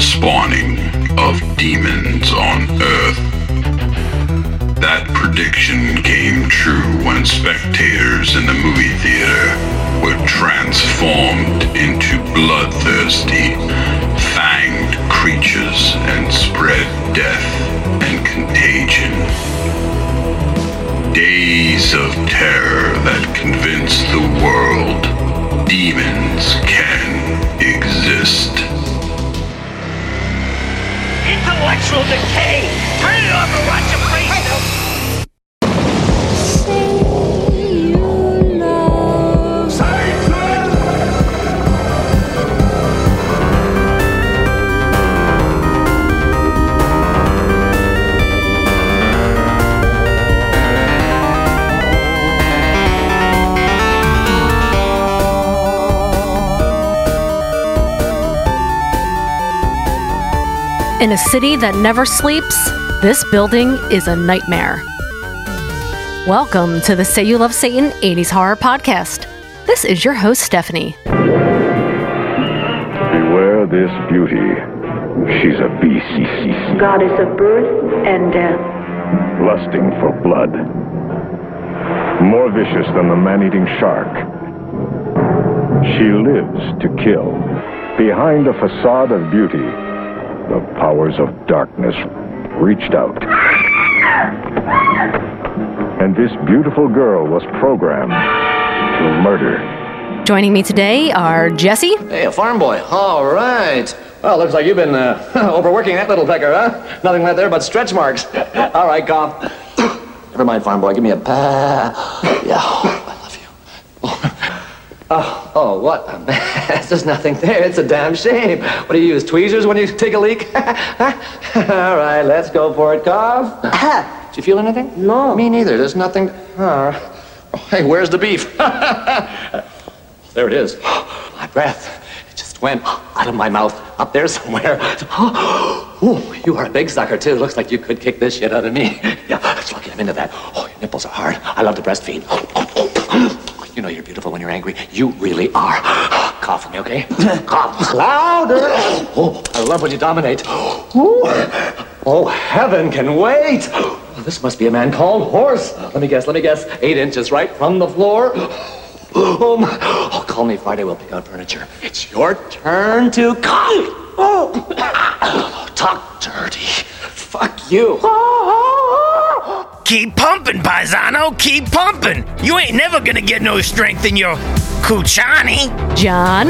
spawning of demons on Earth. That prediction came true when spectators in the movie theater were transformed into bloodthirsty, fanged creatures and spread death and contagion. Days of terror that convinced the world demons can exist. Intellectual decay! Turn it off and watch your face! In a city that never sleeps, this building is a nightmare. Welcome to the Say You Love Satan 80s Horror Podcast. This is your host, Stephanie. Beware this beauty. She's a beast, goddess of birth and death. lusting for blood. More vicious than the man-eating shark. She lives to kill. Behind a facade of beauty, the powers of darkness reached out. And this beautiful girl was programmed to murder. Joining me today are Jesse, Hey, a farm boy. All right. Well, looks like you've been uh, overworking that little pecker, huh? Nothing left there but stretch marks. All right, cough. Never mind, farm boy. Give me a pa. Yeah, I love you. Oh, oh, what a mess. There's nothing there. It's a damn shame. What do you use, tweezers when you take a leak? All right, let's go for it, cough. Did you feel anything? No. Me neither. There's nothing. Uh, hey, where's the beef? There it is. My breath. It just went out of my mouth, up there somewhere. Ooh, you are a big sucker, too. Looks like you could kick this shit out of me. Yeah, it's lucky I'm into that. Oh, your nipples are hard. I love to breastfeed. You know you're beautiful when you're angry. You really are. Cough for me, okay? Cough louder. Oh, I love when you dominate. Ooh. Oh, heaven can wait. This must be a man called Horse. Let me guess, let me guess. Eight inches right from the floor. Oh, my. oh, call me Friday. We'll pick out furniture. It's your turn to come. Oh, talk dirty. Fuck you. Keep pumping, Paisano. Keep pumping. You ain't never gonna get no strength in your Kuchani. John,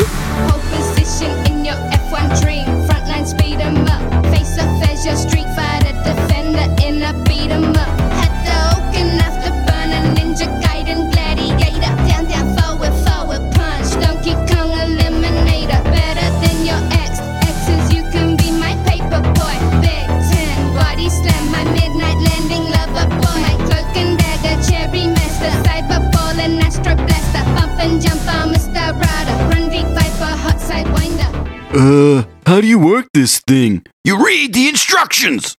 Pole position in your F1 dream. Frontline speed 'em up. Face up as your street fighter defender in a beat 'em up. Had the Oaken afterburner, ninja gaiden, gladiator. Down, down, forward, forward, punch. Donkey Kong eliminator. Better than your ex. Exes, you can be my paper boy. Big Ten, body slam, my midnight landing lover boy. My cloak and dagger, cherry master. Cyber ball and astro blaster. Bump and jump, I'm Mr. Rider. Run, deep, viper, hot side winder. Uh, how do you work this thing? You read the instructions!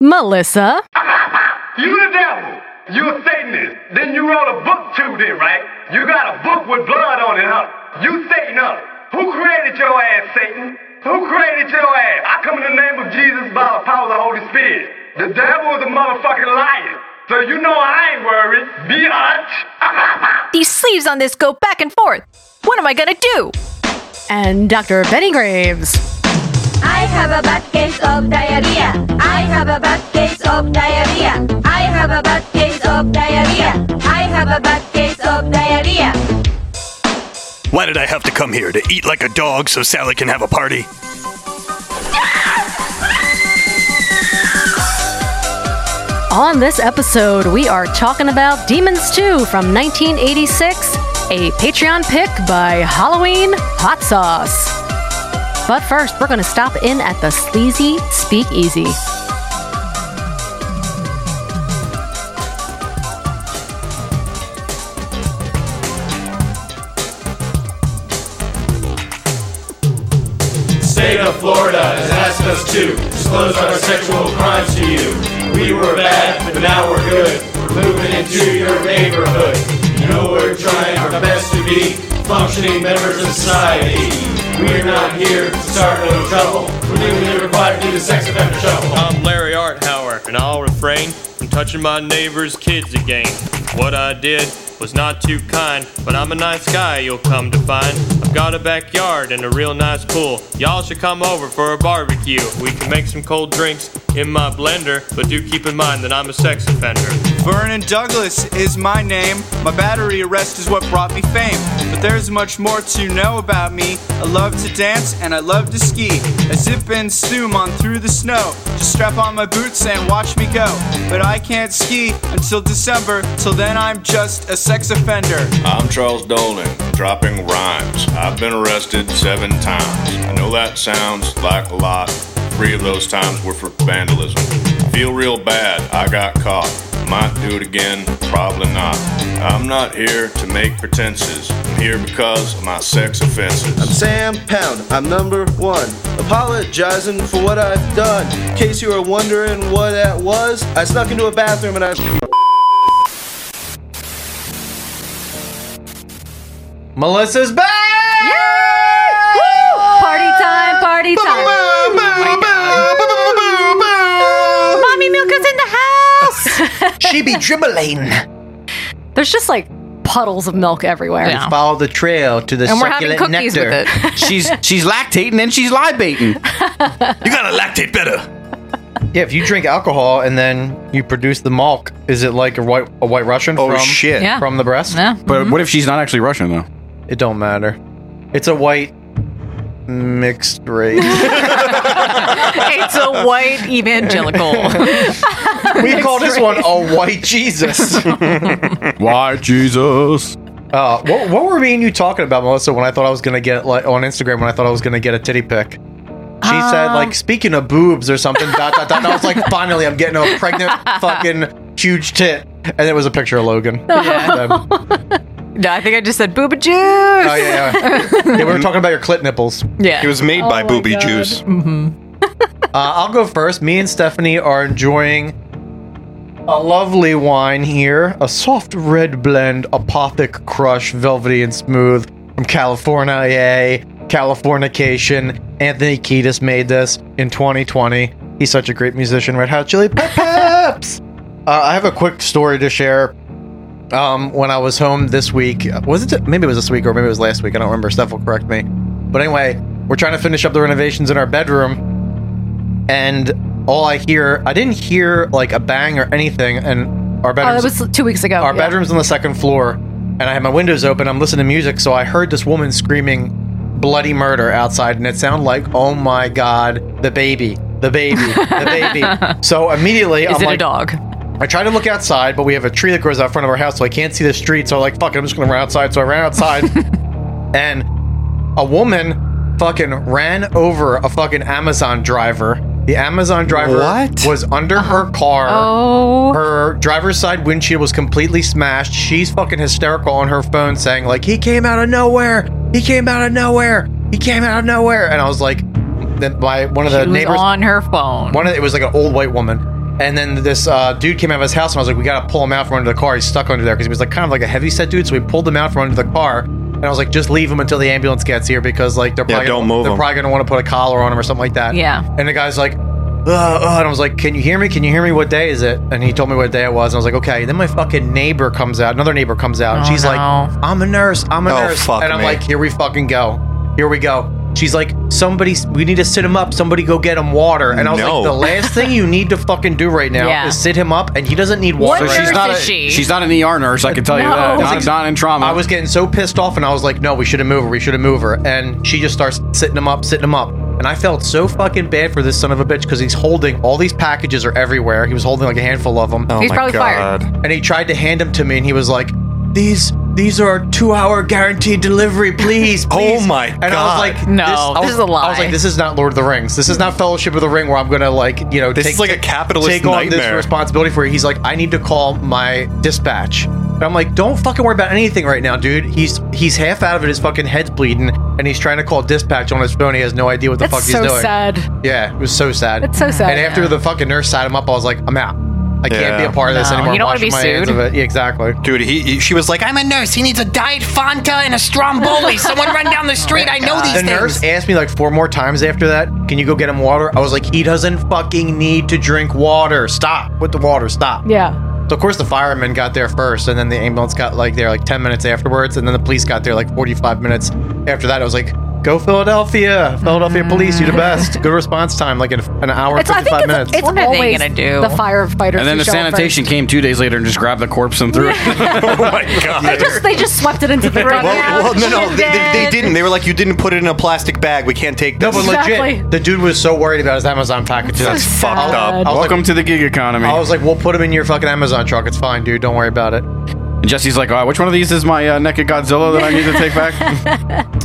Melissa, You the devil. You a Satanist. Then you wrote a book too, then, right? You got a book with blood on it, huh? You Satan, huh? Who created your ass, Satan? Who created your ass? I come in the name of Jesus by the power of the Holy Spirit. The devil is a motherfucking liar. So you know I ain't worried, bitch. these sleeves on this go back and forth. What am I gonna do? And Dr. Benny Graves. I have a bad case of diarrhea. I have a bad case of diarrhea. I have a bad case of diarrhea. I have a bad case of diarrhea. Why did I have to come here to eat like a dog so Sally can have a party? On this episode, we are talking about Demons 2 from 1986, a Patreon pick by Halloween Hot Sauce. But first, we're going to stop in at the Sleazy Speakeasy. state of Florida has asked us to disclose our sexual crimes to you. We were bad, but now we're good. We're moving into your neighborhood. You know we're trying our best to be functioning members of society. We're not here to start no trouble. We're doing it provider do the sex offender shuffle. I'm Larry Arthauer, and I'll refrain from touching my neighbor's kids again. What I did was not too kind, but I'm a nice guy, you'll come to find. I've got a backyard and a real nice pool. Y'all should come over for a barbecue. We can make some cold drinks in my blender, but do keep in mind that I'm a sex offender. Vernon Douglas is my name. My battery arrest is what brought me fame. But there's much more to know about me. I love to dance and I love to ski. I zip and zoom on through the snow. Just strap on my boots and watch me go. But I can't ski until December. Till then, I'm just a sex offender. I'm Charles Dolan, dropping rhymes. I've been arrested seven times. I know that sounds like a lot. Three of those times were for vandalism. Feel real bad, I got caught. Might do it again, probably not. I'm not here to make pretenses. I'm here because of my sex offenses. I'm Sam Pound, I'm number one. Apologizing for what I've done. In case you were wondering what that was, I snuck into a bathroom and I. Melissa's back! Woo! Party time, party time. Mommy Milk is in the house. she be dribbling. There's just like puddles of milk everywhere. And follow the trail to the And we're having succulent cookies nectar. with it. she's she's lactating and she's libating. You gotta lactate better. Yeah, if you drink alcohol and then you produce the milk, is it like a white a white Russian? Oh, from, shit. Yeah. From the breast. Yeah. But Mhm. what if she's not actually Russian though? It don't matter. It's a white mixed race. it's a white evangelical. we call this one a white Jesus. Why, Jesus? Uh, what, what were me and you talking about, Melissa? When I thought I was gonna get like on Instagram, when I thought I was gonna get a titty pic, she said Oh. like speaking of boobs or something. dot dot dot. And I was like, finally, I'm getting a pregnant fucking huge tit, and it was a picture of Logan. Yeah. Um, no, I think I just said booba juice. oh yeah, yeah. yeah. We were talking about your clit nipples. Yeah. Mm-hmm. It was made Oh by my Booby God. Juice. uh, I'll go first. Me and Stephanie are enjoying a lovely wine here, a soft red blend, Apothic Crush, velvety and smooth from California. Yay, Californication. Anthony Kiedis made this in 2020. He's such a great musician. Red Hot Chili Peppers. uh, I have a quick story to share um, when I was home this week. Was it maybe it was this week or maybe it was last week? I don't remember. Steph will correct me. But anyway, we're trying to finish up the renovations in our bedroom, and all I hear, I didn't hear like a bang or anything, and our Oh, bedroom's that was two weeks ago. our yeah. bedroom's on the second floor, and I had my windows open. I'm listening to music, so I heard this woman screaming bloody murder outside, and it sounded like, oh my god, the baby, the baby, the baby. so immediately, Is I'm it a like, dog? I try to look outside, but we have a tree that grows out front of our house, so I can't see the street. So I'm like, fuck it, I'm just gonna run outside. So I ran outside, and a woman fucking ran over a fucking Amazon driver. The Amazon driver was under her car. Uh-huh. Oh. Her driver's side windshield was completely smashed. She's fucking hysterical on her phone saying, like, he came out of nowhere. He came out of nowhere. He came out of nowhere. And I was like, then my one of the She was neighbors on her phone. One of the, it was like an old white woman. And then this uh, dude came out of his house, and I was like, "We gotta pull him out from under the car. He's stuck under there because he was like kind of like a heavy set dude." So we pulled him out from under the car, and I was like, "Just leave him until the ambulance gets here because like they're Yeah, probably don't gonna, move they're him. probably gonna want to put a collar on him or something like that." Yeah. And the guy's like, "Ugh, ugh," and I was like, "Can you hear me? Can you hear me? What day is it?" And he told me what day it was, and I was like, "Okay." Then my fucking neighbor comes out, another neighbor comes out, and Oh, she's like, no. "I'm a nurse. I'm a Oh, nurse," fuck and I'm me. like, "Here we fucking go. Here we go." She's like, "Somebody, we need to sit him up. Somebody go get him water." And I was No. like, "The last thing you need to fucking do right now Yeah. is sit him up, and he doesn't need What water." So she's nurse not is a, a- she? she's not an ER nurse, I can tell you No. that. Not- in trauma. I was getting so pissed off, and I was like, "No, we should have moved her. We should have moved her." And she just starts sitting him up, sitting him up. And I felt so fucking bad for this son of a bitch because he's holding all these packages are everywhere. He was holding like a handful of them. Oh He's my probably fired. God. And he tried to hand them to me, and he was like, "These." These are two-hour guaranteed delivery, please. please. Oh my And I was God. like, No, I this was- is a I was lie. like, this is not Lord of the Rings. This is not Fellowship of the Ring, where I'm gonna like, you know, This take, is like a take- capitalist take on this nightmare. responsibility for it. He's like, I need to call my dispatch. And I'm like, don't fucking worry about anything right now, dude. He's he's half out of it. His fucking head's bleeding, and he's trying to call dispatch on his phone. He has no idea what the That's fuck so he's doing. sad. Yeah, it was so sad. It's so sad, And after yeah. the fucking nurse sat him up, I was like, I'm out. I can't be a part of this No, anymore. you don't want wanna to be sued. Of it. Yeah, exactly. Dude, he, he- she was like, I'm a nurse. He needs a diet Fanta and a Stromboli. Someone run down the street. I know these Uh, the things. nurse asked me like four more times after that, can you go get him water? I was like, he doesn't fucking need to drink water. Stop with the water. Stop. Yeah. So of course the firemen got there first, and then the ambulance got like there like ten minutes afterwards, and then the police got there like forty-five minutes after that. I was like, "Go Philadelphia, Philadelphia police, Mm. you the best. Good response time, like in an hour and It's, I think fifty-five it's, minutes." it's What are they always gonna do? the firefighters. And then the who show up sanitation came two days later and just grabbed the corpse and threw it. oh my god! first. They just they just swept it into the Well, ground. Well, no, no, they, they, they didn't. They were like, you didn't put it in a plastic bag. We can't take No, this. but Exactly. legit, the dude was so worried about his Amazon package. That's so fucked up. sad. Welcome to the gig economy. I was like, "We'll put him in your fucking Amazon truck. It's fine, dude. Don't worry about it." And Jesse's like, oh, which one of these is my uh, naked Godzilla that I need to take back?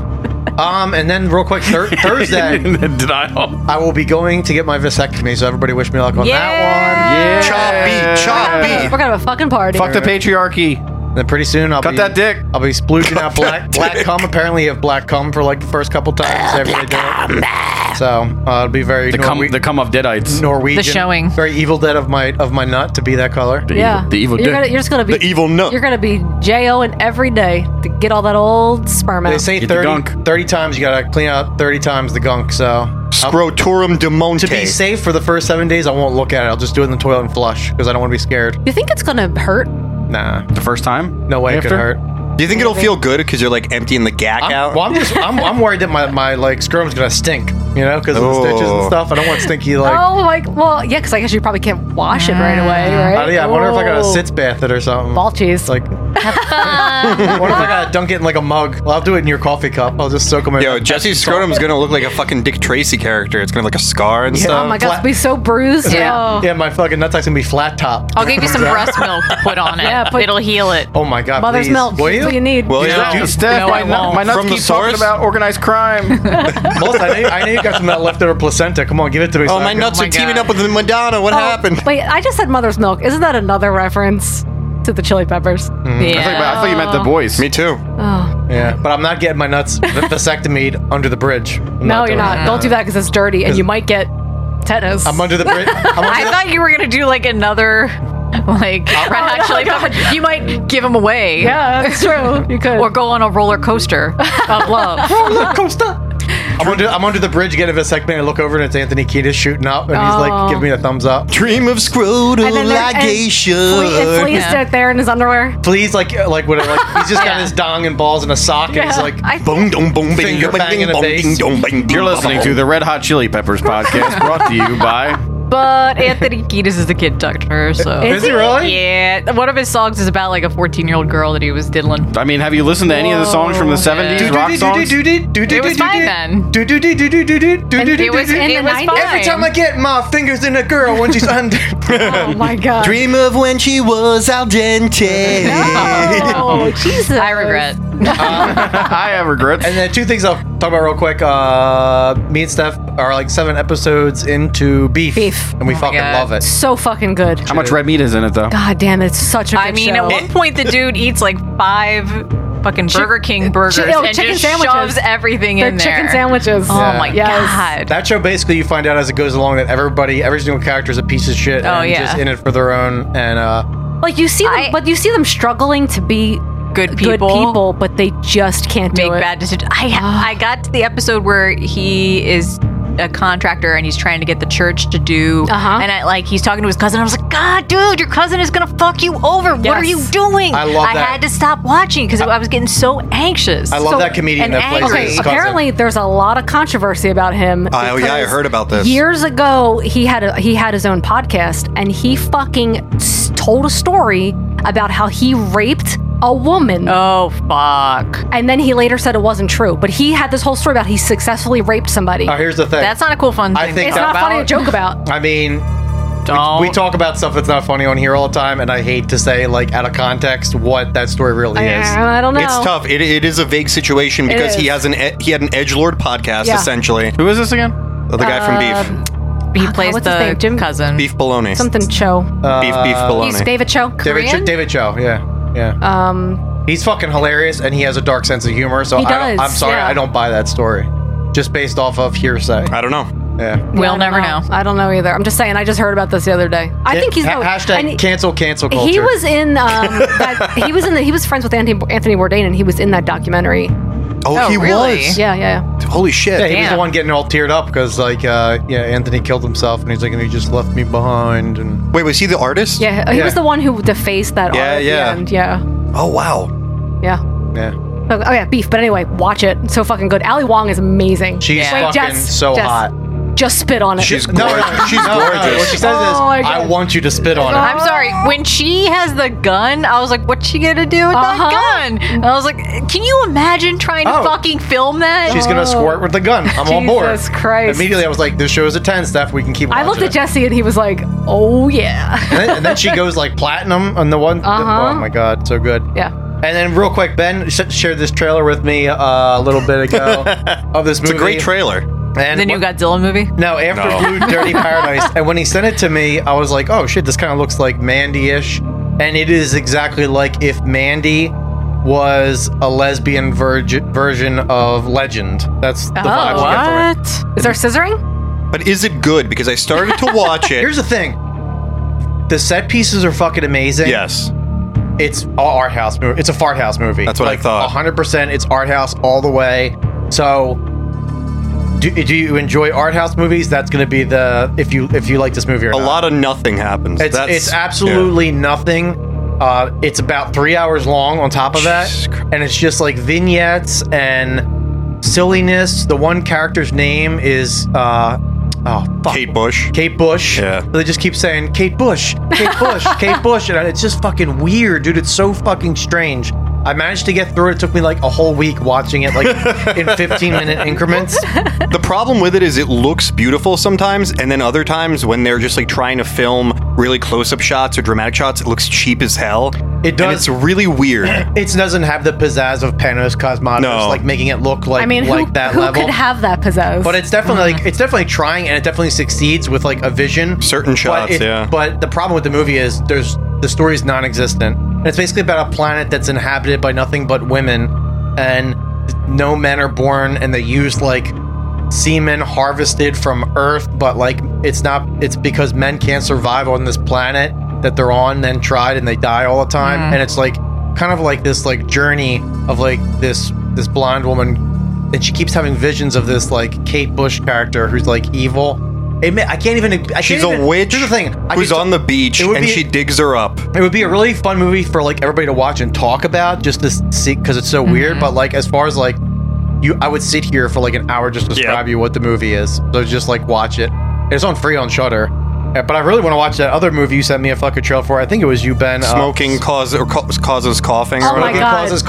Um, and then real quick, thir- Thursday, I will be going to get my vasectomy. So everybody, wish me luck on Yeah. that one. We're gonna have a fucking party. patriarchy. And then pretty soon I'll Cut be, that dick. I'll be splooching out black that black dick. cum. Apparently, you have black cum for like the first couple times after they do it. So uh, it'll be very The cum- the cum of deadites. Norwegian. The showing. Very evil dead of my of my nut to be that color. yeah. you're, gonna, you're just gonna be You're gonna be J-O-ing every day to get all that old sperm out. They say 30, 30 times you gotta clean out 30 times the gunk, so. Scrotorum demonte. To be safe for the first seven days, I won't look at it. I'll just do it in the toilet and flush because I don't want to be scared. You think it's gonna hurt? Nah. The first time? No way it could After? hurt. Do you think it'll feel good because you're like emptying the gack out? Well, I'm just, I'm, I'm worried that my, my like scrum's gonna stink, you know, because of the stitches and Oh. stuff. I don't want stinky like. oh, like well, yeah, because I guess you probably can't wash it right away, I right? Oh. don't- Ah, yeah, I wonder if I gotta Whoa. sits bath it or something. Ball cheese. Like, what if I gotta dunk it in like a mug? Well, I'll do it in your coffee cup. I'll just soak them in. Yo, Jesse's scrotum's gonna look like a fucking Dick Tracy character. It's gonna look like a scar and stuff. oh my god, it's be so bruised. Oh. Yeah. Yeah. yeah, my fucking nutsack's gonna be flat top. I'll give you some breast milk to put on it. Yeah, put- It'll heal it. Oh my god, Mother's please. milk. Will That's what you need. Will No. you? Dude, Steph, No, my, I nu- won't. my nuts From the keep talking source? about organized crime. Melissa, I know, I know you got some of that leftover placenta. Come on, give it to me. Oh, my nuts are teaming up with the Madonna. What Oh, happened? Wait, I just said mother's milk. Isn't that another reference to the Chili Peppers? Mm-hmm. I, thought, I thought you meant the boys. Me too. Oh. Yeah, but I'm not getting my nuts v- vasectomied under the bridge. I'm No, not you're doing not. it. Don't do that because it's dirty and you might get tetanus. I'm under the bridge. I'm I under the- thought you were gonna do like another, like Red Hot Chili Peppers. You might give them away. Yeah, that's true. You could. Or go on a roller coaster of love. Roller coaster. I'm under, I'm under the bridge getting a vasectomy. I look over and it's Anthony Kiedis shooting up, and he's Oh. like giving me the thumbs up. Dream of And then scrotal there- and Flea- and Flea's ligation. out there in his underwear. Please, like, uh, like what? Like, he's just got Yeah. his dong and balls in a sock, and he's Yeah, like, I- Boom, boom, boom, bing, Finger bing, bang in bing, the bong, bass. ding, dong, bing, You're listening to the Red Hot Chili Peppers podcast brought to you by. But Anthony Kiedis is the kid doctor, so Is he really? Yeah. One of his songs is about like a 14 year old girl that he was diddling. I mean, have you listened to any of the songs from the 70s rock songs? It was fine then. It was in the 90s. Every time I get my fingers in a girl when she's under. Oh my god. Dream of when she was al dente. Oh, Jesus. I regret. I have regrets. Um, And then two things I'll talk about real quick. Uh, me and Steph are like seven episodes into beef, Beef. Oh and we fucking love it. So fucking good. How much red meat is in it, though? God damn, it's such a good I mean, show. at one point the dude eats like five fucking Burger King burgers oh, and chicken just sandwiches. shoves everything They're in there. chicken sandwiches. Oh Yeah. my Yes. god. That show basically you find out as it goes along that everybody, every single character is a piece of shit Oh, and yeah. just in it for their own. And uh, Like you see them, but you see them struggling to be Good good people. people, but they just can't do make it. bad decisions. I I got to the episode where he is a contractor and he's trying to get the church to do Uh-huh. and I like he's talking to his cousin I was like god dude your cousin is gonna fuck you over what are Yes. you doing I love I that. had to stop watching because I, was getting so anxious I love that comedian and that plays angry. his cousin. Apparently, there's a lot of controversy about him. Oh, yeah, I because heard about this. Years ago, he had a, he had his own podcast, and he fucking s- told a story about how he raped a woman. oh fuck And then he later said it wasn't true, but he had this whole story about he successfully raped somebody. oh, here's the thing. that's not a cool fun I thing think it's not funny to joke about. I mean, Don't. we, we talk about stuff that's not funny on here all the time, and I hate to say like out of context what that story really is. I, I don't know. It's tough. It, it is a vague situation It because he is. has an e- he had an edge lord podcast Yeah. essentially. Who is this again? The guy from Beef, he plays what's his the name? Jim- cousin Beef Bologna, Uh, Something Cho. Uh, Beef Beef Bologna. He's David Cho. Uh, David, Cho, Korean? David Cho, yeah, yeah. Um, He's fucking hilarious, and he has a dark sense of humor. So He I don't, does, I'm sorry, yeah. I don't buy that story, just based off of hearsay. I don't know. Yeah. We'll never know. I don't know either. I'm just saying. I just heard about this the other day. I think he's Ha- no- hashtag and he- cancel cancel culture. He was in. Um, that, he was in. The, he was friends with Anthony, Anthony Bourdain, and he was in that documentary. Oh, he really? was? Yeah, yeah, yeah. Holy shit! Yeah, he was Damn. the one getting all teared up because, like, uh, yeah, Anthony killed himself, and he's like, and he just left me behind. And wait, was he the artist? Yeah, he was the one who defaced that Yeah, art at yeah. the end. Yeah, Oh wow. yeah. Yeah. So- Oh yeah, beef. But anyway, watch it. It's so fucking good. Ali Wong is amazing. She's Wait, fucking Jess, so Jess, hot. Just spit on it. She's No, no, gorgeous. she's no, no. gorgeous. What she says is, Oh, my I God. want you to spit on I'm it. sorry. When she has the gun, I was like, "What's she gonna do with Uh-huh. that gun?" And I was like, "Can you imagine trying to Oh. fucking film that?" She's gonna squirt with the gun. I'm on board. Jesus Christ. Immediately, I was like, "This show is a ten step. We can keep." I Watching looked it. at Jesse and he was like, "Oh yeah." and, then, and then she goes like platinum on the one. Uh-huh. Oh my god, so good. Yeah. And then real quick, Ben sh- shared this trailer with me uh, a little bit ago of this movie. It's a great trailer. And the new what- Godzilla movie. No, after No. Blue Dirty Paradise, and when he sent it to me, I was like, "Oh shit, this kind of looks like Mandy-ish," and it is exactly like if Mandy was a lesbian verg- version of Legend. That's Oh, the vibe. I get from it. Is there scissoring? But is it good? Because I started to watch it. Here's the thing: the set pieces are fucking amazing. Yes. it's a art house movie. It's a fart house movie. That's what I Like, thought. 100. percent It's art house all the way. So, do, do you enjoy art house movies? That's going to be the if you if you like this movie or A not. lot of nothing happens. It's, That's, it's absolutely nothing. Uh, it's about three hours long on top of that. And it's just like vignettes and silliness. The one character's name is. Uh, Oh, fuck. Kate Bush. Kate Bush. Yeah. They just keep saying Kate Bush, Kate Bush, Kate Bush, and it's just fucking weird, dude. It's so fucking strange. I managed to get through it. It took me like a whole week watching it, like in 15 minute increments. Uh, yeah. The problem with it is it looks beautiful sometimes, and then other times when they're just like trying to film really close up shots or dramatic shots, it looks cheap as hell. It And does- it's really weird. It doesn't have the pizzazz of Panos Cosmatos, No. like making it look like I mean, like who, that who level. could have that pizzazz? But it's definitely like it's definitely trying, and it definitely succeeds with like a vision. Certain shots, but it- yeah. But the problem with the movie is there's the story's non-existent, and it's basically about a planet that's inhabited by nothing but women, and no men are born, and they use like semen harvested from Earth, but like it's not. It's because men can't survive on this planet that they're on, then tried, and they die all the time, Mhm. and it's like kind of like this like journey of like this this blonde woman and she keeps having visions of this like Kate Bush character who's like evil. Admit, I can't even. I can't She's a even- witch Here's the thing. I who's could- on the beach it would and be- she digs her up. It would be a really fun movie for like everybody to watch and talk about, just to see because it's Mm-hmm. so weird. But like as far as like you, I would sit here for like an hour just to describe you what the movie is. So just like watch it. It's on free on Shutter. But I really want to watch that other movie you sent me a fucking trail for. I think it was you, Ben. uh, Smoking causes or ca- causes coughing. oh or my whatever.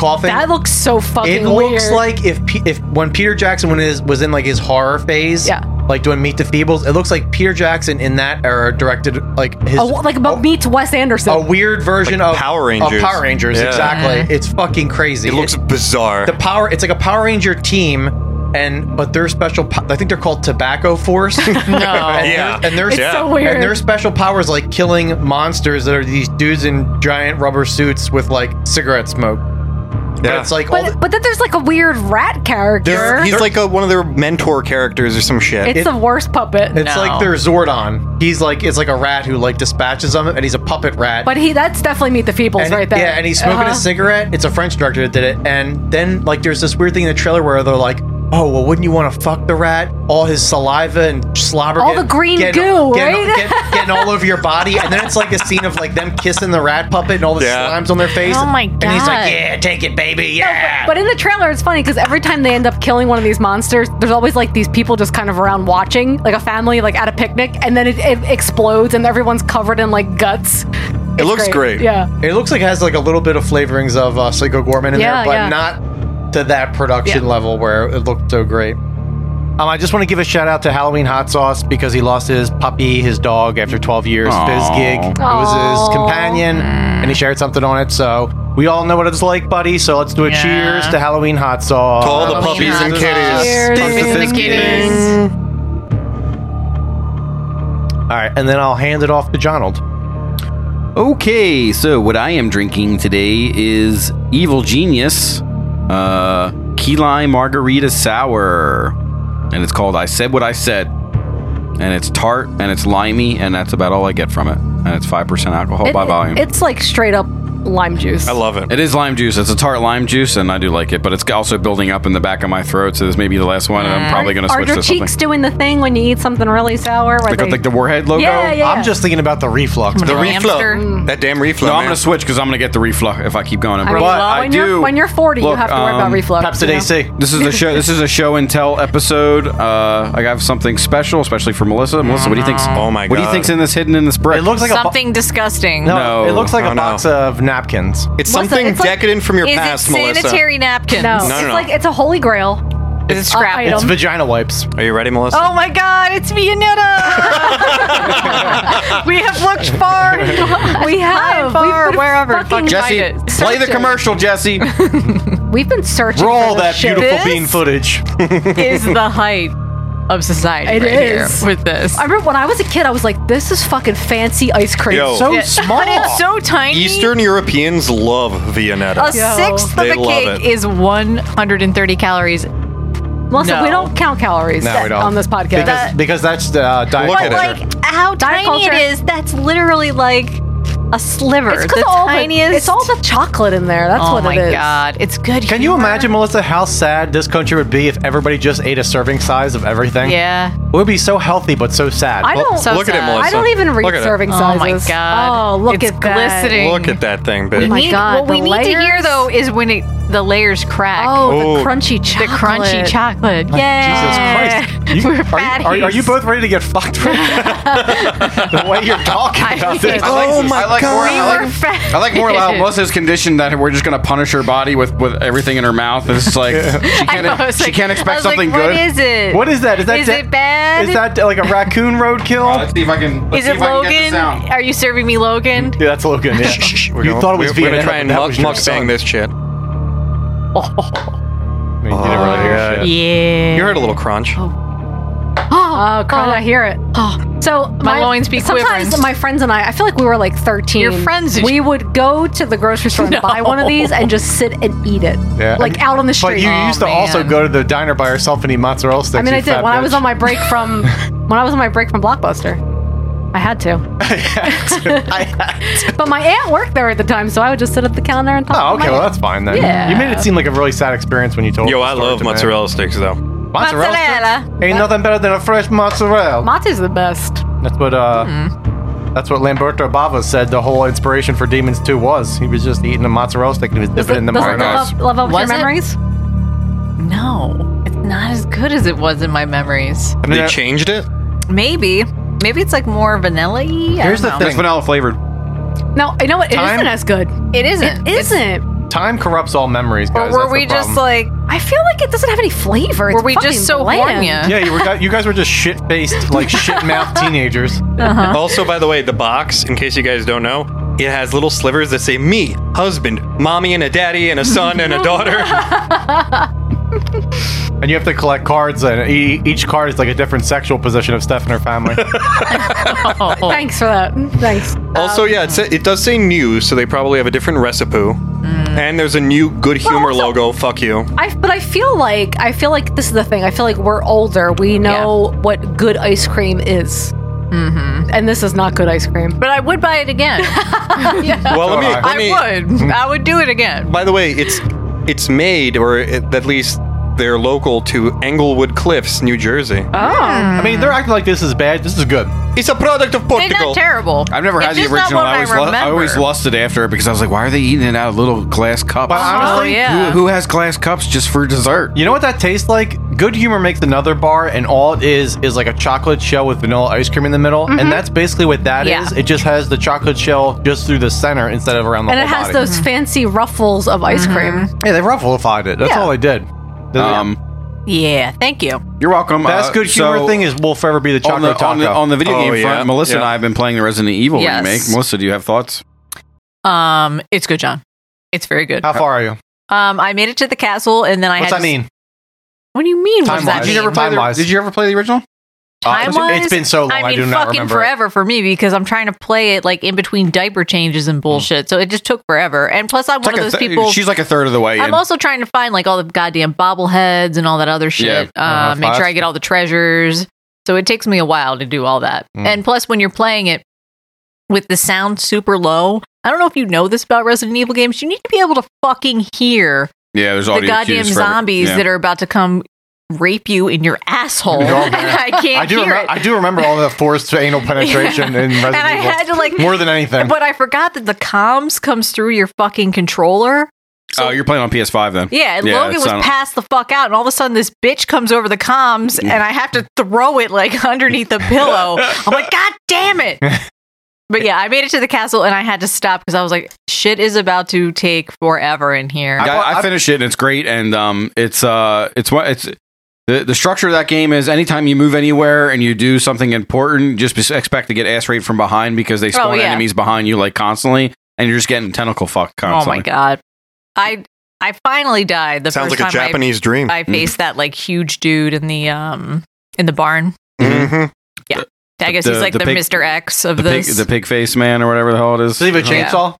god, That looks so fucking it weird. looks like if P- if when Peter Jackson when his, was in like his horror phase, yeah. like doing Meet the Feebles, it looks like Peter Jackson in that era directed like his a, Oh, like about meets Wes Anderson. a weird version Like of Power of Rangers. Power Rangers, Yeah. Mm-hmm. exactly. It's fucking crazy. It looks bizarre. the power. It's like a Power Ranger team, and but their special. po- I think they're called Tobacco Force. no. And Yeah. Their, and their, It's so weird. And their special powers like killing monsters that are these dudes in giant rubber suits with like cigarette smoke. But it's like all but, but then there's like a weird rat character. They're- he's like a, one of their mentor characters or some shit. it's the worst puppet. It's like their Zordon. He's like it's like a rat who like dispatches them, and he's a puppet rat. But he that's definitely meet the Feebles and, right there. Yeah, and he's smoking Uh-huh. a cigarette. It's a French director that did it. And then like there's this weird thing in the trailer where they're like, oh well, wouldn't you want to fuck the rat? All his saliva and slobber, All the green goo, getting, right? get- getting all over your body. And then it's like a scene of like them kissing the rat puppet and all the slimes on their face. Oh my And he's God. like, yeah, take it, baby, yeah. But in the trailer, it's funny because every time they end up killing one of these monsters, there's always like these people just kind of around watching, like a family, like at a picnic, and then it, it explodes and everyone's covered in like guts. It's Yeah. It looks like it has like a little bit of flavorings of uh, Psycho Gorman in Yeah, there, but yeah. not to that production Yeah. level where it looked so great. Um, I just want to give a shout out to Halloween Hot Sauce because he lost his puppy, his dog, after 12 years. Fizz Gig. It was his companion, and he shared something on it. So we all know what it's like, buddy. So let's do a cheers to Halloween Hot Sauce. To all the Halloween puppies and hot kitties. sauce. Cheers. Puppies and kitties. All right, and then I'll hand it off to Jonald. Okay, so what I am drinking today is Evil Genius uh, Key Lime Margarita Sour. And it's called I Said What I Said. and it's tart and it's limey, and that's about all I get from it. And it's five percent alcohol It- by volume. It's like straight up lime juice. It is lime juice. It's a tart lime juice, and I do like it, but it's also building up in the back of my throat. So this may be the last one, and I'm probably going to Mm. Are switch your to cheeks to something. doing the thing when you eat something really sour? Where Like, they, like the warhead logo. Yeah, yeah. I'm just thinking about the reflux. The man. reflux. Hamster. Mm. That damn reflux. No, I'm man. going to switch because I'm going to get the reflux if I keep going. I mean, well, when, you're, when you're 40, you Look, have to worry about um, reflux. you know? This is a show. This is a show and tell episode. Uh, I have something special, especially for Melissa. Melissa, what do you think's? Oh my What do you God. think's in this hidden in this brick? It looks something disgusting. No, it looks like Oh, a no. box of napkins. It's Melissa, something it's like- decadent from your Is it sanitary napkins? No, it's like it's a holy grail. It's a scrap item. It's vagina wipes. Are you ready, Melissa? Uh, Oh my God! It's Vianetta. we have looked far. we have. far, We've been wherever. fucking Fuck Jesse, searching. play the commercial, Jesse. We've been searching. Roll for this that shit. beautiful bean footage. is the height of society It right is. here with this. I remember when I was a kid, I was like, "This is fucking fancy ice cream." Yo. So Yeah. small. But it's so tiny. Eastern Europeans love Viennetta. A sixth They of a love cake it. is 130 calories. Melissa, we don't count calories No, we don't. on this podcast. Because, because that's the uh, diet But culture. like how tiny Diet culture. it is, that's literally like a sliver. It's the because all tiniest. the it's all the chocolate in there. That's oh what my it is. god, it's good. Can you imagine, Melissa, how sad this country would be if everybody just ate a serving size of everything? Yeah. It would be so healthy, but so sad. I don't So Look at it, sad. Melissa. I don't even read Look at it. serving Oh my sizes. God. Oh, look It's at that. Oh glistening. Look at that thing, bitch. We my need- God, What we the need to hear layers. though is when it the layers crack. Oh, Oh. the crunchy chocolate. the crunchy chocolate. Yeah. Jesus Christ. You- We're are, you, are, are you both ready to get fucked right now? the way you're talking about this. I like this. I like more. I like- I like more loud. fatties. Melissa's condition that we're just going to punish her body with, with everything in her mouth. It's just like she can't, I know, I was she like- can't I expect was like, something what good. is it? What is that? Is that Is de- it bad? Is that like a raccoon roadkill? let's see if I can. Is it Logan? Are you serving me Logan? Yeah, that's Logan. Yeah. We're you gonna- thought it we're, was We're Vienna, gonna try but and that mug was your mug bang son. this shit. I mean, you didn't really hear shit. Yeah. You heard a little crunch. Uh, Oh, God, I hear it. Oh. So My loins be sometimes quivering. my friends and I, I feel like we were like 13. Your friends is- We would go to the grocery store and buy one of these and just sit and eat it. Yeah. Like out on the street. Oh, But you Oh, used to also go to the diner by yourself and eat mozzarella sticks. I mean, you I did. fat When I was bitch. on my break from, when I was on my break from Blockbuster, I had to. but my aunt worked there at the time, so I would just sit at the counter and talk. Oh, to my okay. Well, aunt. that's fine then. Yeah. You made it seem like a really sad experience when you told. Yo, the I story love to me. mozzarella sticks though. Mozzarella. Mozzarella. sticks? Ain't nothing better than a fresh mozzarella. Mate's the best. That's what. uh That's what Lamberto Bava said. The whole inspiration for Demons Two was he was just eating a mozzarella stick and he was dipping it in the Does it margarine. love, love up your Was it? memories? No, it's not as good as it was in my memories. Have they changed it? Maybe. Maybe it's like more vanilla Here's the thing. vanilla flavored. No, I know what, it Time- isn't as good. It isn't. It isn't. Time corrupts all memories, guys. or were That's the we just problem. like I feel like it doesn't have any flavor. It's Were we just fucking so bland. horny? Yeah, you, were, guy- you guys were just shit faced, like shit mouthed teenagers. Also, by the way, the box, in case you guys don't know, it has little slivers that say me, husband, mommy, and a daddy, and a son, and a daughter. And you have to collect cards, and e- each card is like a different sexual position of Steph and her family. Thanks for that. Thanks. Um, also, yeah, it, sa- it does say new, so they probably have a different recipe. Mm. And there's a new good humor logo. Fuck you. I, but I feel like I feel like this is the thing. I feel like we're older. We know what good ice cream is, mm-hmm. and this is not good ice cream. But I would buy it again. Well, let me- let me- I would. I would do it again. By the way, it's it's made, or it, at least they're local to Englewood Cliffs, New Jersey. I mean, they're acting like this is bad. This is good. It's a product of They're not terrible. I've never It's had the just original. not what I always, lu- I remember. always lusted after it because I was like, why are they eating it out of little glass cups? But honestly- Oh, yeah. who, who has glass cups just for dessert? You know what that tastes like? Good Humor makes another bar, and all it is is like a chocolate shell with vanilla ice cream in the middle, Mhm. and that's basically what that is. Yeah. It just has the chocolate shell just through the center instead of around the and whole it has body. those fancy ruffles of ice Mm-hmm. cream. Yeah, they ruffleified it. That's Yeah. all they did. Um, Yeah. Thank you. You're welcome. Best Uh, good humor so- thing is will forever be the on chocolate the, on the, taco. Oh, on the video Oh, game front, Melissa and I have been playing the Resident Evil Yes. remake. Melissa, do you have thoughts? Um, it's good, John. It's very good. How far are you? Um, I made it to the castle, and then I What's had. that to s- mean? What do you mean? What does that Time-wise. mean? Did you ever play the- Time-wise. Did you ever play the original? Uh, it's- Time-wise, it's been so long, I, I mean, do not fucking remember. it. forever for me because I'm trying to play it like in between diaper changes Hmm. and bullshit. So it just took forever. And plus, I'm It's one like of a those th- people. She's like a third of the way I'm in. also trying to find like all the goddamn bobbleheads and all that other shit. Yeah. Uh, Uh, make sure I get all the treasures. So it takes me a while to do all that. Mm. And plus, when you're playing it with the sound super low, I don't know if you know this about Resident Evil games, you need to be able to fucking hear Yeah, there's the audio goddamn cues for every- zombies yeah. that are about to come rape you in your asshole. Oh, and man. I can't I do hear remem- it. I do remember all the forced anal penetration Yeah. in Resident and I Evil. had to like more than anything. But I forgot that the comms comes through your fucking controller. oh, you're playing on PS5 then? Yeah, and Logan it's was not- passed the fuck out, and all of a sudden this bitch comes over the comms, and I have to throw it like underneath the pillow. I'm like, God damn it! But yeah, I made it to the castle, and I had to stop because I was like, shit is about to take forever in here. Yeah, I, I finished it and it's great. And um, it's uh, it's what it's the, the structure of that game is anytime you move anywhere and you do something important, just be- expect to get ass raped from behind because they Oh, spawn yeah. enemies behind you like constantly, and you're just getting tentacle fucked oh constantly. my god, I I finally died. The Sounds first like a time I- Japanese dream. I faced that like huge dude in the um in the barn. Mm-hmm. Yeah, I guess he's like the, Mr. X of the pig, this. the pig face man or whatever the hell it is. Does he have a Yeah. chainsaw?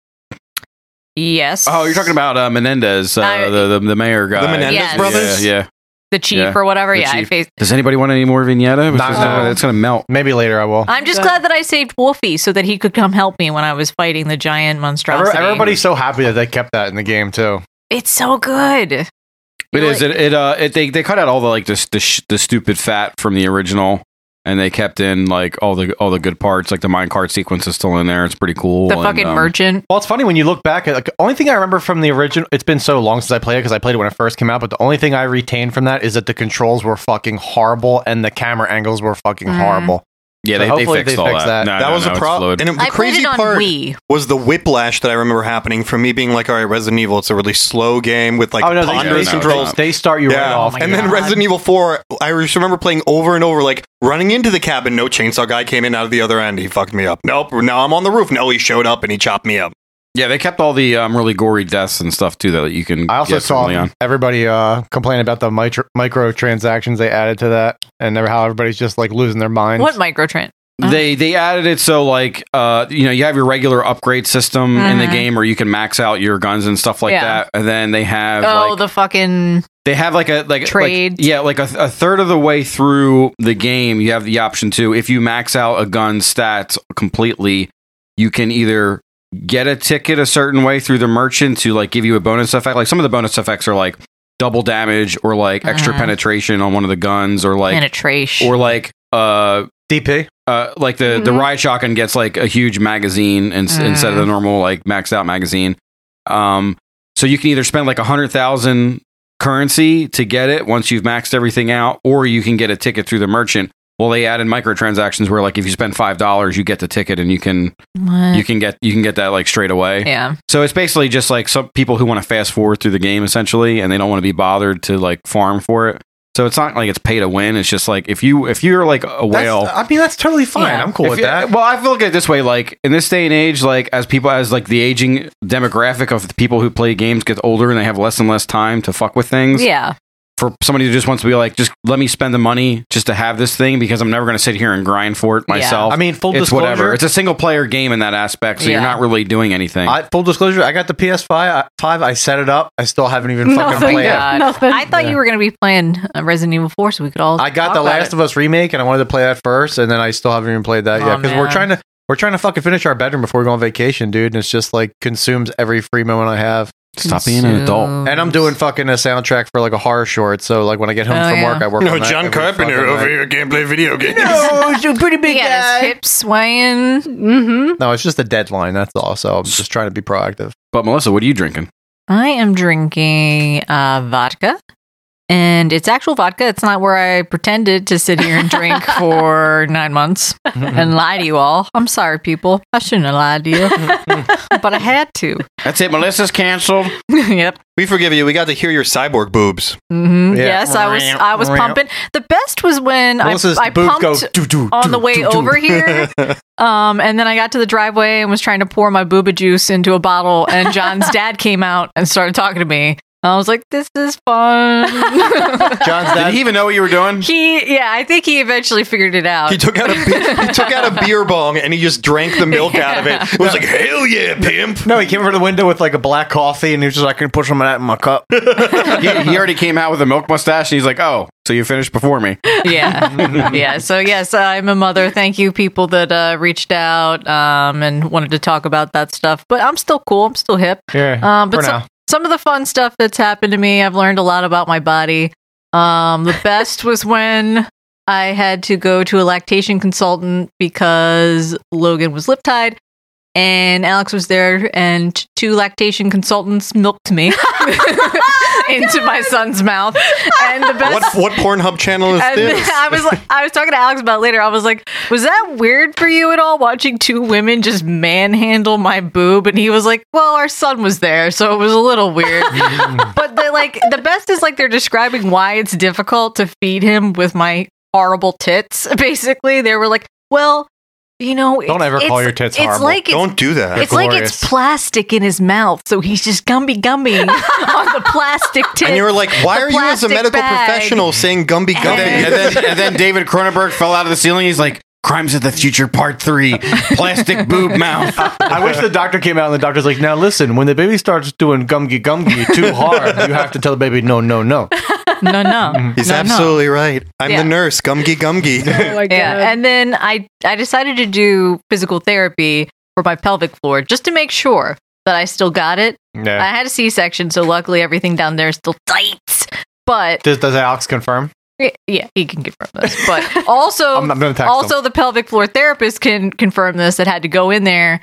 yes. Oh, you're talking about uh, Menendez, uh, the, the the mayor guy, Menendez Yes. brothers? Yeah, yeah. the chief Yeah. or whatever. The yeah, I chief. faced. Does anybody want any more vignetta? Not Because, now. uh, it's gonna melt. Maybe later I will. I'm just glad that I saved Wolfie so that he could come help me when I was fighting the giant monstrosity. Every- Everybody's so happy that they kept that in the game too. It's so good. It is. It, it uh. It, they they cut out all the like the the, sh- the stupid fat from the original, and they kept in like all the all the good parts. Like the minecart sequence is still in there. It's pretty cool. and, um, Well, it's funny when you look back at like only thing I remember from the original. It's been so long since I played it because I played it when it first came out. But the only thing I retained from that is that the controls were fucking horrible and the camera angles were fucking Mm. horrible. Yeah, So they- they hopefully fixed all fix that. No, that no, was no, a it's problem. fluid. And it, the I played crazy it on part Wii. was the whiplash that I remember happening from me being like, "All right, Resident Evil, it's a really slow game with like oh no, they, ponderous they, controls." they start you right Yeah. Oh off, and then Resident Evil 4, I just remember playing over and over, like running into the cabin. No chainsaw guy came in out of the other end. He fucked me up. Nope. Now I'm on the roof. No, he showed up and he chopped me up. Yeah, they kept all the um, really gory deaths and stuff too that you can. I also get saw from Leon. everybody uh, complain about the micro microtransactions they added to that, and how everybody's just like losing their minds. What microtrans? They they added it so like uh you know you have your regular upgrade system in the Mhm. game where you can max out your guns and stuff like Yeah. that, and then they have Oh, like, the fucking they have like a like Trade. like- yeah like a, a third of the way through the game you have the option to if you max out a gun's stats completely you can either get a ticket a certain way through the merchant to like give you a bonus effect like some of the bonus effects are like double damage or like extra Mhm. penetration on one of the guns or like penetration. or like uh dp uh like the the Mhm. riot shotgun gets like a huge magazine ins- Mm. instead of the normal like maxed out magazine um so you can either spend like a hundred thousand currency to get it once you've maxed everything out or you can get a ticket through the merchant well they added microtransactions where like if you spend five dollars you get the ticket and you can What? you can get you can get that like straight away Yeah. so it's basically just like some people who want to fast forward through the game essentially, and they don't want to be bothered to like farm for it. So it's not like it's pay to win. It's just like if you if you're like a whale. I mean, that's totally fine. I'm cool if with you- that. Well, I feel like it this way. Like in this day and age, like as people as like the aging demographic of the people who play games gets older and they have less and less time to fuck with things. Yeah. For somebody who just wants to be like, just let me spend the money just to have this thing because I'm never going to sit here and grind for it Yeah. myself. I mean, full it's disclosure- Whatever. It's a single player game in that aspect, so you're Yeah. not really doing anything. I, full disclosure, I got the PS5. I, five, I set it up. I still haven't even fucking Nothing. played it. Oh I thought you were going to be playing uh, Resident Evil 4 so we could all. I got the Last of Us remake, and I wanted to play that first, and then I still haven't even played that Aw, Oh, yet because we're man. trying to we're trying to fucking finish our bedroom before we go on vacation, dude. And it's just like consumes every free moment I have. Stop being an adult. Consumes. And I'm doing fucking a soundtrack for like a horror short. So like when I get home Oh, from yeah. work, I work. No, on that John every Carpenter fucking over night. here can't play video games. No, you're pretty big yeah, His hips swaying. Mm-hmm. No, it's just a deadline. That's all. So I'm just trying to be proactive. But Melissa, what are you drinking? I am drinking uh, vodka, and it's actual vodka. It's not where I pretended to sit here and drink for nine months Mm-hmm. and lie to you all. I'm sorry, people. I shouldn't have lied to you, but I had to. That's it. Melissa's canceled. yep. We forgive you. We got to hear your cyborg boobs. Mhm. Yes, I was. I was pumping. The best was when I, Melissa's I boobs pumped go doo, doo, on doo, the way doo, doo. over here, Oh, um, and then I got to the driveway and was trying to pour my booba juice into a bottle, and John's dad came out and started talking to me, I was like, this is fun. John's did he even know what you were doing? he, yeah, I think he eventually figured it out. He took out a be- he took out a beer bong and he just drank the milk out of it. It was like hell yeah, pimp. No, he came over to the window with like a black coffee and he was just like, I can put some of that in my cup. he, he already came out with a milk mustache and he's like, oh, so you finished before me. yeah yeah so yes i'm a mother thank you people that uh, reached out um, and wanted to talk about that stuff but i'm still cool i'm still hip Yeah, um, but for some, now. some of the fun stuff that's happened to me i've learned a lot about my body um, the best was when i had to go to a lactation consultant because logan was lip tied and Alex was there, and two lactation consultants milked me into my son's mouth. And the best What what Pornhub channel is and this? I was like, I was talking to Alex about it later. I was like, was that weird for you at all watching two women just manhandle my boob? And he was like, well, our son was there, so it was a little weird. but they like the best is like they're describing why it's difficult to feed him with my horrible tits. Basically, they were like, well. You know, Don't ever it's- call your tits it's horrible. Like it's- Don't do that. They're It's like glorious. it's plastic in his mouth, so he's just gummy gummy on the plastic tits. and you were like, why the are you as a plastic medical bag." professional saying And Gumby Gumby? then, and, then, and then David Cronenberg fell out of the ceiling. He's like, Crimes of the Future Part 3, Plastic Boob Mouth. I wish the doctor came out and the doctor's like, now listen, when the baby starts doing gumgy gumgy too hard, you have to tell the baby, no, no, no. No, no, He's no, no. absolutely right. I'm Yeah. the nurse, Gumgy Gumgy. Yeah, and then I I decided to do physical therapy for my pelvic floor just to make sure that I still got it. Yeah. I had a C section, so luckily everything down there is still tight. But Does, does Alex confirm? yeah, he can confirm this. But also, I'm not gonna text also him. the pelvic floor therapist can confirm this. That had to go in there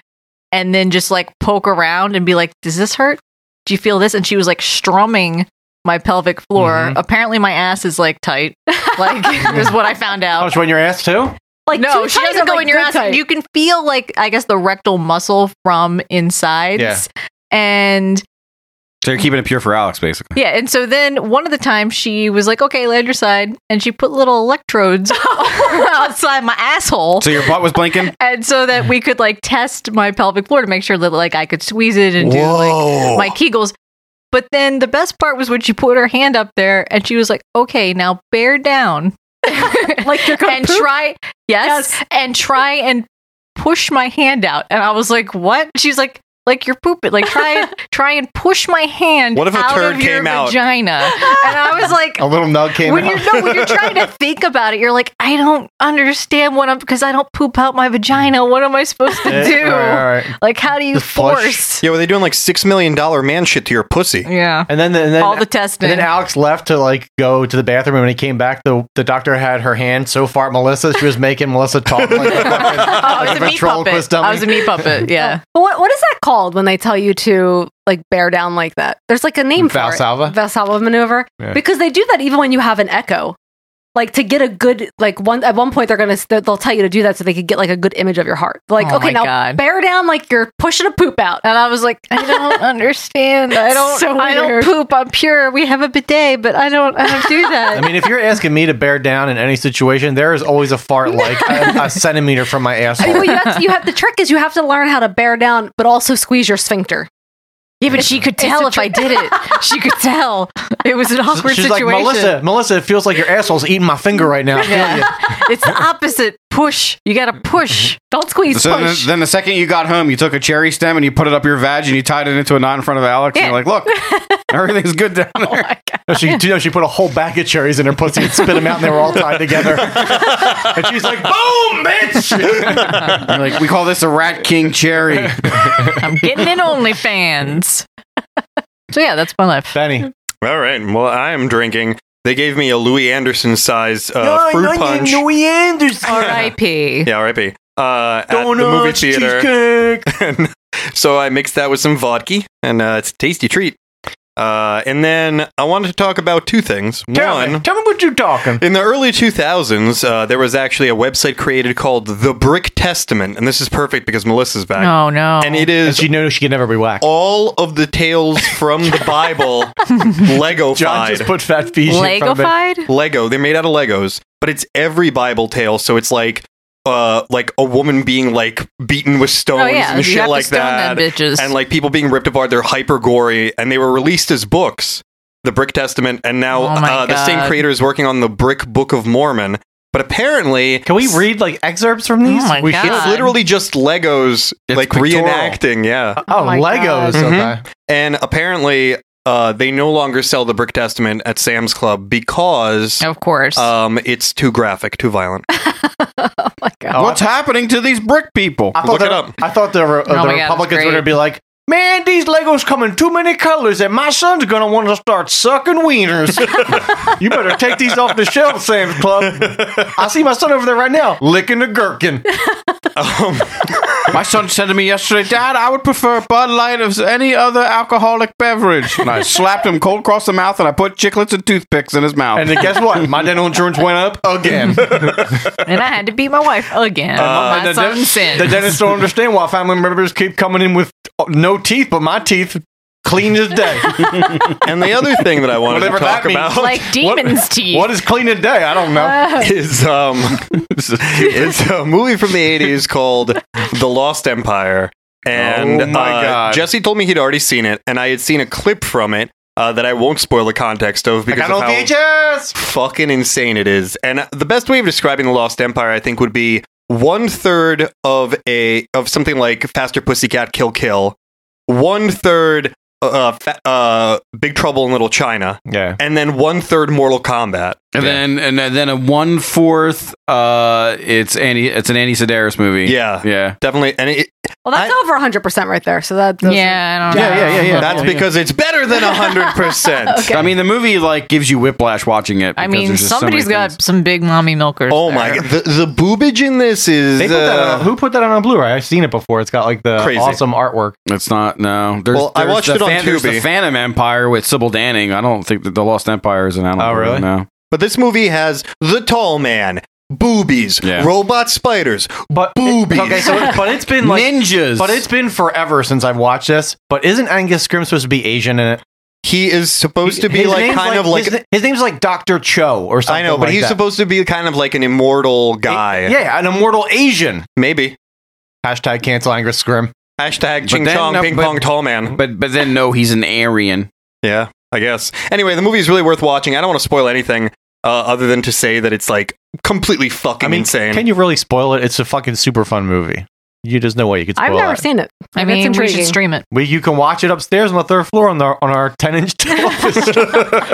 and then just like poke around and be like, "Does this hurt? Do you feel this?" And she was like strumming my pelvic floor. Apparently, my ass is like tight. Like is what I found out. How much when your ass too? Like no, she doesn't go in your ass. You can feel like I guess the rectal muscle from insides. Yeah. And So you're keeping it pure for Alex, basically. yeah, and so then one of the times she was like, "Okay, land your side," and she put little electrodes outside my asshole. So your butt was blinking? and so that we could like test my pelvic floor to make sure that like I could squeeze it and do Whoa. like my Kegels. But then the best part was when she put her hand up there and she was like, "Okay, now bear down, like you're going and try yes, and try and push my hand out." And I was like, "What?" She's like. Like you're pooping. Like try, try and push my hand. What if a out turd of your came out? Vagina. And I was like, A little nug came when out. you're no, when you're trying to think about it, you're like, I don't understand what I'm because I don't poop out my vagina. What am I supposed to Yeah, do? all right, all right. Like, how do you force? Yeah, were they doing like six million dollar man shit to your pussy? Yeah. And then, and then All the testing. And then Alex left to like go to the bathroom. And when he came back, the the doctor had her hand so far at Melissa, she was making Melissa talk. Like, I Oh, Like was a a meat puppet. ventriloquist dummy. I was a meat puppet. Yeah. But what, what is that called when they tell you to like bear down like that? There's like a name Valsalva? for it. Valsalva maneuver. Yeah. Because they do that even when you have an echo. Like to get a good like one at one point they're gonna they'll they'll tell you to do that so they could get like a good image of your heart. Like Oh okay my now God. bear down like you're pushing a poop out. And I was like I don't understand. I don't. So I don't weird. poop. I'm pure. We have a bidet, but I don't. I don't do I that. mean, if you're asking me to bear down in any situation, there is always a fart like a, a centimeter from my asshole. well, you have, to, you have the trick is you have to learn how to bear down, but also squeeze your sphincter. Yeah, but she could tell if I did it. She could tell. It was an awkward She's situation. like, Melissa, Melissa, it feels like your asshole's eating my finger right now. I feel Yeah. you." it's the opposite. Push. You got to push. Don't squeeze. So then, push. then the second you got home, you took a cherry stem and you put it up your vag and you tied it into a knot in front of Alex. And you're like, look, everything's good down Oh there. No, she, you know, she put a whole bag of cherries in her pussy and spit them out, and they were all tied together. and she's like, "Boom, bitch!" You're like, we call this a Rat King cherry. I'm getting in OnlyFans. so yeah, that's my life. Benny. All right. Well, I am drinking. They gave me a Louis Anderson size uh, fruit punch. Anderson. R.I.P. Yeah, R.I.P. Uh, at the movie Donuts, theater. And so I mixed that with some vodka, and uh, it's a tasty treat. Uh, and then I wanted to talk about two things. One, Tell me what you're talking. in the early 2000s, uh, there was actually a website created called The Brick Testament, and this is perfect because Melissa's back. No, no. And it is She knew she could never be whacked. all of the tales from the Bible Lego John just put fat feet. Legofied? Lego. They're made out of Legos, but it's every Bible tale. So it's like, uh, like a woman being like beaten with stones Oh, yeah, you and shit have to like stone that, them bitches. and like people being ripped apart. They're hyper gory, and they were released as books. the Brick Testament, and now Oh my uh, the same God. creator is working on the Brick Book of Mormon. But apparently, Can we read like excerpts from Oh these? we it's literally just Legos like pictorial. reenacting. Yeah. Oh, my Legos, God. Mhm. okay. And apparently, uh, they no longer sell the Brick Testament at Sam's Club because, of course, Oh um, it's too graphic, too violent. What's happening to these brick people? I thought Look it the- up. I thought the, uh, Oh my God, the that's Republicans were great. going to be like, man, these Legos come in too many colors, and my son's going to want to start sucking wieners. you better take these off the shelf, Sam's Club. I see my son over there right now licking a gherkin. Um, My son said to me yesterday, Dad, I would prefer Bud Light as any other alcoholic beverage. And I slapped him cold across the mouth and I put chiclets and toothpicks in his mouth. And then guess what? My dental insurance went up again. and I had to beat my wife again. Uh, on my the, son's dentist, sins. the dentist don't understand why family members keep coming in with uh, no teeth, but my teeth clean as day. and the other thing that I wanted to Whatever that talk means. about, Like demon's teeth. What is clean as day? I don't know. Uh. is um it's a movie from the 80s called The Lost Empire and Oh my uh, God. Jesse told me he'd already seen it and I had seen a clip from it uh, that I won't spoil the context of I because got of no how features. fucking insane it is and the best way of describing The Lost Empire I think would be one third of a of something like Faster Pussycat Kill Kill one third uh, fa- uh, Big Trouble in Little China yeah and then one third Mortal Kombat And then and then a one fourth uh it's Andy it's an Andy Sedaris movie. Yeah. Yeah. Definitely and it, Well, that's over over 100% right there. So that doesn't- Yeah, I don't know. That's because it's better than hundred percent. Okay. I mean the movie like gives you whiplash watching it. I because mean, there's just so many somebody's got some big mommy milkers. Oh my there. god, the the boobage in this is They put that on, uh, who put that on a Blu-ray? I've seen it before. It's got like uh, the Crazy. awesome artwork. It's not no. There's, Well, I there's watched the it on fan- There's the Tubi. Phantom Empire with Sybil Danning. I don't think that the Lost Empire is an animal. Oh, really? No. But this movie has the tall man, boobies, robot spiders, but boobies. Okay, so it- but it's been like ninjas. But it's been forever since I've watched this. But isn't Angus Scrim supposed to be Asian in it? He is supposed to be like kind of like- his, na- his name's like Doctor Cho or something. I know, but like he's that. supposed to be kind of like an immortal guy. yeah, an immortal Asian. Maybe. Hashtag cancel Angus Scrim. Hashtag But ching then, chong no, ping but- pong tall man. But but then no, Oh, he's an Aryan. Yeah, I guess. Anyway, the movie is really worth watching. I don't want to spoil anything uh, other than to say that it's like completely fucking insane. Can you really spoil it? It's a fucking super fun movie. You just no way you could. I've Spoil never that. seen it. I That's mean, we intriguing. should stream it. We you can watch it upstairs on the third floor on our on our ten inch Oh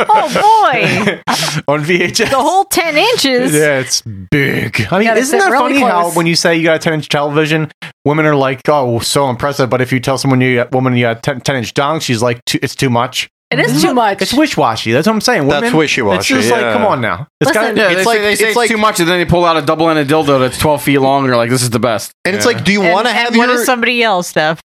boy, on VHS. the whole ten inches. Yeah, it's big. I mean, Yeah, they isn't sit that really funny how close. when you say you got a 10 inch television, women are like, oh, so impressive. But if you tell someone you got woman you got 10, 10 inch dong, she's like, too, it's too much. It is too much. It's wish washy. That's what I'm saying. Women, That's wishy-washy, It's just yeah. like, come on now. It's Listen- got Yeah, it's they like say- they it's, say it's like too much, and then they pull out a double ended dildo that's twelve feet long. And you're like, this is the best. And it's like, do you want to And have what your if somebody else, Steph?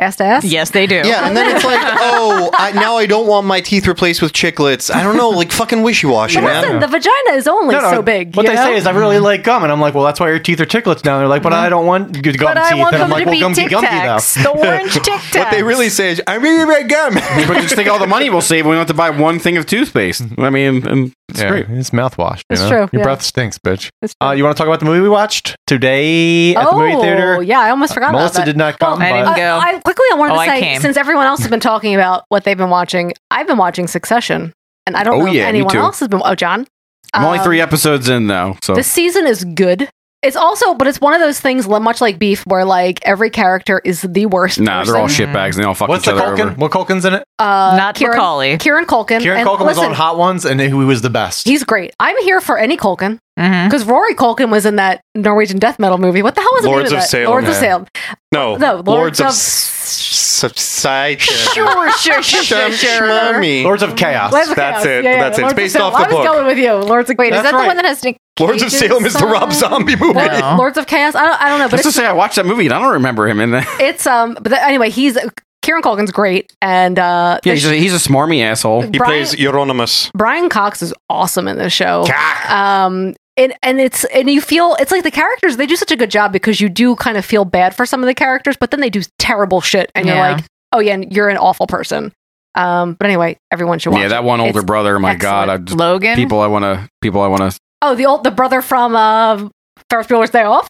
Ass to ass? Yes, they do. Yeah, and then it's like, oh, I, now I don't want my teeth replaced with chiclets. I don't know, like fucking wishy washy, But listen, man. the vagina is only No, no, so big. What you they know? Mm-hmm. say is, I really like gum, and I'm like, well, that's why your teeth are chiclets now. And they're like, but I don't want good gum But I teeth. want and I'm them like, to be well, gumby Tic Tacs, gumby the though. orange Tic Tacs. What they really say is, I really like gum. but just think all the money we'll save when we don't have to buy one thing of toothpaste. I mean, um, and it's great. It's mouthwash. It's true, Your yeah. breath stinks, bitch. Uh, you want to talk about the movie we watched today at the movie Oh, theater? yeah, I almost forgot about Melissa that. did not come. I, but- I- quickly I wanted Oh, to I say came. since everyone else has been talking about what they've been watching, I've been watching Succession, and I don't Oh, know yeah, if me anyone too. else has been. Oh, John, I'm only Um, three episodes in though, so This season is good. It's also, but it's one of those things, li- much like Beef, where like every character is the worst. nah, they're all person. shitbags and they all fuck What's each the other Culkin? over. What Culkin's in it? Uh, Not Kieran, Macaulay. Kieran Culkin. Kieran and Culkin was listen, on Hot Ones, and he was the best. He's great. I'm here for any Culkin because Rory Culkin was in that Norwegian death metal movie. What the hell was the Lords of name of that? Salem. Lords of Yeah. Salem. No, No, Lords Lords of of- Society. Sure, sure, sure, sure, sure. Lords of Chaos. Lords of That's Chaos. it. Yeah, yeah, That's it. It's Lords of based Salem. off the I was book. going with you. Lords of Wait, is that the one that has Nick? Lords of Cage's Salem is the Rob son? Zombie movie. Lords- Lords of Chaos. I don't, I don't know, but Let's just it's, say I watched that movie and I don't remember him in that. it's um. But that- anyway, he's Kieran Culkin's great, and uh, Yeah, the he's a, he's a smarmy asshole. He Brian- plays Euronymous. Brian Cox is awesome in this show. Um, and, and it's and you feel it's like the characters they do such a good job because you do kind of feel bad for some of the characters, but then they do terrible shit, and Yeah. you're like, oh yeah, and you're an awful person. Um, but anyway, everyone should watch. Yeah, that it. one older It's- brother. My God, I just, Logan? People I want to. People I want to. Oh, the old the brother from uh, Ferris um, Bueller's Day Off.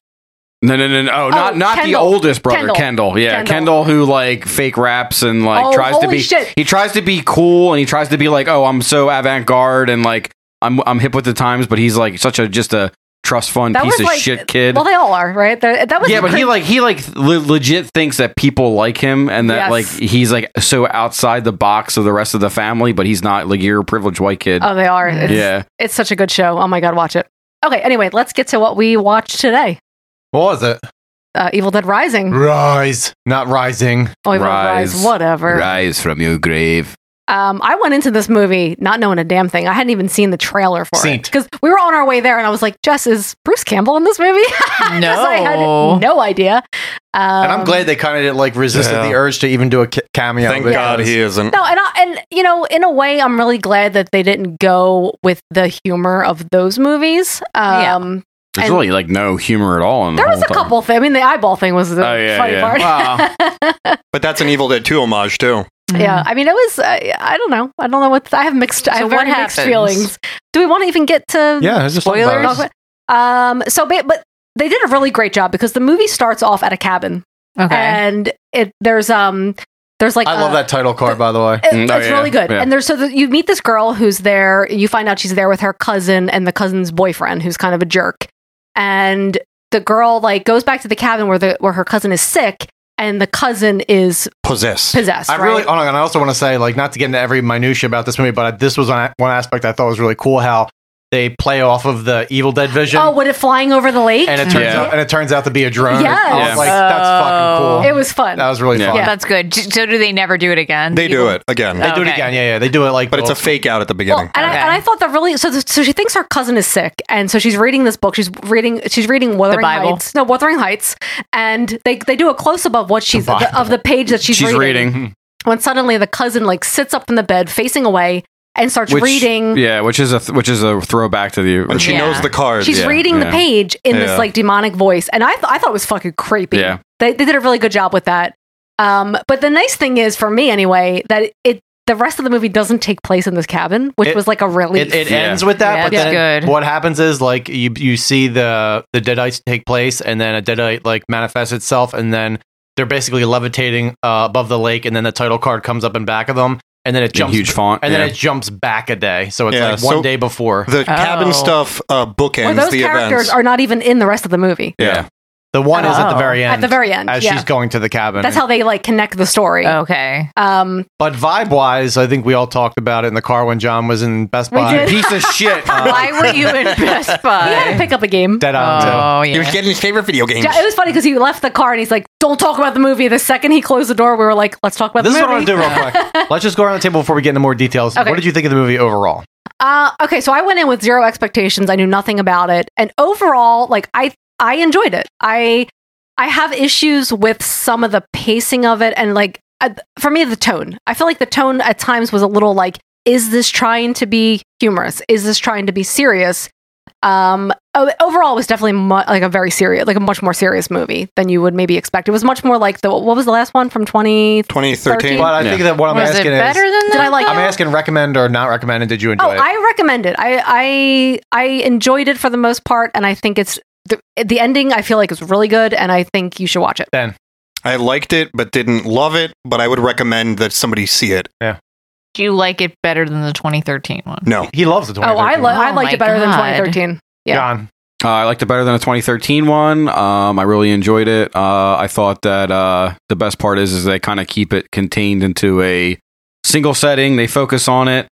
No, no, no, no. Oh, Oh, not not the Kendall. oldest brother, Kendall. Kendall. Yeah, Kendall. Kendall. who like fake raps and like Oh, tries to holy be. shit. He tries to be cool and he tries to be like, oh, I'm so avant garde and like I'm I'm hip with the times, but he's like such a just a trust fund That piece was of like- shit kid. Well, they all are, right? They're- that was yeah, but he cra- like he like le- legit thinks that people like him and that Yes. like he's like so outside the box of the rest of the family, but he's not like you're a privileged white kid. Oh, they are. It's, Yeah. it's such a good show. Oh my god, watch it. Okay, anyway, let's get to what we watched today. What was it? Uh, Evil Dead Rising. Rise, not rising. Oh, Evil Dead Rise, Rise. whatever. Rise from your grave. Um, I went into this movie not knowing a damn thing. I hadn't even seen the trailer for it Saint. because we were on our way there, and I was like, "Jess, is Bruce Campbell in this movie?" No, I had No. no idea. Um, And I'm glad they kind of like resisted Yeah. the urge to even do a ca- cameo. Thank God because- he isn't. No, and I, and you know, in a way, I'm really glad that they didn't go with the humor of those movies. Um, There's and really like no humor at all in there the was whole a couple things. I mean, the eyeball thing was the Oh, yeah, funny yeah. part. Wow. Mm-hmm. But that's an Evil Dead 2 homage, too. Yeah, I mean, it was. I, I don't know. I don't know what. I have mixed. I So have what very mixed happens? feelings. Do we want to even get to? Yeah, let's just talk about Spoilers? it. Um. So, ba- but they did a really great job because the movie starts off at a cabin. Okay. And it there's um there's like I a- love that title card, by the way. it- it's really good. And there's so that you meet this girl who's there. You find out she's there with her cousin and the cousin's boyfriend, who's kind of a jerk. And the girl like goes back to the cabin where the where her cousin is sick, and the cousin is possessed. Possessed, I really. right? Oh, no, and I also want to say, like, not to get into every minutia about this movie, but this was one one aspect I thought was really cool how they play off of the Evil Dead vision, oh, what it flying over the lake? and it turns out and it turns out to be a drone. I was Yes. Uh, like that's fucking cool. It was fun. That was really fun. That's good. J- So do they never do it again? They do it again. They do it Okay. again, Yeah, yeah. They do it like. But it's a fake out at the beginning. And, I, and I thought that really so. So she thinks her cousin is sick, and so she's reading this book. She's reading. She's reading Wuthering Bible. Heights. No, Wuthering Heights, and they they do a close up of what she's Bible. of the page that she's, She's reading. reading. When suddenly the cousin like sits up in the bed, facing away, and starts Which- reading. Yeah, which is a th- which is a throwback to the. And she Yeah. knows the cards. She's reading the page in this like demonic voice, and I th- I thought it was fucking creepy. Yeah. They they did a really good job with that. Um, but the nice thing is for me anyway that it the rest of the movie doesn't take place in this cabin, which It- was like a relief. It, it ends with that, but then what happens is like you you see the the deadites take place, and then a deadite like manifests itself, and then they're basically levitating uh, above the lake, and then the title card comes up in back of them, and then it jumps huge font, and then yeah. it jumps back a day, so it's Yeah, like one so day before The cabin stuff uh, Or bookends Oh. those the characters events. are not even in the rest of the movie. yeah. The one is at the very Oh. end. At the very end, as yeah. she's going to the cabin. That's how they like connect the story. Okay. Um, But vibe wise, I think we all talked about it in the car when John was in Best We Buy. did. Piece of shit. Why were you in Best Buy? He had to pick up a game. Dead on. Oh, yeah. He was getting his favorite video Yeah, It was funny because he left the car and he's like, "Don't talk about the movie." The second he closed the door, we were like, "Let's talk about This the is movie." what I want to do real quick. Let's just go around the table before we get into more details. Okay. What did you think of the movie overall? Uh, okay, so I went in with zero expectations. I knew nothing about it, and overall, like I, I enjoyed it. I, I have issues with some of the pacing of it, and like I, for me, the tone. I feel like the tone at times was a little like, is this trying to be humorous? Is this trying to be serious? Um, o- overall, it was definitely mu- like a very serious, like a much more serious movie than you would maybe expect. It was much more like the what was the last one from twenty 2013. But I think that what I'm asking is, than Did I like I'm asking recommend or not recommend, and did you enjoy Oh, it? I recommend it. I, I I enjoyed it for the most part, and I think it's the, the ending. I feel like is really good, and I think you should watch it. Ben, I liked it, but didn't love it, but I would recommend that somebody see it. Yeah. Do you like it better than the 2013 one? No. He loves the Oh, I lo- I Oh liked my it better than God. 2013. Yeah. Uh, I liked it better than a 2013 one. Um, I really enjoyed it. Uh, I thought that uh, the best part is is they kind of keep it contained into a single setting. They focus on it.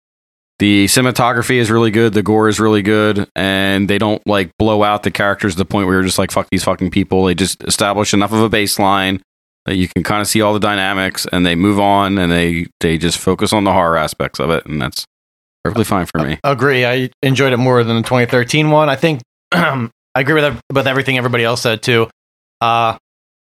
The cinematography is really good. The gore is really good, and they don't like blow out the characters to the point where you're just like, "Fuck these fucking people." They just establish enough of a baseline that you can kind of see all the dynamics, and they move on, and they they just focus on the horror aspects of it, and that's perfectly fine for me. Agree. I enjoyed it more than the 2013 one. I think I agree with ev- with everything everybody else said too. Uh,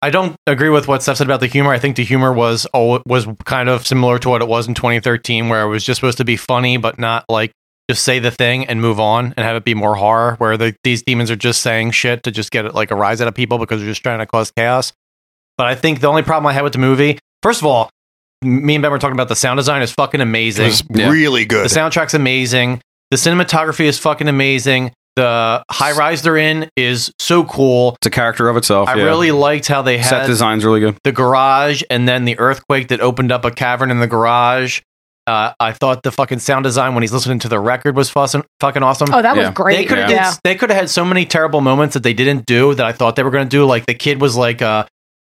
I don't agree with what Steph said about the humor. I think the humor was al- was kind of similar to what it was in 2013, where it was just supposed to be funny, but not like just say the thing and move on and have it be more horror. Where the, these demons are just saying shit to just get like a rise out of people because they're just trying to cause chaos. But I think the only problem I had with the movie, first of all, m- me and Ben were talking about the sound design is fucking amazing. It was Yeah. really good. The soundtrack's amazing. The cinematography is fucking amazing. The high rise they're in is so cool. It's a character of itself. I yeah. really liked how they had set design's really good. the garage and then the earthquake that opened up a cavern in the garage. Uh, I thought the fucking sound design when he's listening to the record was fussing, fucking awesome. Oh, that was Yeah. great. They could have Yeah. they could have had so many terrible moments that they didn't do that I thought they were going to do. Like the kid was like a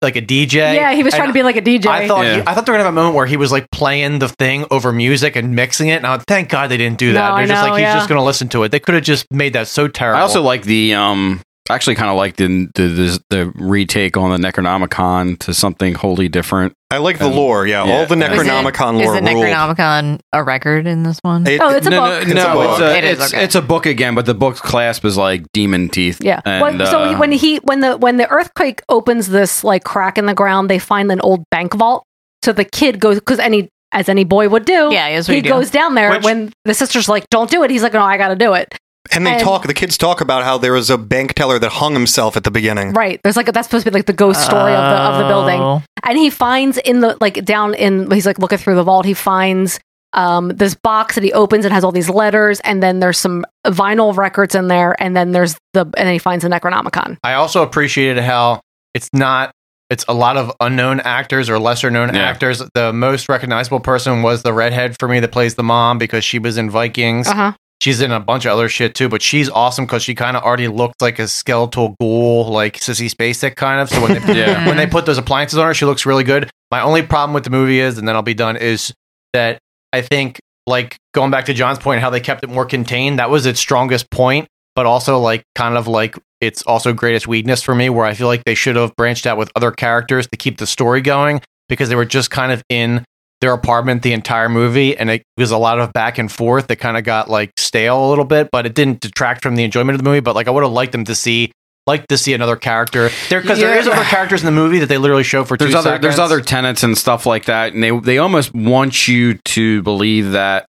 like a DJ. yeah, he was And trying to be like a DJ. I thought he- I thought they were gonna have a moment where he was like playing the thing over music and mixing it. And I, thank God they didn't do that. No, I They're just know, like he's yeah. just gonna listen to it. They could have just made that so terrible. I also like the um. I actually kind of like the, the the the retake on the Necronomicon to something wholly different. I like the lore. Yeah, all the Necronomicon Is lore the Necronomicon a record in this one? oh, it's a no, book. No, no, uh, it's a, It is, it's, okay. it's a book again, but the book's clasp is like demon teeth. Yeah. And, well, so uh, when he when the when the earthquake opens this like crack in the ground, they find an old bank vault. So the kid goes because any as any boy would do. Yeah, that's what he you do. goes down there Which- when the sister's like, "Don't do it." He's like, "No, I got to do it." And they talk. The kids talk about how there was a bank teller that hung himself at the beginning. Right. There's like that's supposed to be like the ghost story of the of the Oh. building. And he finds in the like down in he's like looking through the vault, he finds um this box that he opens and has all these letters and then there's some vinyl records in there and then there's the and then he finds the Necronomicon. I also appreciated how it's not it's a lot of unknown actors or lesser known actors. The most recognizable person was the redhead for me that plays the mom because she was in Vikings. Uh-huh. She's in a bunch of other shit too, but she's awesome because she kind of already looked like a skeletal ghoul, like Sissy Spacek kind of. So when they, Yeah. when they put those appliances on her, she looks really good. My only problem with the movie is, and then I'll be done, is that I think like going back to John's point, how they kept it more contained, that was its strongest point, but also like kind of like it's also greatest weakness for me, where I feel like they should have branched out with other characters to keep the story going because they were just kind of in their apartment the entire movie and it was a lot of back and forth that kind of got like stale a little bit, but it didn't detract from the enjoyment of the movie. But like I would have liked them to see like to see another character there because there Yeah. is other characters in the movie that they literally show for there's two other there's seconds. other tenants and stuff like that, and they they almost want you to believe that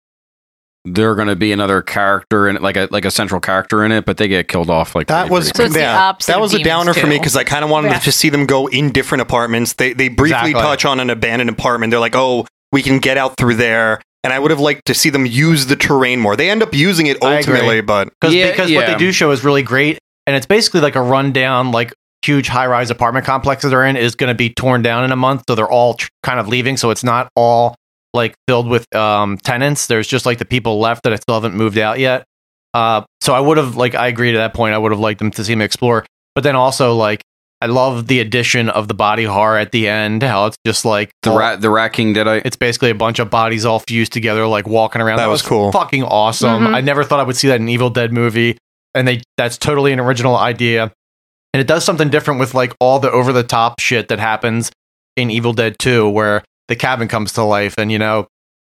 they're going to be another character and like a like a central character in it, but they get killed off like That was yeah, that was a downer for me because I kind of wanted Yeah. to see them go in different apartments. They they briefly Exactly. touch on an abandoned apartment. They're like, oh, we can get out through there. And I would have liked to see them use the terrain more. They end up using it I agree. ultimately, but Cause, because what they do show is really great, and it's basically like a rundown, like huge high-rise apartment complexes they're in is going to be torn down in a month, so they're all tr- kind of leaving. So it's not all like filled with um, tenants. There's just like the people left that still haven't moved out yet. Uh, so I would have like I agree to that point. I would have liked them to see him explore, but then also like I love the addition of the body horror at the end. How it's just like the rat the rat king did I? It's basically a bunch of bodies all fused together, like walking around. That was cool. fucking awesome. Mhm. I never thought I would see that in an Evil Dead movie, and they that's totally an original idea, and it does something different with like all the over the top shit that happens in Evil Dead Two, where the cabin comes to life, and you know.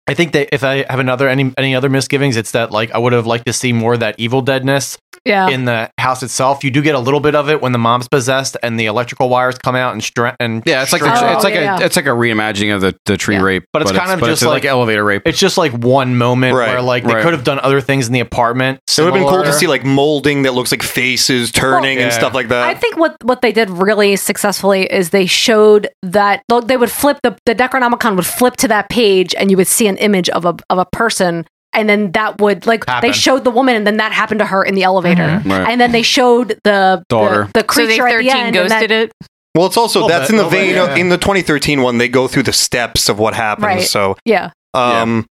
I think that if I have another any any other misgivings, it's that like I would have liked to see more of that evil deadness Yeah. in the house itself. You do get a little bit of it when the mom's possessed and the electrical wires come out and stra- and Oh, yeah, it's like the, it's like a it's like a reimagining of the, the tree rape, But it's kind of but just a, like- elevator rape. it's just like one moment Right, where like they right. could have done other things in the apartment. It would have been cool to similar. see like molding that looks like faces turning and Yeah. stuff like that. I think what what they did really successfully is they showed that look, they would flip the the Necronomicon would flip to that page and you would see an image of a of a person and then that would like Happen. they showed the woman and then that happened to her in the elevator Mhm. Right. and then they showed the Daughter. the, the So they creature at 13 the end and ghosted that- it? well, it's also Little that's bit, in the little bit, vein yeah. of in the 2013 one. They go through the steps of what happens. right So yeah um,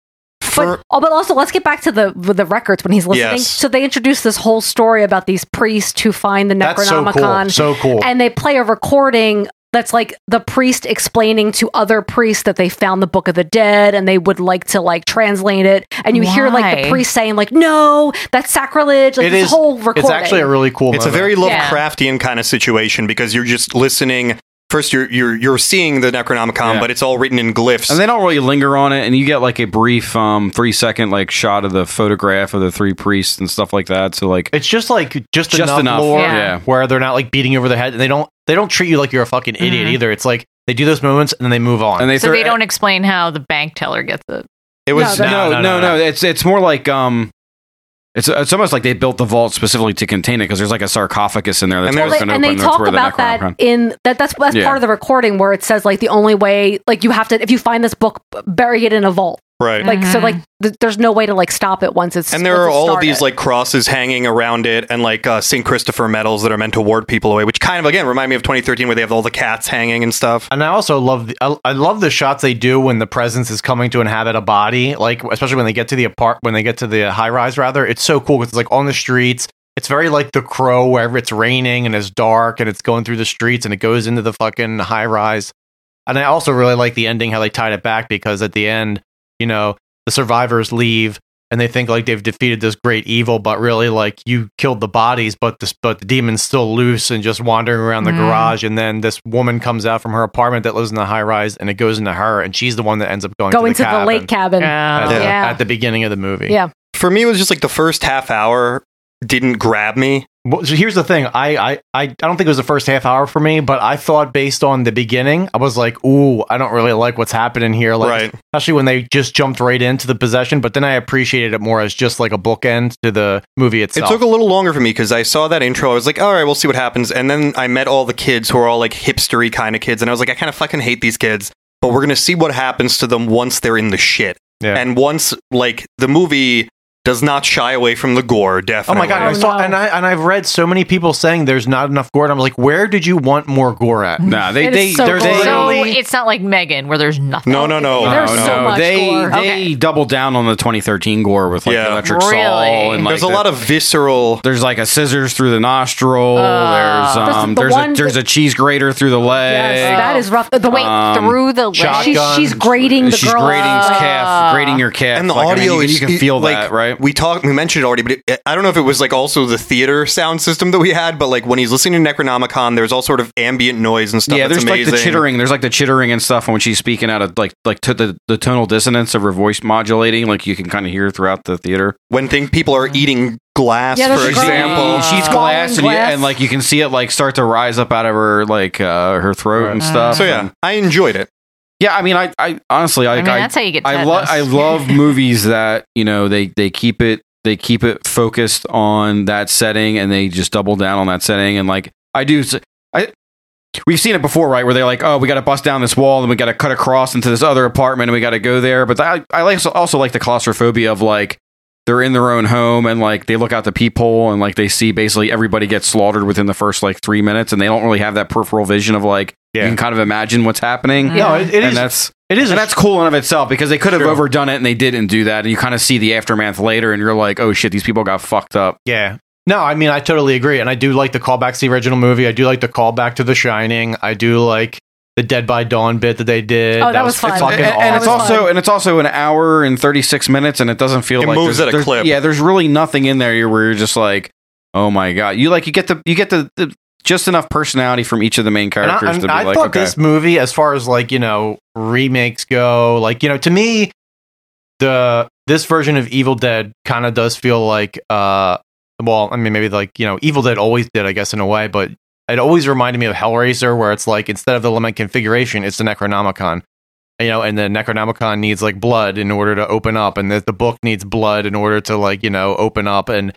but, oh, but also let's get back to the with the records when he's listening. Yes. So they introduced this whole story about these priests who find the That's so cool. Necronomicon. So cool. And they play a recording that's like the priest explaining to other priests that they found the Book of the Dead and they would like to like translate it. And you hear like Why? the priest saying like, "No, that's sacrilege." Like It this is- whole recording. cool. It's moment. a very Yeah. Lovecraftian kind of situation because you're just listening. First, you're you're you're seeing the Necronomicon, but it's all written in glyphs. and they don't really linger on it and you get like a brief um three second like shot of the photograph of the three priests and stuff like that so like it's just like just, Just enough, enough, lore yeah. Yeah. where they're not like beating you over the head and they don't they don't treat you like you're a fucking idiot either. It's like they do those moments and then they move on. And they so they don't explain how the bank teller gets it. it was no no no, it's it's more like um it's, it's almost like they built the vault specifically to contain it because there's like a sarcophagus in there that's Well, always they- been and open. they that's talk where the about that Necronomicon- in that that's that's Yeah. part of the recording where it says like the only way like you have to if you find this book bury it in a vault Right. Like so, like th- there's no way to like stop it once it's and there once are it's all of these started. like crosses hanging around it and like uh, St. Christopher medals that are meant to ward people away, which kind of again remind me of 2013 where they have all the cats hanging and stuff. And I also love the, I, I love the shots they do when the presence is coming to inhabit a body, like especially when they get to the apart when they get to the high rise rather. It's so cool 'cause it's like on the streets. It's very like the crow where it's raining and it's dark and it's going through the streets and it goes into the fucking high rise. And I also really like the ending how they tied it back because at the end, you know, the survivors leave and they think like they've defeated this great evil, but really like you killed the bodies, but this but the demon's still loose and just wandering around the Mm. garage. And then this woman comes out from her apartment that lives in the high rise and it goes into her, and she's the one that ends up going, going to the, cabin lake cabin. At, yeah. the, at the beginning of the movie. Yeah. For me, it was just like the first half hour didn't grab me. Well, so here's the thing. I, I I I don't think it was the first half hour for me, but I thought based on the beginning, I was like, "Ooh, I don't really like what's happening here." Like, Right. especially when they just jumped right into the possession. But then I appreciated it more as just like a bookend to the movie It itself. took a little longer for me because I saw that intro. I was like, all right, we'll see what happens. And then I met all the kids who are all like hipstery kind of kids. And I was like, I kind of fucking hate these kids, but we're going to see what happens to them once they're in the shit. Yeah. And once, like, the movie does not shy away from the gore, Oh definitely. my god! I saw, and I and I've read so many people saying there's not enough gore. And I'm like, where did you want more gore at? Nah, they- It is they- so they're- cool. they- So it's not like Megan where there's nothing. No, no, no, There's no, so no. much they gore. they doubled down on the 2013 gore with like the electric saw Really? and like There's a lot of visceral. There's like a scissors through the nostril. there's That's um Uh, the there's one a there's a cheese grater through the leg. Yes, that is rough. The way Um, through the leg, she's, she's grating the she's girl. grating his up. calf, grating your calf. and the Like, I mean, you audio can- is e, you can feel like, that, right? We talked, we mentioned it already, but it, I don't know if it was like also the theater sound system that we had, but like when he's listening to Necronomicon, there's all sort of ambient noise and stuff. yeah, that's there's like the amazing. chittering. There's like the chittering and stuff when she's speaking out of like like to the the tonal dissonance of her voice modulating. Like you can kind of hear throughout the theater when think people are eating glass, Yeah, for there's a girl example. she's glass, and, you, and like you can see it like start to rise up out of her like uh, her throat and stuff. So, yeah, And- I enjoyed it. Yeah, I mean, I, I honestly, I, mean, that's how you get I, lo- tetanus. I love movies that you know they they keep it they keep it focused on that setting and they just double down on that setting and like I do. s- I we've seen it before, right? Where they're like, oh, we got to bust down this wall and we got to cut across into this other apartment and we got to go there. But I I like also like the claustrophobia of like they're in their own home and like they look out the peephole and like they see basically everybody gets slaughtered within the first like three minutes and they don't really have that peripheral vision of like you can kind of imagine what's happening. No, it- it and is- that's it is and that's cool in of itself because they could have Sure. overdone it and they didn't do that and you kind of see the aftermath later and you're like oh shit these people got fucked up. Yeah. No, I mean I totally agree, and I do like the callbacks to the original movie. I do like the callback to The Shining. I do like the Dead by Dawn bit that they did. Oh, that was fun. fucking and, and it's awesome. also and it's also an hour and 36 minutes and it doesn't feel It like moves there's- at a there's- clip. yeah there's really nothing in there where you're just like oh my god you like you get the you get the, the just enough personality from each of the main And I, characters and to be I like thought okay this movie, as far as like you know remakes go, like you know to me, the this version of Evil Dead kind of does feel like, uh, well, I mean maybe like you know Evil Dead always did, I guess in a way, but it always reminded me of Hellraiser, where it's like instead of the limit configuration, it's the Necronomicon. You know, and the Necronomicon needs like blood in order to open up, and the, the book needs blood in order to like you know open up. And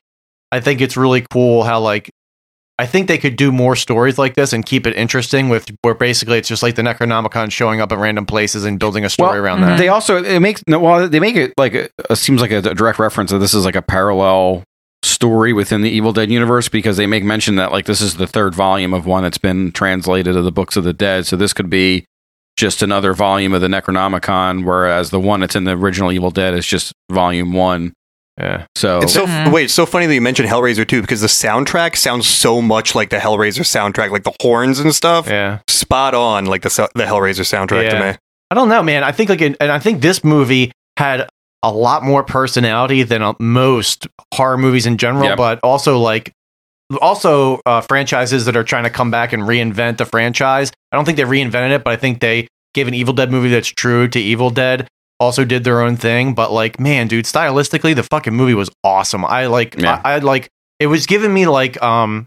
I think it's really cool how like I think they could do more stories like this and keep it interesting with where basically it's just like the Necronomicon showing up at random places and building a story around that. They also it makes no well they make it like it uh, seems like a, a direct reference that this is like a parallel story within the Evil Dead universe because they make mention that like this is the third volume of one that's been translated of the books of the dead. So this could be just another volume of the Necronomicon, whereas the one that's in the original Evil Dead is just volume one. Yeah. So It's so Mm-hmm. wait, it's so funny that you mentioned Hellraiser too, because the soundtrack sounds so much like the Hellraiser soundtrack, like the horns and stuff. Yeah, spot on, like the so- the Hellraiser soundtrack to me. I don't know, man. I think like, in, and I think this movie had a lot more personality than uh, most horror movies in general, Yep. but also like also uh, franchises that are trying to come back and reinvent the franchise. I don't think they reinvented it, but I think they gave an Evil Dead movie that's true to Evil Dead. Also did their own thing, but like, man, dude, stylistically, the fucking movie was awesome. I like, I, I like, it was giving me like, um,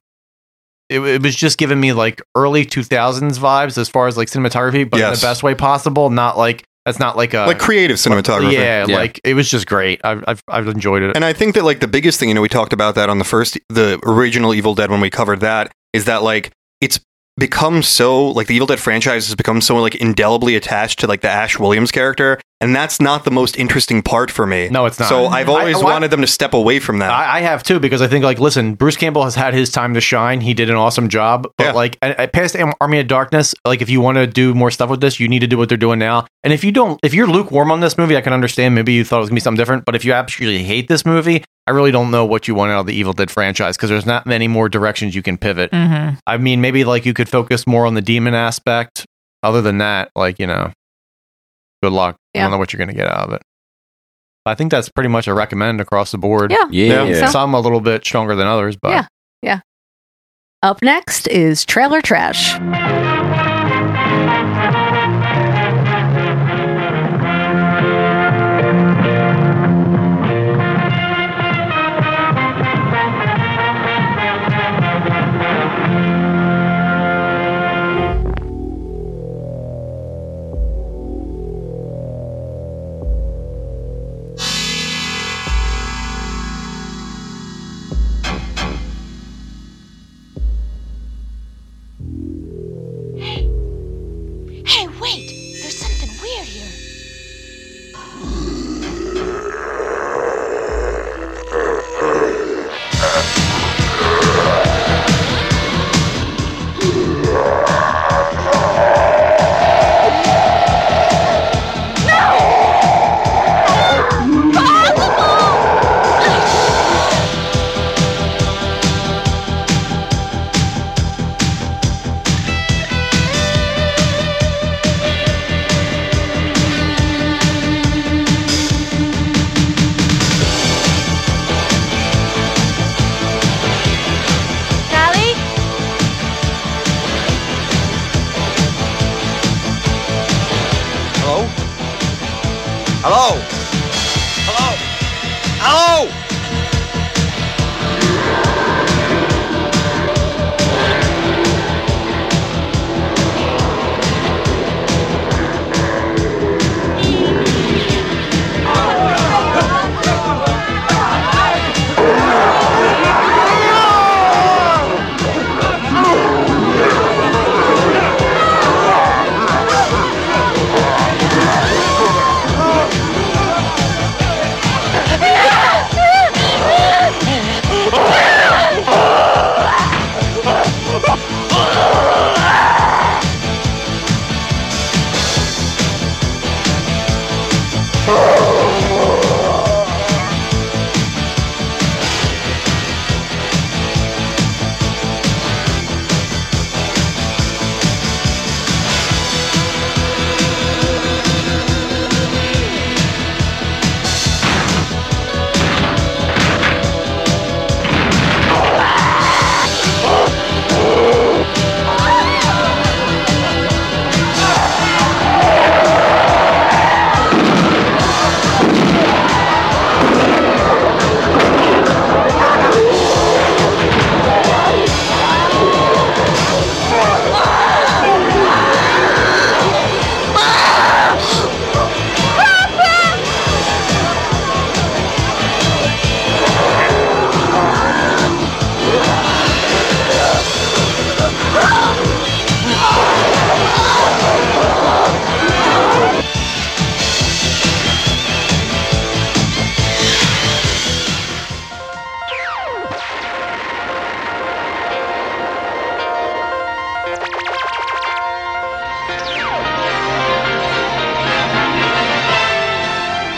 it, it was just giving me like early 2000s vibes as far as like cinematography but Yes. in the best way possible not like that's not like a Like creative cinematography. Uh, yeah, Yeah. like it was just great i've i've, I've enjoyed it And I think that like the biggest thing, you know, we talked about that on the first the original Evil Dead when we covered that is that like it's become so like the Evil Dead franchise has become so like indelibly attached to like the Ash Williams character, and that's not the most interesting part for me. No, it's not. So I've always I- I- wanted them to step away from that. I, I have too because I think like listen, Bruce Campbell has had his time to shine. He did an awesome job, but like I, I past Am- Army of Darkness, like if you want to do more stuff with this, you need to do what they're doing now. And if you don't, if you're lukewarm on this movie, I can understand. Maybe you thought it was gonna be something different, but if you absolutely hate this movie, I really don't know what you want out of the Evil Dead franchise because there's not many more directions you can pivot. Mhm. I mean, maybe like you could focus more on the demon aspect. Other than that, like you know, good luck. I Yeah. don't know what you're gonna get out of it. I think that's pretty much a recommend across the board. Yeah, Yeah. I think so. Some a little bit stronger than others, but Yeah. Yeah. Up next is Trailer Trash. Hey, wait! There's something weird here. Sally? Hello? Hello? Hello? Hello?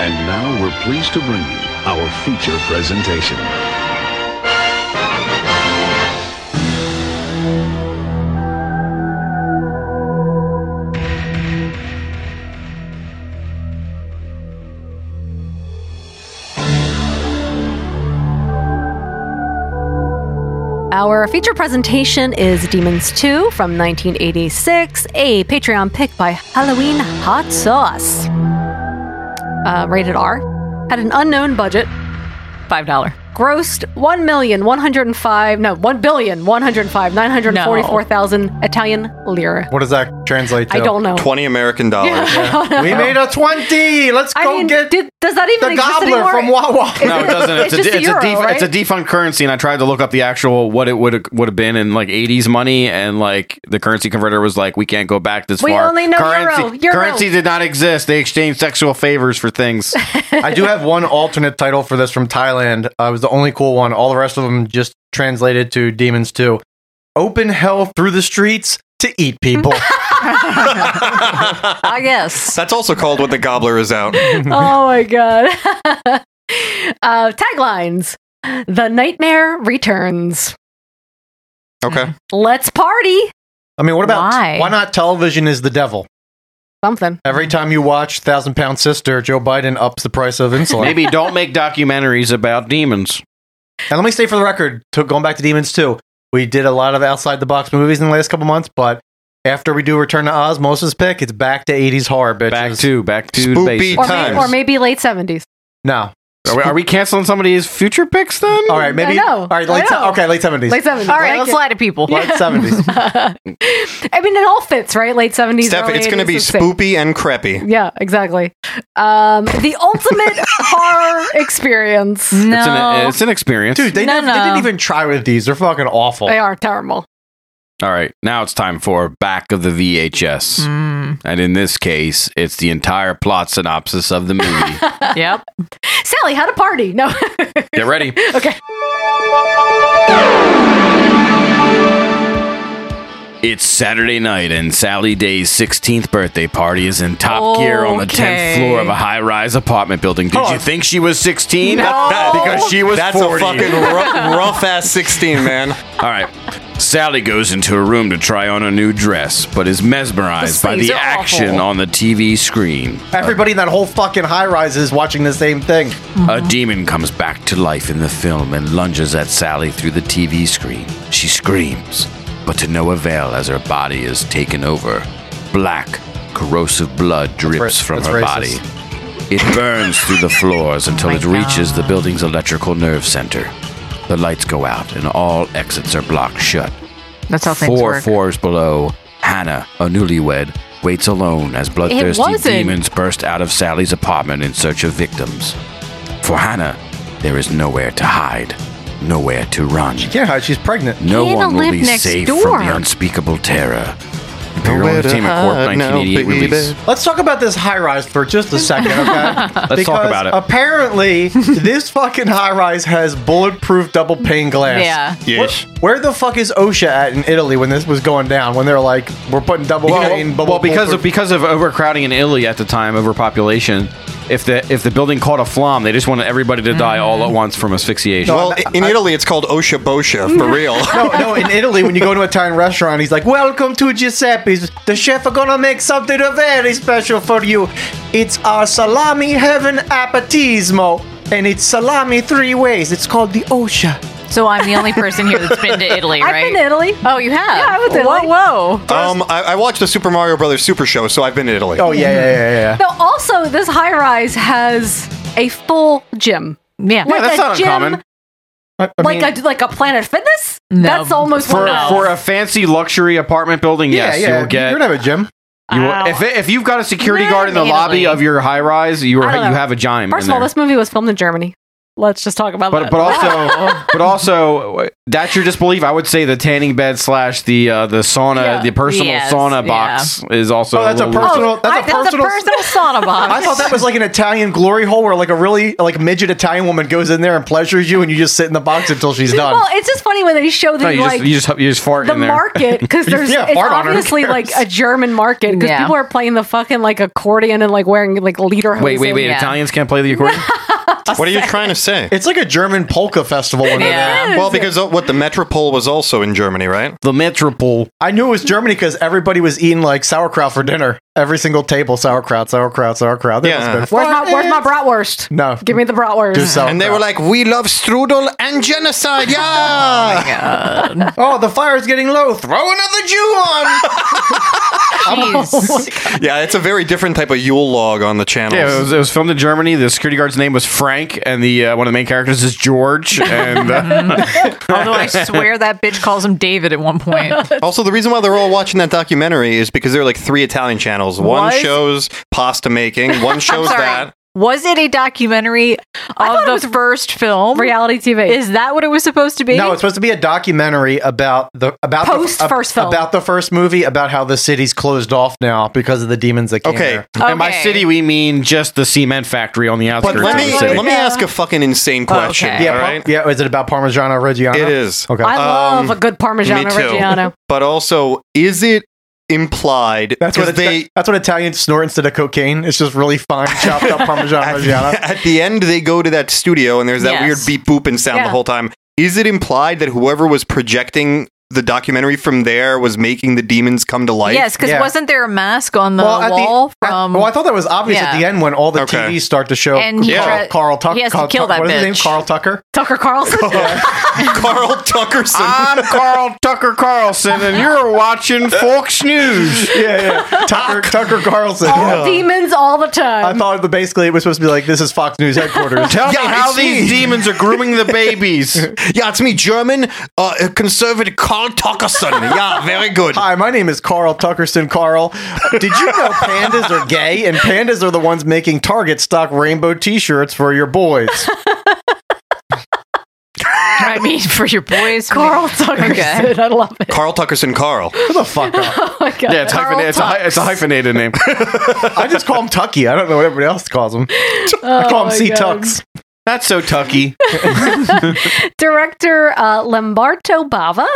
And now we're pleased to bring you our feature presentation. Our feature presentation is Demons 2 from 1986, a Patreon pick by Halloween Hot Sauce. Uh, rated R. Had an unknown budget. $5. grossed one million one hundred and five no one billion one hundred and five nine hundred forty four thousand Italian lire. What does that translate to? I don't know. 20 American dollars. I don't know. We made a 20. Let's Oh, I go mean, get did, does that even the exist gobbler anymore? from Wawa. Is No, it doesn't. It's, just a, de- it's, euro, a def- right? it's a defunct currency, and I tried to look up the actual what it would would have been in like '80s money, and like the currency converter was like, we can't go back this We far. only know euro, currency, euro. currency did not exist. They exchanged sexual favors for things. I do have oh, one alternate title for this from Thailand. Uh, it was the only cool one. All the rest of them just translated to Demons 2. Open hell through the streets to eat people. I guess. That's also called When the Gobbler Is Out. oh my god. uh, taglines: The nightmare returns. Okay. Let's party. I mean, what about Why? why not television is the devil? Something. Every time you watch Thousand Pound Sister, Joe Biden ups the price of insulin. Maybe don't make documentaries about demons. And let me say for the record, to going back to Demons 2, we did a lot of outside the box movies in the last couple months, but after we do Return to Oz, Moses pick, it's back to 80s horror, bitches. Back to, back to Spoopy Or, may, or maybe late seventies. no. Are we, are we canceling somebody's future picks then? All right, maybe. I know. All right, late I se- know. okay, late 70s. Late seventies. All right, let's lie to people. Late 70s. I mean, it all fits, right? Late seventies. Steph, it's going to be spoopy and creppy. Yeah, exactly. Um, the ultimate horror experience. No, It's, an, it's an experience. Dude, they, No, never- they no. didn't even try with these. They're fucking awful. they are terrible. All right, now it's time for Back of the VHS. Mm-hmm. And in this case, it's the entire plot synopsis of the movie. yep. Sally had a party. No. Get ready. okay. It's Saturday night, and Sally Day's 16th birthday party is in top gear on the 10th Okay. floor of a high rise apartment building. Did Hold you on. think she was 16? because she was That's 40. a fucking rough ass 16, man. All right. Sally goes into her room to try on a new dress, but is mesmerized The by sleeves the are action awful. on the TV screen. Everybody in that whole fucking high rise is watching the same thing. A demon comes back to life in the film and lunges at Sally through the TV screen. She screams, but to no avail as her body is taken over. Black, corrosive blood drips from that's her racist. body. It burns through the floors until it reaches the building's electrical nerve center. The lights go out and all exits are blocked shut. That's how things Four work. floors below, Hannah, a newlywed, waits alone as bloodthirsty wasn't. demons burst out of Sally's apartment in search of victims. For Hannah, there is nowhere to hide, nowhere to run. She can't hide, she's pregnant. No Hannah one will lived be next safe door. from the unspeakable terror. Imperial Nowhere to Entertainment Corp. hide now, 1988 baby. release. Let's talk about this high rise for just a second, okay? Let's talk about it. Apparently, this fucking high rise has bulletproof double pane glass. Yeah. Yes. Where, where the fuck is OSHA at in Italy when this was going down? When they're like, we're putting double pane, bubble well, because of bulletproof- because of overcrowding in Italy at the time, overpopulation. If the if the building caught a flom, they just wanted everybody to Mm-hmm. die all at once from asphyxiation. well, in Italy, it's called Osha Bosha, for real. no, no. In Italy, when you go to an Italian restaurant, he's like, "Welcome to Giuseppe's. The chef are gonna make something very special for you. It's our salami heaven appetismo, and it's salami three ways. It's called the OSHA." So I'm the only person here that's been to Italy, right? I've been to Italy. Oh, you have? Yeah, I was to Whoa, Italy. Whoa. Um, I, I watched the Super Mario Brothers Super Show, so I've been to Italy. Oh yeah, yeah, yeah, yeah. No, also this high rise has a full gym. Yeah, like a gym, I, like a like a Planet Fitness. That's almost for what it is. for a fancy luxury apartment building. Yeah, yes, yeah. you will get. You're gonna have a gym. you will- if if you've got a security guard in the Italy. lobby of your high rise, you are, I don't you know. have a gym. First in of all, there. this movie was filmed in Germany. Let's just talk about but that. but also but also that's your disbelief. I would say the tanning bed slash the uh, the sauna the personal Yes, sauna yeah. box is also. Oh, that's a little- personal. That's I- a personal. sauna box. I thought that was like an Italian glory hole where like a really like midget Italian woman goes in there and pleasures you, and you just sit in the box until she's done. Well, it's just funny when they show the No, you, like just, you just you just fart the in there. market because Yeah, there's it's fart on her, who obviously cares? like a German market because Yeah. people are playing the fucking like accordion and like wearing like leader. Wait, wait, wait! Italians can't play the accordion. what are you trying to say? It's like a German polka festival. When they're there. Well, because uh, what the Metropole was also in Germany, right? The Metropole. I knew it was Germany because everybody was eating like sauerkraut for dinner. Every single table, sauerkraut, sauerkraut, sauerkraut. They Yeah. must've been Where's my fucking- where's my bratwurst? No. Give me the bratwurst. Do sauerkraut. And they were like, we love strudel and genocide. Yeah. um, oh, the fire's getting low. Throw another Jew on. Jeez. yeah, it's a very different type of Yule log on the channel. Yeah, it was, it was filmed in Germany. The security guard's name was Frank, and the uh, one of the main characters is George. And uh, Although I swear that bitch calls him David at one point. Also, the reason why they're all watching that documentary is because there are like three Italian channels. One Was- shows pasta making, one shows sorry. that. Was it a documentary of the first film? Reality TV. Is that what it was supposed to be? No, it's supposed to be a documentary about the about Post the, ab- first film. about the first movie about how the city's closed off now because of the demons that came there. Oh, and by city we mean just the cement factory on the outskirts But let of me the city. let me ask a fucking insane question. Oh, Yeah, all par- right? yeah. Is it about Parmigiano Reggiano? It is. Okay. I love a good Um, Me Parmigiano too. Reggiano. But also, is it implied? That's what 'cause they they. That's what Italians snort instead of cocaine. It's just really fine chopped up Parmigiano Reggiano. at the end they go to that studio and there's that Yes. weird beep booping sound Yeah. the whole time. Is it implied that whoever was projecting the documentary from there was making the demons come to life? yes, because wasn't there a mask on the Well, at the- wall from? Well, I thought that was obvious at the end when all the TVs start to show And he Carl, tra- Carl Tucker. he has to Carl kill Tuck- that What is his name? bitch. Carl Tucker. Tucker Carlson. Carl Tuckerson. I'm Carl Tucker Carlson, and you're watching Fox News. Yeah, yeah. Tucker, Tucker Carlson. All demons all the I time. thought that basically it was supposed to be like this is Fox News headquarters. Tell me how it's these demons are grooming the babies. yeah, it's me, German uh, conservative Carl Tuckerson. Yeah, very good. Hi, my name is Carl Tuckerson. Carl, did you know pandas are gay? And pandas are the ones making Target stock rainbow T-shirts for your boys. I mean, for your boys, Carl Tuckerson. I love it. Carl Tuckerson Carl. Who the fuck? Oh my god. Yeah, it's, hyphen- it's, a, hy- it's a hyphenated name. I just call him Tucky. I don't know what everybody else calls him. I Oh call him my C God. Tux. That's so Tucky. Director uh, Lamberto Bava.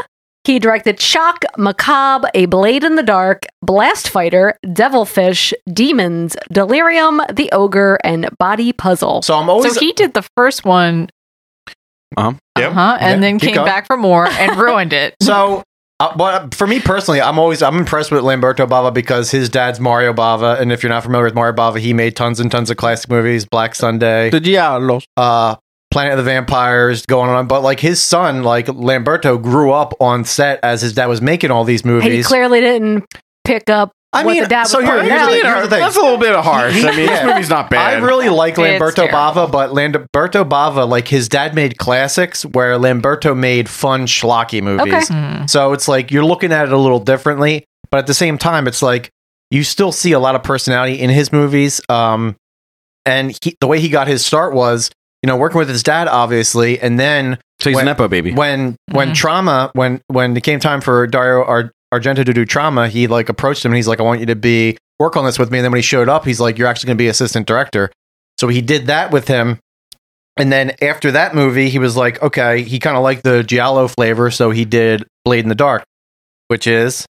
He directed Shock, Macabre, A Blade in the Dark, Blast Fighter, Devilfish, Demons, Delirium, The Ogre, and Body Puzzle. So I'm So he did the first one, Um, uh huh, and then came back for more and ruined it. So, uh, but for me personally, I'm always I'm impressed with Lamberto Bava because his dad's Mario Bava, and if you're not familiar with Mario Bava, he made tons and tons of classic movies, Black Sunday, The Diablos, uh, Planet of the Vampires, going on. But like his son, like Lamberto, grew up on set as his dad was making all these And he movies. clearly didn't pick up I what mean, the dad was so here- putting here's, out. the thing, here's the thing. That's a little bit harsh. I mean, this Yeah. movie's not bad. I really like It's Lamberto Bava, but Lamberto Bava, like his dad made classics where Lamberto made fun schlocky movies. Okay. Hmm. So it's like you're looking at it a little differently, but at the same time, it's like you still see a lot of personality in his movies. Um, and he, the way he got his start was, you know, working with his dad, obviously, and then So he's an Nepo baby. When when trauma when when it came time for Dario Ar- Argento to do trauma, he like approached him and he's like, I want you to be work on this with me. And then when he showed up, he's like, You're actually going to be assistant director. So he did that with him. And then after that movie, he was like, okay, he kind of liked the Giallo flavor, so he did Blade in the Dark, which is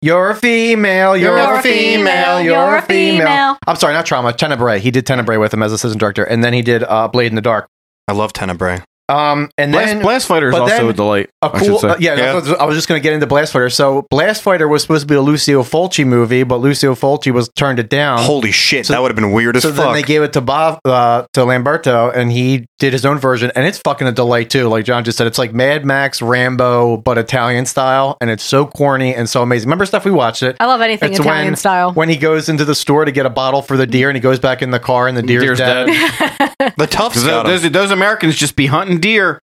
you're a female, you're, a female, you're a female. I'm sorry, not trauma, Tenebrae. He did Tenebrae with him as assistant director, and then he did uh, Blade in the Dark. I love Tenebrae. Um, and Blast, then Blast Fighter is but also then a delight. a I should cool, say. uh, yeah, that's what- I was just going to get into Blast Fighter. So Blast Fighter was supposed to be a Lucio Fulci movie, but Lucio Fulci was turned it down. Holy shit, that would have been weird as so fuck. then they gave it to Bob uh, to Lamberto, and he did his own version, and it's fucking a delight too. Like John just said, it's like Mad Max, Rambo, but Italian style, and it's so corny and so amazing. Remember stuff we watched it. I love anything It's Italian when, style. When he goes into the store to get a bottle for the deer, and he goes back in the car, and the Deer's deer's, dead. the tough Those, those, those Americans just be hunting deer.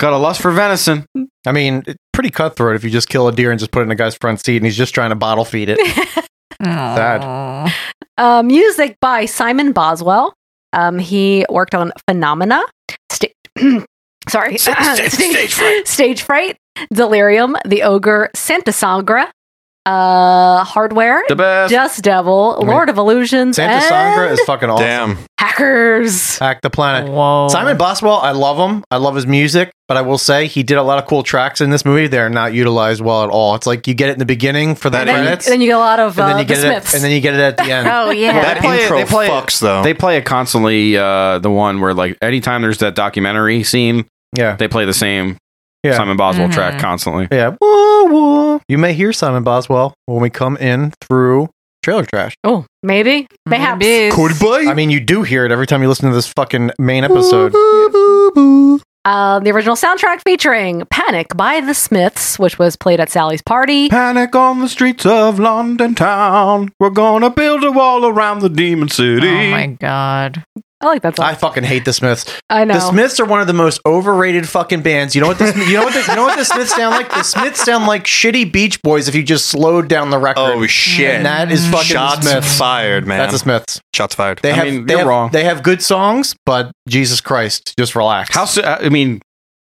Got a lust for venison. I mean, it's pretty cutthroat if you just kill a deer and just put it in a guy's front seat, and he's just trying to bottle feed it. Sad. Uh, music by Simon Boswell. Um, he worked on Phenomena. Sta- Sorry. Stage- Stage Fright. Stage Fright, Delirium, The Ogre, Santa Sangra, uh, Hardware, The best. Just Devil, I mean, Lord of Illusions, Santa and Sangra is fucking awesome. Damn. Hackers. Hack the planet. Simon Boswell, I love him. I love his music, but I will say he did a lot of cool tracks in this movie. They're not utilized well at all. It's like you get it in the beginning for the And then, credits, then you get a lot of and uh, then you the get it, at- Smiths. and then you get it at the end. Oh, yeah. Well, That play- intro they play- fucks, though. They play it constantly. Uh, the one where like anytime there's that documentary scene, yeah, they play the same Yeah. Simon Boswell Mhm. track constantly. Yeah. Woo, woo. You may hear Simon Boswell when we come in through trailer trash. oh, maybe. Mayhaps. I mean, you do hear it every time you listen to this fucking main Boo, episode. boo, boo, boo. Uh, the original soundtrack featuring Panic by the Smiths, which was played at Sally's party. Panic on the streets of London town. We're gonna build a wall around the demon city. Oh my god. I like that song. I fucking hate the Smiths. I know. The Smiths are one of the most overrated fucking bands. You know what? The, Sm- you know what? The, you know what the Smiths sound like? The Smiths sound like shitty Beach Boys if you just slowed down the record. Oh shit! And that is fucking shots the Smiths. fired, man. That's the Smiths. Shots fired. They I have, mean, they you're have- wrong. They have good songs, but Jesus Christ, just relax. How soon? I mean,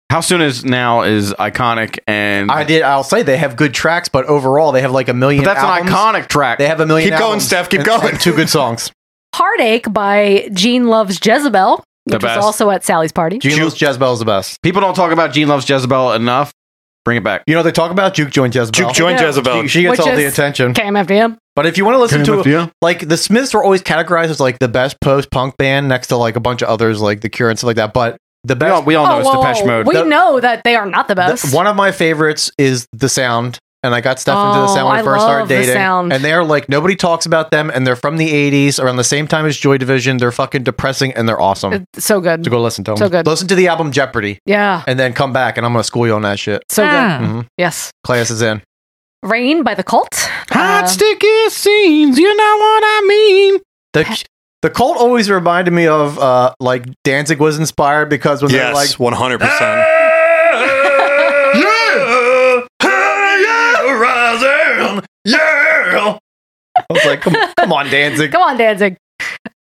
how soon is now is iconic and I did. I'll say they have good tracks, but overall they have like a million. But that's an albums. iconic track. They have a million. Keep going, albums Steph, keep and- going. and two good songs. Heartache by Gene Loves Jezebel, The which was best. also at Sally's party. Loves Jezebel is the best. People don't talk about Gene loves Jezebel enough. Bring it back. You know they talk about Juke Joint Jezebel. Juke Joint Yeah. Jezebel. She, she gets Which all the is- attention. Came after him. But if you want to listen Came to after you? it, like the Smiths were always categorized as like the best post punk band next to like a bunch of others like the Cure and stuff like that. But the best, all- we all Oh, whoa, whoa. We The- know that they are not the the- best. one of my favorites is the Sound, and I got stuff into the Oh, Sound when I I first love started The dating. Sound. And they are like nobody talks about them, and they're from the '80s, around the same time as Joy Division. They're fucking depressing, and they're awesome. It's so good. So go listen to them. So good. Listen to the album Jeopardy, yeah. and then come back, and I'm gonna school you on that shit. So good. Hmm. Mhm. Yes. Class is in. Rain by the Cult. Uh, Hot sticky scenes. You know what I mean. The the cult always reminded me of uh like Danzig was inspired because when they're like Yes, one hundred percent. Horizon! Yeah! I was like, come, come on, Danzig. Come on, Danzig.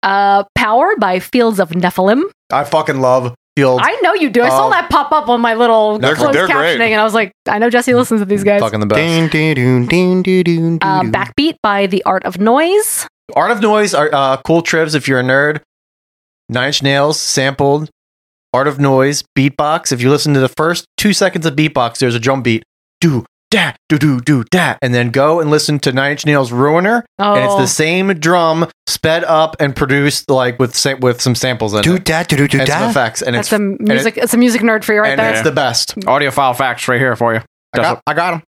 Uh, Power by Fields of Nephilim. I fucking love Fields. I know you do. I saw Oh. that pop up on my little They're- closed they're captioning, great. and I was like, I know Jesse listens to these guys. fucking the best. Uh, Backbeat by The Art of Noise. Art of Noise are uh, cool trivs if you're a nerd. Nine Inch Nails sampled Art of Noise beatbox. If you listen to the first two seconds of beatbox, there's a drum beat. Do da do do do da, and then go and listen to Nine Inch Nails Ruiner, and it's Oh. the same drum sped up and produced like with sa- with some samples in it. da, do, do, and some da. effects, and That's it's a music. it's a music nerd for you right and there. it's the best. Audiophile facts right here for you. I got, I got 'em.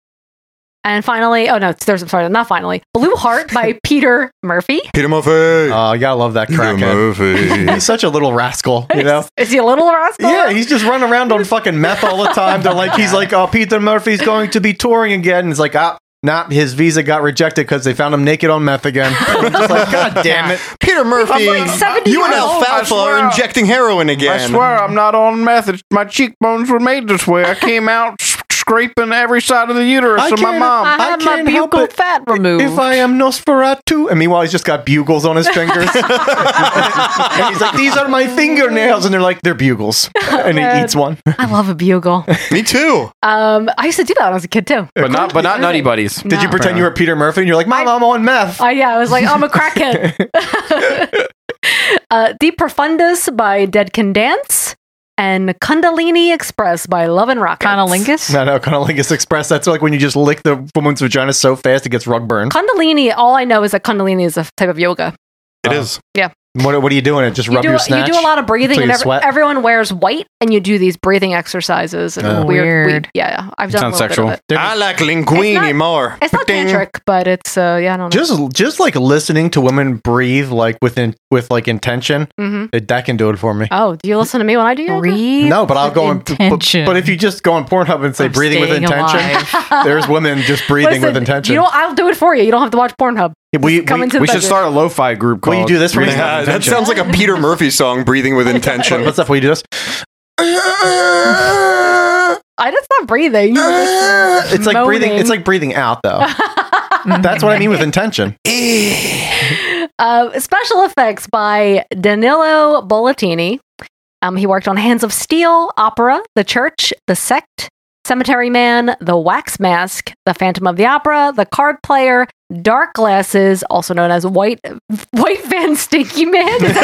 And finally, oh no, there's sorry, not finally. Blue Heart by Peter Murphy. Peter Murphy. Oh, you gotta love that crackhead. he's such a little rascal, you know. Is he a little rascal? Yeah, he's just running around on fucking meth all the time. They're like, he's like, oh, Peter Murphy's going to be touring again. And it's like, ah, nah, his visa got rejected because they found him naked on meth again. I'm just like, God damn it. Peter Murphy. like 70 you and years old, I Alfalfa are swear. injecting heroin again. I swear I'm not on method. My cheekbones were made this way. I came out s- scraping every side of the uterus of my mom. I had my help buccal it. fat removed. If I am Nosferatu, and meanwhile he's just got bugles on his fingers. and he's like, "These are my fingernails," and they're like, "They're bugles," and he Oh, Man. eats one. I love a bugle. Me too. Um, I used to do that when I was a kid too. But not, but not Nutty Buddies. Did you No. pretend you were Peter Murphy and you're like, "Mom, I'm on meth." Uh, yeah, I was like, I'm a crackhead. uh, Deep Profundus by Dead Can Dance and Kundalini Express by Love and Rockets. Conalingus? No, no, Conolingus Express. That's like when you just lick the woman's vagina so fast it gets rug burned. Kundalini, all I know is that Kundalini is a type of yoga. It is. Yeah. What, what are you doing? It just You rub do, your you snatch. do a lot of until breathing, and you every, sweat? everyone wears white, and you do these breathing exercises and Oh. weird, Weird. we- yeah, yeah, I've done a little bit of it. I like linguini It's not- more. It's not Ba-ding. tantric, but it's uh, yeah, I don't know. Just, just like listening to women breathe, like within, with like intention, Mhm. it, that can do it for me. oh, do you listen to me when I do yoga? no, but I'll go and but, intention. but if you just go on Pornhub and say Of breathing with staying intention, there's women just breathing with Listen, intention. You know, what? I'll do it for you. You don't have to watch Pornhub. we come we- into the we bedroom. should start. a lo-fi group Will you called do this for me? Breathing with Yeah, that Intention. sounds like a Peter Murphy song, "Breathing with Intention." What's up? Will you do this? I just not breathing. It's like breathing. It's like breathing out, though. That's what I mean with intention. Uh, special effects by Danilo Bollettini. Um, he worked on Hands of Steel, Opera, The Church, The Sect, Cemetery Man, The Wax Mask, The Phantom of the Opera, The Card Player, Dark Glasses, also known as White White Van Stinky Man. Is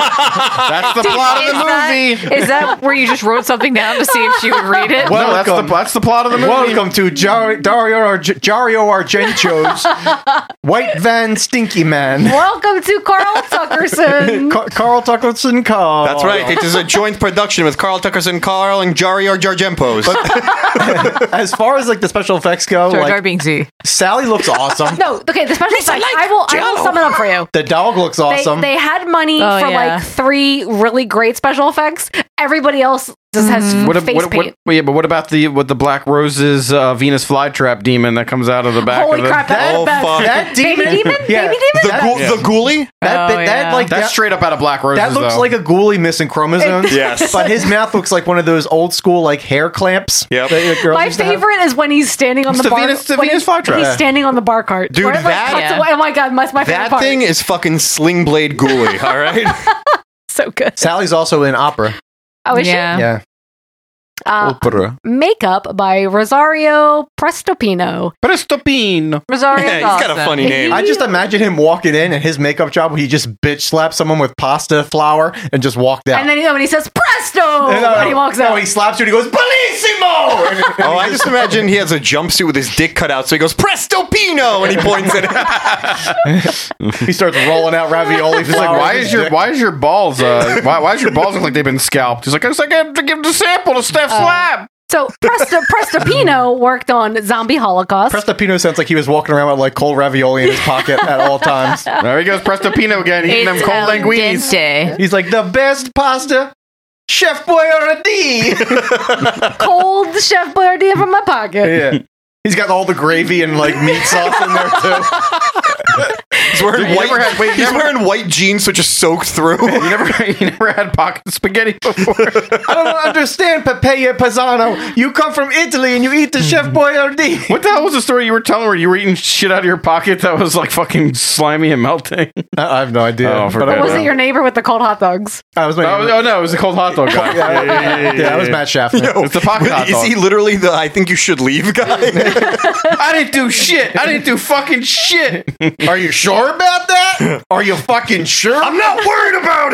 That's the plot of the movie. That, is that where you just wrote something down to see if she would read it? No, that's the that's the plot of the movie. Welcome to Jar- Dario, Arge- Dario Argento's White Van Stinky Man. Welcome to Carl Tuckerson. Ca- Carl Tuckerson Carl. That's right. It is a joint production with Carl Tuckerson, Carl, and Jari or Jargempos. As far as like the special effects go, Jar Jar like Binks Z. Sally looks awesome. No, okay, the special effects. I will, I will sum it up for you. The dog looks They, awesome. they had money Oh, for yeah. like three really great special effects. Everybody else Just has Mm-hmm. What, ab- Mm-hmm. face what, what, paint. well, yeah, but what about the what the Black Roses uh, Venus flytrap demon that comes out of the back? Holy of the, crap, that- Oh, that- fuck. that Baby demon? demon? Baby demon? The ghoul- the ghoulie? That bit- that, like, that's that- straight up out of Black Roses. That looks though. like a ghoulie missing chromosomes. Yes. But his mouth looks like one of those old school like hair clamps. Yep. that the girls My used to have. favorite is when he's standing on It's the, the bar. Venus- the when Venus he- flytrap. He's standing on the bar cart. Dude, Where it, like, that- cuts Yeah. away. Oh my god, that's my favorite that part. thing is fucking Sling Blade Ghoulie, all right? so good. Sally's also in opera. Oh, is she? Yeah. Uh, Opera. Makeup by Rosario Prestopino. Prestopino. Rosario Dawson. I just imagine him walking in and his makeup job where he just bitch slaps someone with pasta flour and just walked out. And then you know, when he says presto, No, no, when he walks no, out. uh, oh, he slaps you and he goes, Bellissimo! Oh, I just imagine he has a jumpsuit with his dick cut out, so he goes, Presto Pino! And he points at it. he starts rolling out ravioli. He's like, flour why with is his your dick." why is your balls uh why why is your balls look like they've been scalped? He's like, I just like I have to give the sample to Steph's Uh, lab. So Presto Prestopino worked on Zombie Holocaust. Prestopino sounds like he was walking around with like cold ravioli in his pocket at all times. There he goes, Prestopino again, eating them cold linguines. He's like the best pasta, Chef Boyardee. Cold Chef Boyardee from my pocket. yeah, he's got all the gravy and like meat sauce in there too. He's wearing, You white, never had- wait, you he's never- wearing white jeans, so just soaked through. you, never, you never had pocket spaghetti before. I don't understand Pepe Pisano. You come from Italy and you eat the Chef Boyardee. What the hell was the story you were telling where you were eating shit out of your pocket that was like fucking slimy and melting? I have no idea. Oh, But I Was it your neighbor with the cold hot dogs? I was my Oh, neighbor. oh, no, it was the cold hot dog guy. Yeah, yeah, yeah, yeah, yeah, that was Matt Schaffner. it's the pocket hot is dog. he literally the I think you should leave guy? I didn't do shit. I didn't do fucking shit. Are you sure about that? Are you fucking sure? I'm not worried about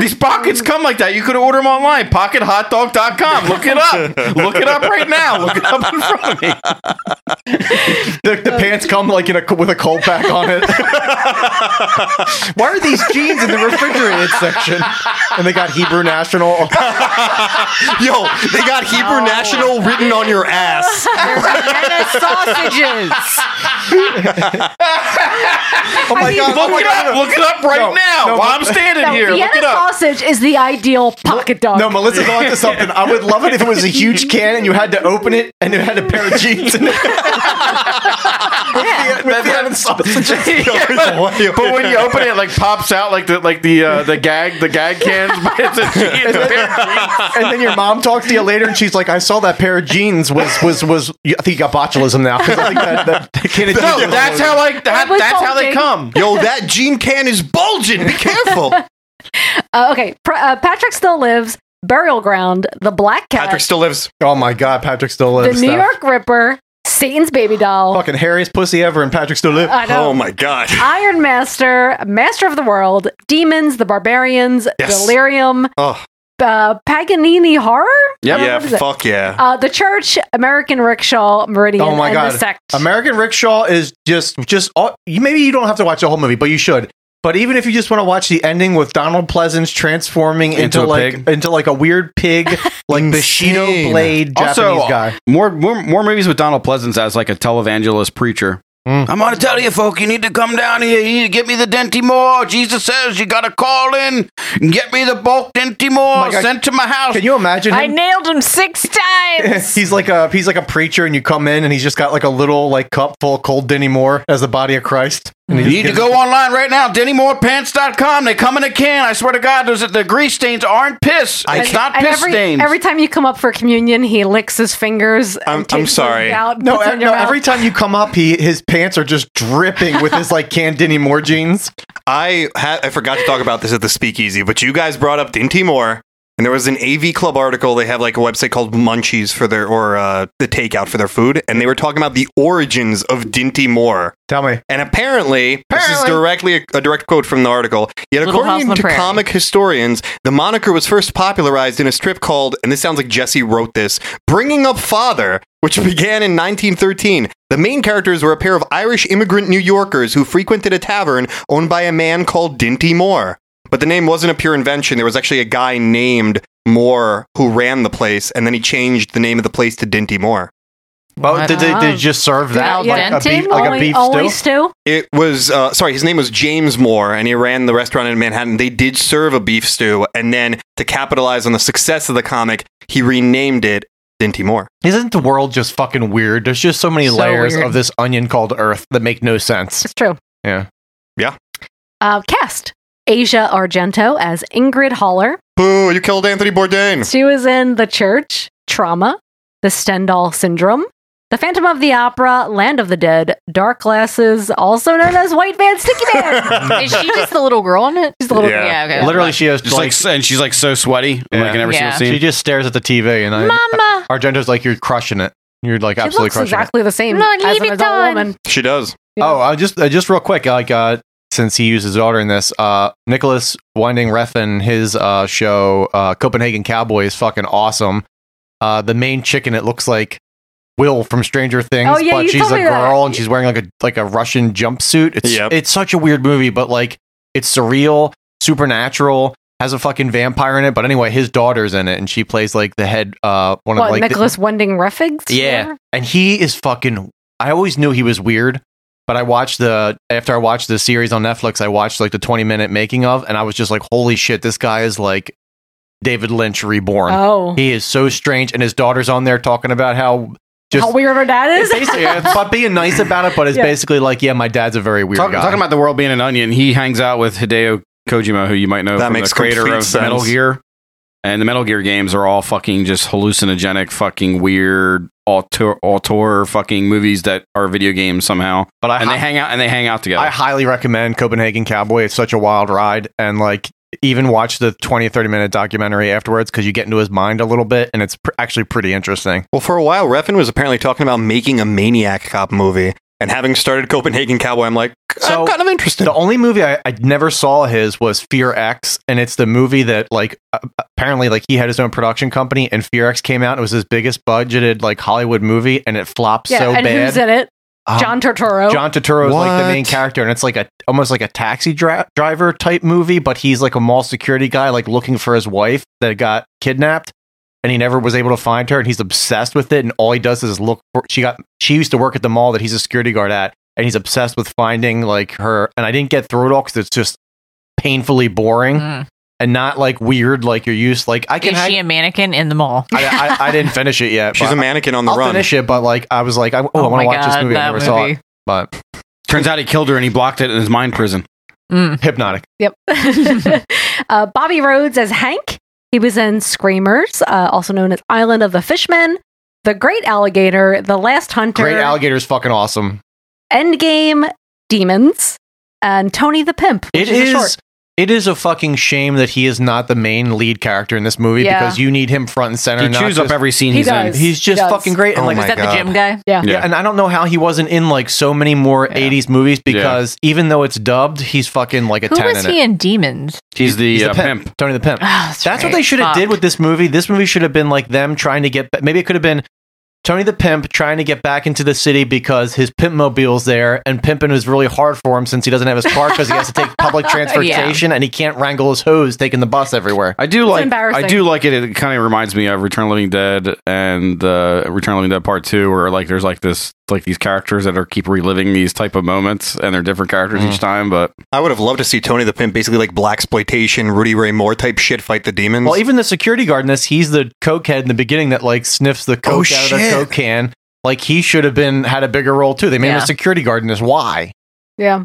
These pockets come like that. You could order them online. Pockethotdog.com. Look it up. Look it up right now. Look it up in front of me. The, the pants come like in a with a cold pack on it. Why are these jeans in the refrigerated section? And they got Hebrew National. Yo, they got Hebrew National written on your ass. Vienna sausages. Oh my mean, god! look oh my it god, up. no. Look it up right now while but- I'm standing No, here. Vienna Look it up. sausage is the ideal pocket dog. No, Melissa's onto something. I would love it if it was a huge can and you had to open it and it had a pair of jeans in it. with the, with the oven sausages. but, but when you open it, it like pops out like the like the uh, the gag the gag cans. But it's a And then, and then your mom talks to you later, and she's like, "I saw that pair of jeans was was was. I think you got botulism now. 'Cause I think that- that- that can of jeans no, was that's all how I that, was that's how they bulging. come. Yo, that gene can is bulging. Be careful. Uh, okay, Pr- uh, Patrick still lives. Burial ground. The black cat. Patrick still lives. over. Oh my god, Patrick still the lives. New Steph. York Ripper. Satan's baby doll. fucking hairiest pussy ever, and Patrick still lives. I know. Oh my god. Iron Master, Master of the World, Demons, The Barbarians, Yes. Delirium, Oh. uh, Paganini Horror. Yep. I don't know Yeah, what is it. fuck yeah. Uh, the Church, American Rickshaw, Meridian, Oh my and god, the Sect. American Rickshaw is just just all, you, maybe you don't have to watch the whole movie, but you should. But even if you just want to watch the ending with Donald Pleasance transforming into, Into a like pig? into like a weird pig, like Bushido blade Japanese also, guy. More, more more movies with Donald Pleasance as like a televangelist preacher. Hmm. I'm on to tell you, folk, you need to come down here. You need to get me the Dentimore. Jesus says you got to call in and get me the bulk Dentimore My God. sent to my house. Can you imagine? I Him? nailed him six times. he's like a he's like a preacher, and you come in, and he's just got like a little like cup full of cold Denny Moore as the body of Christ. And he You just need to gives- go online right now, DennyMorePants.com. They come in a can. I swear to God, those the grease stains aren't piss. it's not And piss every, stains. every time you come up for communion, he licks his fingers. and I'm- I'm takes them sorry. Out, No, puts ev- them in your no, mouth. every time you come up, he his pants are just dripping with his like canned Denny Moore jeans. I ha- I forgot to talk about this at the speakeasy, but you guys brought up Dinty Moore, and there was an AV Club article. They have like a website called Munchies for their or uh, the takeout for their food, and they were talking about the origins of Dinty Moore. Tell me. And apparently, this is Apparently. directly a, a direct quote from the article. Yet, Little House according on the to Prairie. comic historians, the moniker was first popularized in a strip called, and this sounds like Jesse wrote this, Bringing Up Father, which began in 1913. The main characters were a pair of Irish immigrant New Yorkers who frequented a tavern owned by a man called Dinty Moore. But the name wasn't a pure invention. There was actually a guy named Moore who ran the place, and then he changed the name of the place to Dinty Moore. But did they, they just serve that like, a beef, like a beef stew? It was uh, sorry, his name was James Moore, and he ran the restaurant in Manhattan. They did serve a beef stew, and then to capitalize on the success of the comic, he renamed it Dinty Moore. Isn't the world just fucking weird? There's just so many So layers weird. of this onion called Earth that make no sense. It's true. Yeah. Yeah. Uh, cast Asia Argento as Ingrid Haller. Boo! You killed Anthony Bourdain. She was in The Church, Trauma, The Stendhal Syndrome, The Phantom of the Opera, Land of the Dead, Dark Glasses, also known as White Van Sticky Man. Is she just the little girl in it? She's the little yeah. okay. Literally, she has Just like, s- and she's like so sweaty, like in every Yeah. single scene. She just stares at the TV, and I, Mama. Argento's like, "You're crushing it. You're like She absolutely looks crushing exactly the same Not as an even adult done. woman. it." She does. Oh, I just uh, just real quick, like uh, since he uses his daughter in this, uh, Nicholas Winding Refn, his uh, show uh, Copenhagen Cowboy is fucking awesome. Uh, the main chicken, it looks like Will from Stranger Things, Oh, yeah, but you she's told a me that. girl and she's wearing like a like a Russian jumpsuit. It's Yep. it's such a weird movie, but like it's surreal, supernatural. Has a fucking vampire in it, but anyway, his daughter's in it, and she plays like the head, uh, one What, of like the- Nicholas Wending Reffigs? yeah. And he is fucking I always knew he was weird, but I watched the after I watched the series on Netflix, I watched like the 20 minute making of and I was just like, "Holy shit, this guy is like David Lynch reborn." Oh. He is so strange and his daughter's on there talking about how just How weird her dad is? Basically, yeah, but being nice about it, but it's Yeah. basically like, yeah, my dad's a very weird Talk- guy. talking about the world being an onion, he hangs out with Hideo Kojima, who you might know That from makes the creator complete of sense. Metal Gear. And the Metal Gear games are all fucking just hallucinogenic, fucking weird auteur, auteur fucking movies that are video games somehow. But I and hi- they hang out and they hang out together. I highly recommend Copenhagen Cowboy. It's such a wild ride. And like, even watch the 20 or 30 minute documentary afterwards because you get into his mind a little bit and it's pr- actually pretty interesting. Well, for a while, Refn was apparently talking about making a maniac cop movie, and having started Copenhagen Cowboy, I'm like, So, kind of interesting. The only movie I, I never saw his was Fear X, and it's the movie that like a- apparently like he had his own production company, and Fear X came out. It was his biggest budgeted like Hollywood movie, and it flopped Yeah, so and bad. who's in it? Um, John Oh. Turturro. John Turturro is like the main What? character, and it's like a almost like a taxi dra- driver type movie, but he's like a mall security guy, like looking for his wife that got kidnapped, and he never was able to find her, and he's obsessed with it, and all he does is look for. She got she used to work at the mall that he's a security guard at, and he's obsessed with finding like her. And I didn't get through it all because it's just painfully boring and not like weird like you're used. Like I can Mm. Is hang- she a mannequin in the mall? I, I, I didn't finish it yet. She's but a mannequin on the I'll run. Finish it, but like I was like, I, oh, I Oh want my to watch this God, movie. I that never saw movie. it, but Turns out he killed her and he blocked it in his mind prison. Mm. hypnotic. Yep. uh, Bobby Rhodes as Hank. He was in Screamers, uh, also known as Island of the Fishmen, The Great Alligator, The Last Hunter, Great alligator is fucking awesome. Endgame, Demons, and Tony the Pimp. It Which is, a short. is. It is a fucking shame that he is not the main lead character in this movie Yeah. because you need him front and center. He not chews up just- every scene He he's in. does. He's just He does. fucking great. And Oh like, my is Is that the God. gym guy? Yeah. yeah. And I don't know how he wasn't in like so many more '80s movies because even though it's dubbed, he's fucking like a Who ten. was in he it. in Demons? He's the, uh, Tony the pimp. that's what right. they should have Fuck. did with this movie. This movie should have been like them trying to get. ba- Maybe it could have been Tony the pimp trying to get back into the city because his pimp mobile's there, and pimping is really hard for him since he doesn't have his car because he has to take public transportation and he can't wrangle his hose taking the bus everywhere. I do like embarrassing. I do like it. It kind of reminds me of Return of the Living Dead and uh, Return of the Living Dead Part Two, where like there's like this like these characters that are keep reliving these type of moments, and they're different characters each Mm. time. But I would have loved to see Tony the Pimp basically like black exploitation, Rudy Ray Moore type shit fight the demons. Well, even the security guard in this, he's the cokehead in the beginning that like sniffs Oh, the coke out of the shit. coke can. Like he should have been had a bigger role too. They made him Yeah. a security guard in this. Why? Yeah.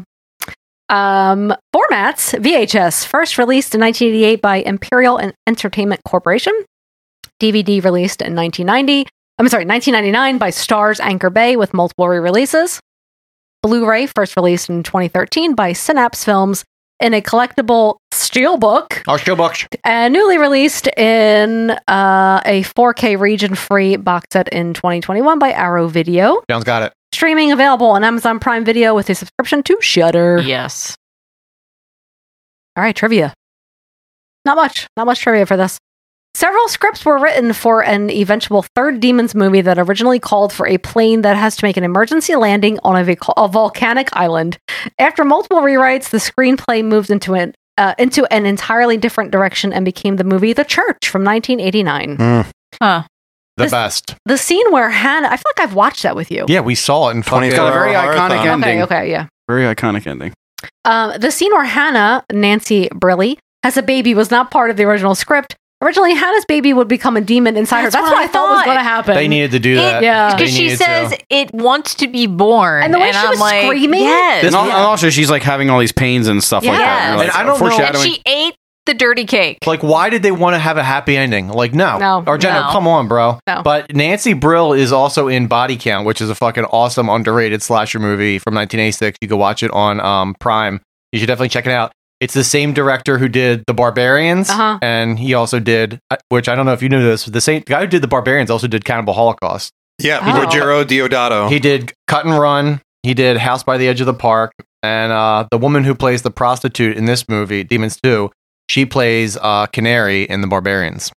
Um, formats VHS, first released in 1988 by Imperial and Entertainment Corporation. DVD released in 1990. I'm sorry, 1999 by Stars Anchor Bay with multiple re releases. Blu ray, first released in 2013 by Synapse Films in a collectible steelbook Our Oh, showbox. and newly released in uh, a 4K region free box set in 2021 by Arrow Video. John's got it. Streaming available on Amazon Prime Video with a subscription to Shudder. Yes. All right, trivia. Not much. Not much trivia for this. Several scripts were written for an eventual third Demons movie that originally called for a plane that has to make an emergency landing on a, voc- a volcanic island. After multiple rewrites, the screenplay moved into an uh, into an Hmm. entirely different direction and became the movie The Church from 1989. Mm. Huh. The This- best. The scene where Hannah, I feel like I've watched that with you. Yeah, we saw it in fucking. 24 Got a very hour iconic marathon. ending. Okay, okay, yeah. Very iconic ending. Um, the scene where Hannah, Nancy Briley, has a baby was not part of the original script. Originally, Hannah's baby would become a demon inside her. That's That's what, what I I thought, was thought. going to happen. They needed to do that. Yeah. Because They she needed says to. it wants to be born. And the way she I'm was like, screaming? Yes. And, al- and also, she's like having all these pains and stuff like that. Yes. you're like, And I don't know- And foreshadowing. she ate the dirty cake. Like, why did they want to have a happy ending? Like, no. No. Or Jenna, No. come on, bro. No. But Nancy Brill is also in Body Count, which is a fucking awesome, underrated slasher movie from 1986. You can watch it on um, Prime. You should definitely check it out. It's the same director who did The Barbarians, Uh-huh. and he also did, uh, which I don't know if you knew this, but the same the guy who did The Barbarians also did Cannibal Holocaust. Yeah, He did- Rogero Diodato. Oh. He did Cut and Run. He did House by the Edge of the Park. And uh, the woman who plays the prostitute in this movie, Demons 2, she plays uh, Canary in The Barbarians.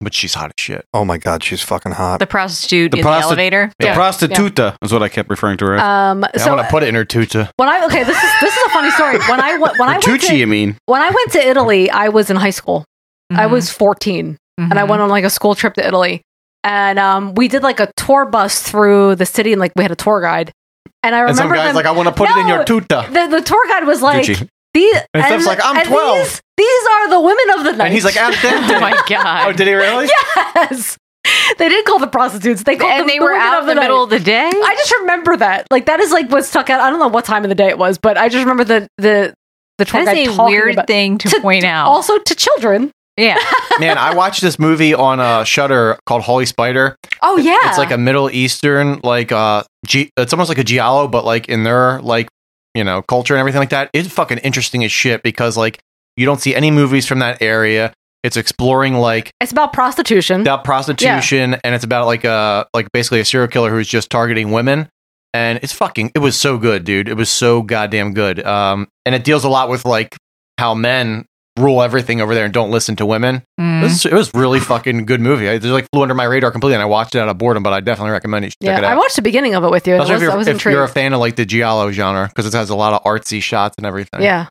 But she's hot as shit. Oh my God, she's fucking hot. The prostitute in prosti- the elevator. The Yeah. prostituta is what I kept referring to her. as. Um, Yeah, so I'm gonna put it in her tuta. when I okay, this is this is a funny story. When I went when I Her went tucci, I to, mean. when I went to Italy, I was in high school. I was 14 and I went on like a school trip to Italy, and um, we did like a tour bus through the city, and like we had a tour guide. And I remember And some guy's them- like, I want to put it in No! your tuta. the, the tour guide was like, Gucci. these, And Steph's like, I'm 12. These, these are the women of the night. And he's like, "Out there." oh my Oh, God. did he really? yes. They didn't call the prostitutes. They called And them they the were women out of in the middle night. of the day? I just remember that. Like that is like what stuck out. I don't know what time of the day it was, but I just remember the the the tour That guide is a talking weird about- thing to, point out. Also to children. yeah. Man, I watched this movie on uh, Shutter called Holy Spider. Oh yeah. It's like a Middle Eastern, like uh, G- it's almost like a giallo, but like in their like you know culture and everything like that. It's fucking interesting as shit because like you don't see any movies from that area. It's exploring like It's about prostitution. about prostitution, and it's about like a like basically a serial killer who's just targeting women. And it's fucking. It was so good, dude. It was so goddamn good. Um, and it deals a lot with like how men rule everything over there and don't listen to women. Mm. It, was, it was really fucking good movie. I, it like flew under my radar completely, and I watched it out of boredom. But I definitely recommend you should check Yeah, it out. I watched the beginning of it with you. And I Especially was, if, I was you're, if intrigued. you're a fan of like the giallo genre because it has a lot of artsy shots and everything. Yeah.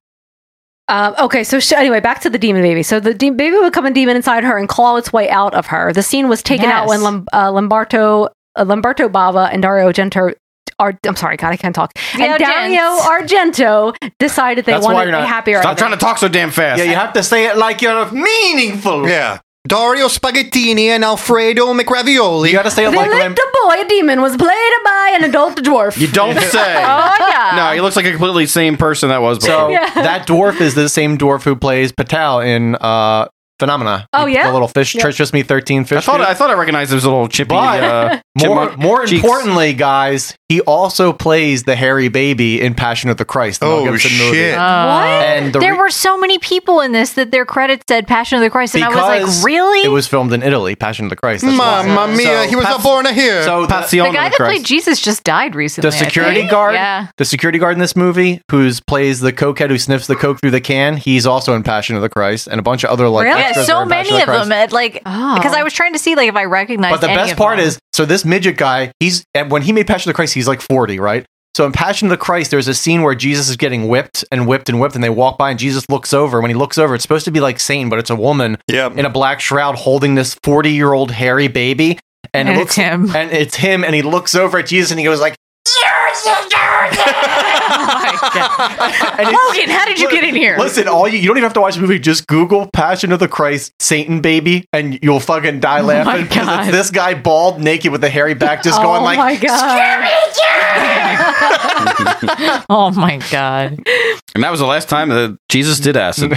Um, okay, so sh- anyway, back to the demon baby. So the de- baby would come a demon inside her and claw its way out of her. The scene was taken out when Yes. Lom- uh, Lombardo, uh, Lombardo Bava and Dario Argento. Ar- I'm sorry, God, I can't talk. And Dario Argento decided they wanted a happier. Stop ending. trying to talk so damn fast. Yeah, you have to say it like you're meaningful. Yeah. Dario Spaghettini and Alfredo McRavioli. You gotta say They licked a boy. A demon was played by an adult dwarf. You don't say. oh yeah. No, he looks like a completely same person that was before. So Yeah. that dwarf is the same dwarf who plays Patel in uh, Phenomena. Oh, He- yeah? the little fish. Yeah. Trust Just me, thirteen fish. I thought I thought I recognized his little chippy. But uh, more, chipmunk more cheeks. importantly, guys, he also plays the hairy baby in Passion of the Christ. The Mel Oh, Gibson movie. shit. What? And the there re- were so many people in this that their credits said Passion of the Christ, and I was because like, really? It was filmed in Italy. Passion of the Christ. that's why. Mamma mia, So he was Pas- not born here. So the guy that played Jesus just died recently. Oh, the I security think. guard, Yeah. the security guard in this movie, who's plays the cokehead who sniffs the coke through the can, he's also in Passion of the Christ, and a bunch of other like really? Yeah, extras are so in Passion many of the Christ. them. At, like, Oh. because I was trying to see like if I recognized. But the any best of part them. is, so this midget guy, he's and when he made Passion of the Christ, he's like forty, right? So in Passion of the Christ, there's a scene where Jesus is getting whipped and whipped and whipped, and they walk by, and Jesus looks over. When he looks over, it's supposed to be like Satan, but it's a woman in a black shroud holding this forty-year-old hairy baby, and, And it it's looks him, and it's him, and he looks over at Jesus, and he goes like, And it's- Logan, how did you get in here? Listen, all you you don't even have to watch the movie. Just Google Passion of the Christ, Satan baby, and you'll fucking die Oh laughing because it's this guy bald, naked with a hairy back, just going oh like, my god. oh my god! And that was the last time that Jesus did acid.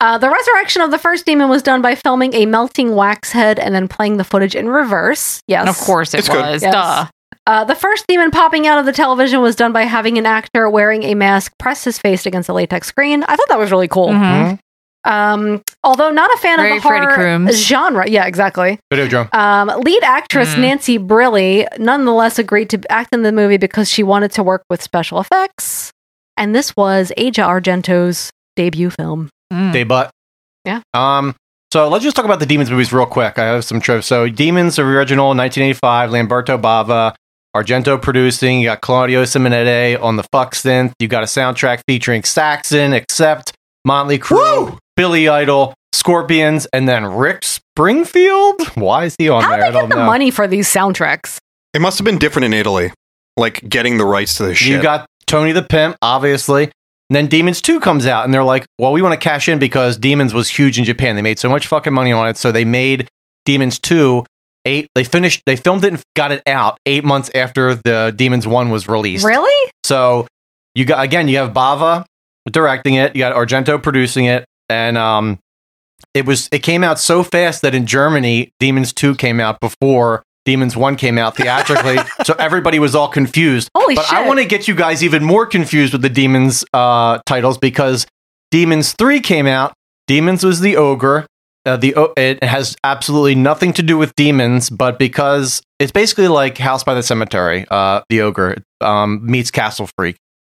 Uh, the resurrection of the first demon was done by filming a melting wax head and then playing the footage in reverse. Yes. And of course it It's good. was, duh. Uh, the first demon popping out of the television was done by having an actor wearing a mask press his face against a latex screen. I thought that was really cool. Mm-hmm. Mhm. Um, although not a fan Very of the Freddy horror Krooms. genre. Yeah, exactly. video drum. Uh, Um, lead actress Mm. Nancy Briley nonetheless agreed to act in the movie because she wanted to work with special effects. And this was Aja Argento's debut film. Mm. They butt. Yeah. Um. So let's just talk about the demons movies real quick. I have some trips. So demons, the original, 1985, Lamberto Bava, Argento producing. You got Claudio Simonette on the fuck synth. You got a soundtrack featuring Saxon, Accept, Motley Crue, Billy Idol, Scorpions, and then Rick Springfield? Why is he on there? I Get don't the know. money for these soundtracks. It must have been different in Italy, like getting the rights to this shit. You got Tony the Pimp, obviously. And then Demons 2 comes out, and they're like, well, we want to cash in because Demons was huge in Japan. They made so much fucking money on it. So they made Demons 2. Eight, they finished, they filmed it and got it out eight months after the Demons 1 was released. Really? So you got, again, you have Bava directing it, you got Argento producing it, and um, it was, it came out so fast that in Germany, Demons 2 came out before Demons 1 came out theatrically. so everybody was all confused Holy but I shit. want to get you guys even more confused with the demons uh, titles because Demons Three came out. Demons was the ogre. Uh, the o- it has absolutely nothing to do with demons, but because it's basically like House by the Cemetery, uh, the ogre um, meets Castle Freak.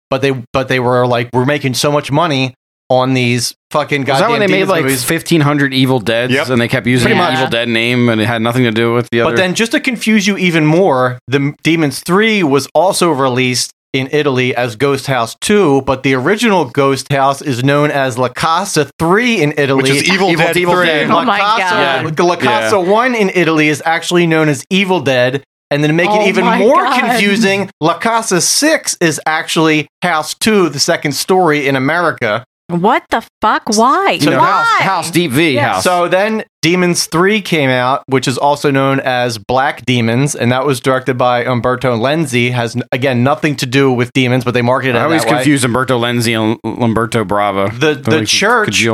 But they but they were like we're making so much money on these fucking Was goddamn that when they made demons like movies. 1,500 Evil Deads and they kept using Pretty the much. Evil Dead name and it had nothing to do with the other? But then, just to confuse you even more, the Demons Three was also released in Italy as Ghost House Two, but the original Ghost House is known as La Casa Three in Italy, Which is Evil Evil Dead Dead 3. 3. La Oh my Casa, God. La Casa Yeah. One in Italy is actually known as Evil Dead. And then to make Oh it even my more God. confusing, La Casa 6 is actually House 2, the second story in America. What the fuck? Why? So Why? House Deep V House. So then Demons 3 came out, which is also known as Black Demons, and that was directed by Umberto Lenzi. Has again nothing to do with demons, but they marketed it. I always that way. confuse Umberto Lenzi and L- Lamberto Bravo. The the church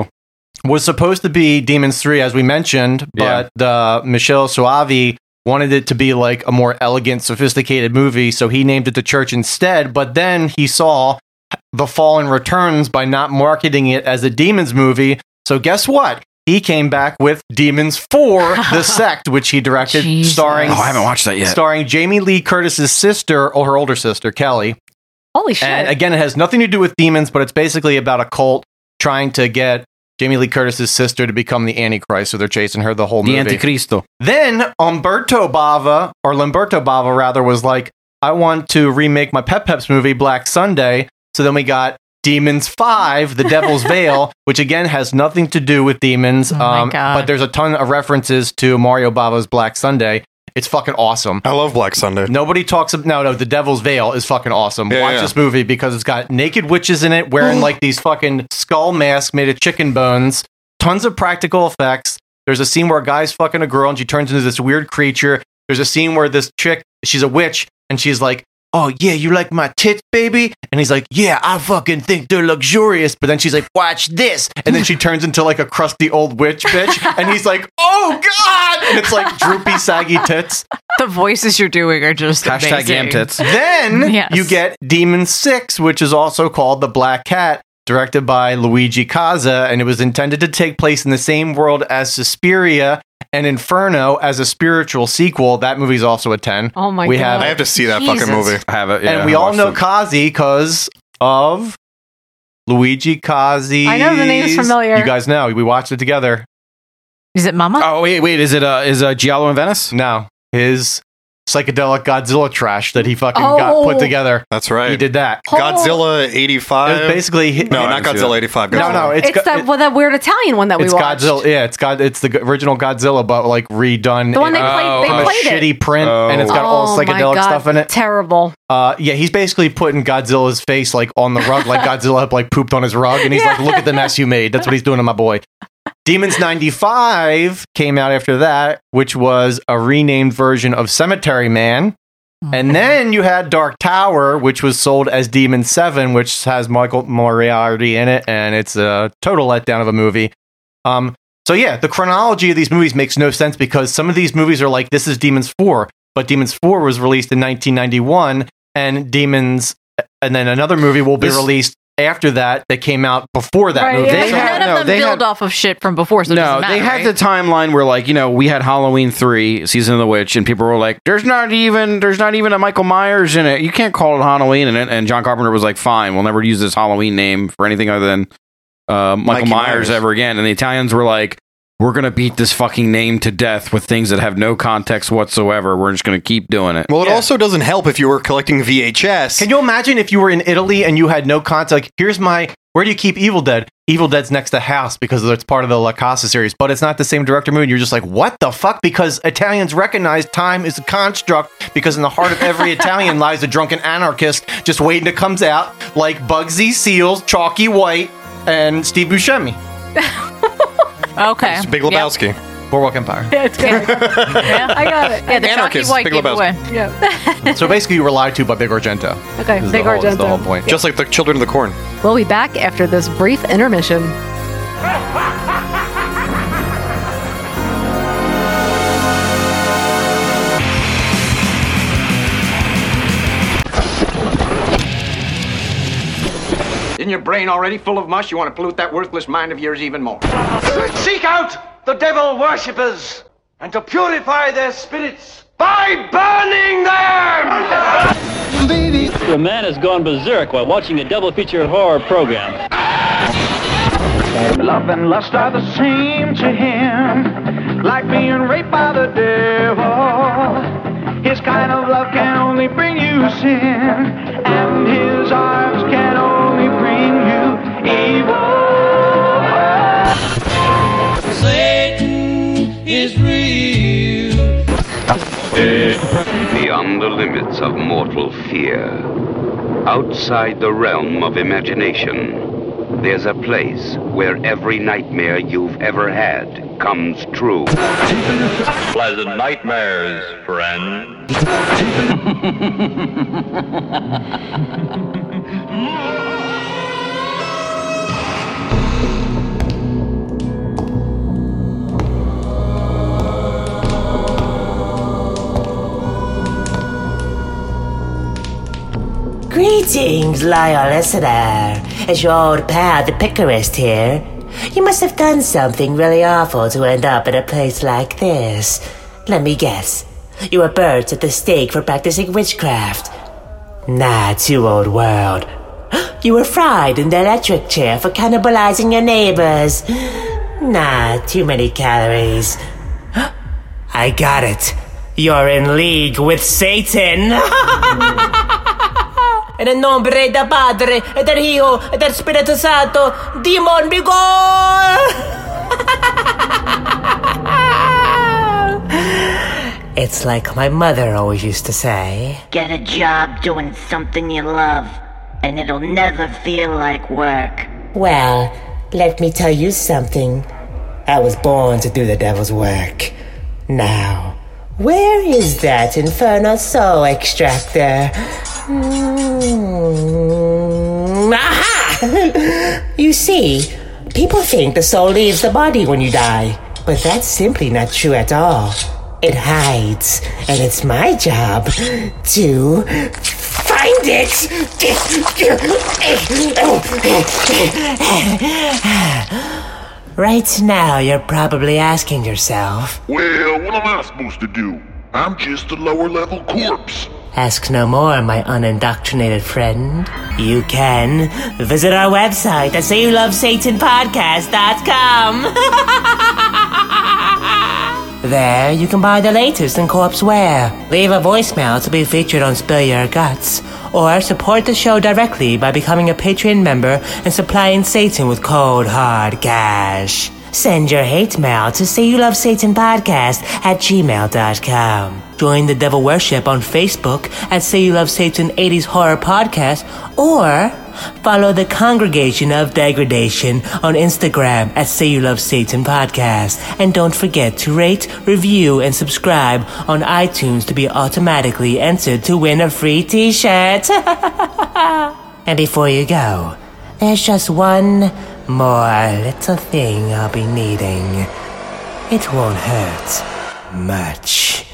was supposed to be Demons 3, as we mentioned, but uh, Michelle Suave wanted it to be like a more elegant, sophisticated movie, so he named it The Church instead. But then he saw The Fallen Returns by not marketing it as a Demons movie. So guess what? He came back with Demons 4, The Sect, which he directed, starring. Oh, I haven't watched that yet. Starring Jamie Lee Curtis's sister, or her older sister, Kelly. Holy shit. And again, it has nothing to do with demons, but it's basically about a cult trying to get Jamie Lee Curtis's sister to become the Antichrist. So they're chasing her the whole The movie. Anticristo. Then Umberto Bava, or Lamberto Bava rather, was like, I want to remake my Pep Peps movie, Black Sunday. So then we got Demons 5, The Devil's Veil, which again has nothing to do with demons. Oh um, my God. But there's a ton of references to Mario Bava's Black Sunday. It's fucking awesome. I love Black Sunday. Nobody talks about no, no. The Devil's Veil is fucking awesome. Yeah, Watch yeah. this movie because it's got naked witches in it wearing like these fucking skull masks made of chicken bones. Tons of practical effects. There's a scene where a guy's fucking a girl and she turns into this weird creature. There's a scene where this chick, she's a witch, and she's like, "Oh yeah, you like my tits, baby?" And he's like, "Yeah, I fucking think they're luxurious." But then she's like, "Watch this," and then she turns into like a crusty old witch bitch, and he's like, "Oh god!" And it's like droopy, saggy tits. The voices you're doing are just amazing. Then Yes. you get Demon Six, which is also called The Black Cat, directed by Luigi Caza, and it was intended to take place in the same world as Suspiria and Inferno as a spiritual sequel. That movie's also a ten. Oh my we God. Have, I have to see that fucking Jesus. movie. I have it. and we all know Kazi because of Luigi Kazi. I know the name's familiar. You guys know we watched it together. Is it Mama? Oh wait, wait, is it uh is uh Giallo in Venice? No. His psychedelic Godzilla trash that he fucking got Oh. put together. That's right. He did that. Godzilla 85. It was basically hi- No, I not didn't see Godzilla that. 85. No, Godzilla. no, It's, it's go- that, well, that weird Italian one that it's we watched. Godzilla. Yeah, it's got it's the g- original Godzilla but like redone. The one they played- they from a played it. shitty print and it's got all Oh my psychedelic God, stuff in it. Terrible. Uh, yeah, he's basically putting Godzilla's face like on the rug, like Godzilla had, like pooped on his rug, and he's like, "Look at the mess you made." That's what he's doing to my boy. Demons '95 came out after that, which was a renamed version of Cemetery Man, and then you had Dark Tower, which was sold as Demon Seven, which has Michael Moriarty in it, and it's a total letdown of a movie. Um, so yeah, the chronology of these movies makes no sense because some of these movies are like this is Demons Four, but Demons Four was released in 1991, and Demons, and then another movie will be This- released after that that came out before that Right, movie. yeah, So- yeah. None of them build off of shit from before, so it no, doesn't matter, they had right? the timeline where like you know we had Halloween three, season of the witch, and people were like, "There's not even there's not even a Michael Myers in it. You can't call it Halloween." And and John Carpenter was like, "Fine, we'll never use this Halloween name for anything other than uh, Michael Myers, Mikey Myers. ever again." And the Italians were like, we're gonna beat this fucking name to death with things that have no context whatsoever. We're just gonna keep doing it. Well, it also doesn't help if you were collecting VHS. Can you imagine if you were in Italy and you had no contact? Like, here's my. Where do you keep Evil Dead? Evil Dead's next to House because it's part of the La Casa series, but it's not the same director movie. You're just like, what the fuck? Because Italians recognize time is a construct because in the heart of every Italian lies a drunken anarchist just waiting to comes out like Bugsy Seals, Chalky White, and Steve Buscemi. Okay. Yep. Boardwalk Empire. Yeah, it's good. yeah, I got it. Yeah, the Chalky Anarchist, White Big giveaway. Lebowski. Yeah. so basically, you were lied to by Big Argento. Okay, Is Big the whole, is the Argento. whole point. Just like the Children of the Corn. We'll be back after this brief intermission. Isn't your brain already full of mush? You want to pollute that worthless mind of yours even more. Seek out the devil worshippers and to purify their spirits by burning them! Baby! Your man has gone berserk while watching a double feature horror program. Love and lust are the same to him, like being raped by the devil. His kind of love can only bring you sin, and his arms can only bring you evil. Satan is real. Beyond the limits of mortal fear, outside the realm of imagination, there's a place where every nightmare you've ever had comes true. Pleasant nightmares, friend. Greetings, loyal listener. It's your old pal, the Picarist here. You must have done something really awful to end up in a place like this. Let me guess. You were burnt at the stake for practicing witchcraft. Nah, too old world. You were fried in the electric chair for cannibalizing your neighbors. Nah, too many calories. I got it. You're in league with Satan. En el nombre del Padre, et del Hijo, et del Espíritu Santo, Demon Bigol! it's like my mother always used to say. Get a job doing something you love, and it'll never feel like work. Well, let me tell you something. I was born to do the devil's work. Now, where is that infernal soul extractor? Hmm. Mm, aha! you see, people think the soul leaves the body when you die, but that's simply not true at all. It hides, and it's my job to find it! Right now, you're probably asking yourself, Well, what am I supposed to do? I'm just a lower level corpse. Ask no more, my unindoctrinated friend. You can visit our website at sayoulovesatanpodcast.com. there, you can buy the latest in corpse wear, leave a voicemail to be featured on Spill Your Guts, or support the show directly by becoming a Patreon member and supplying Satan with cold, hard cash. Send your hate mail to say you love Satan podcast at gmail.com. Join the devil worship on Facebook at Say You Love Satan 80s Horror Podcast or follow the Congregation of Degradation on Instagram at Say You Love Satan Podcast. And don't forget to rate, review, and subscribe on iTunes to be automatically entered to win a free t shirt. and before you go, there's just one more little thing I'll be needing. It won't hurt much.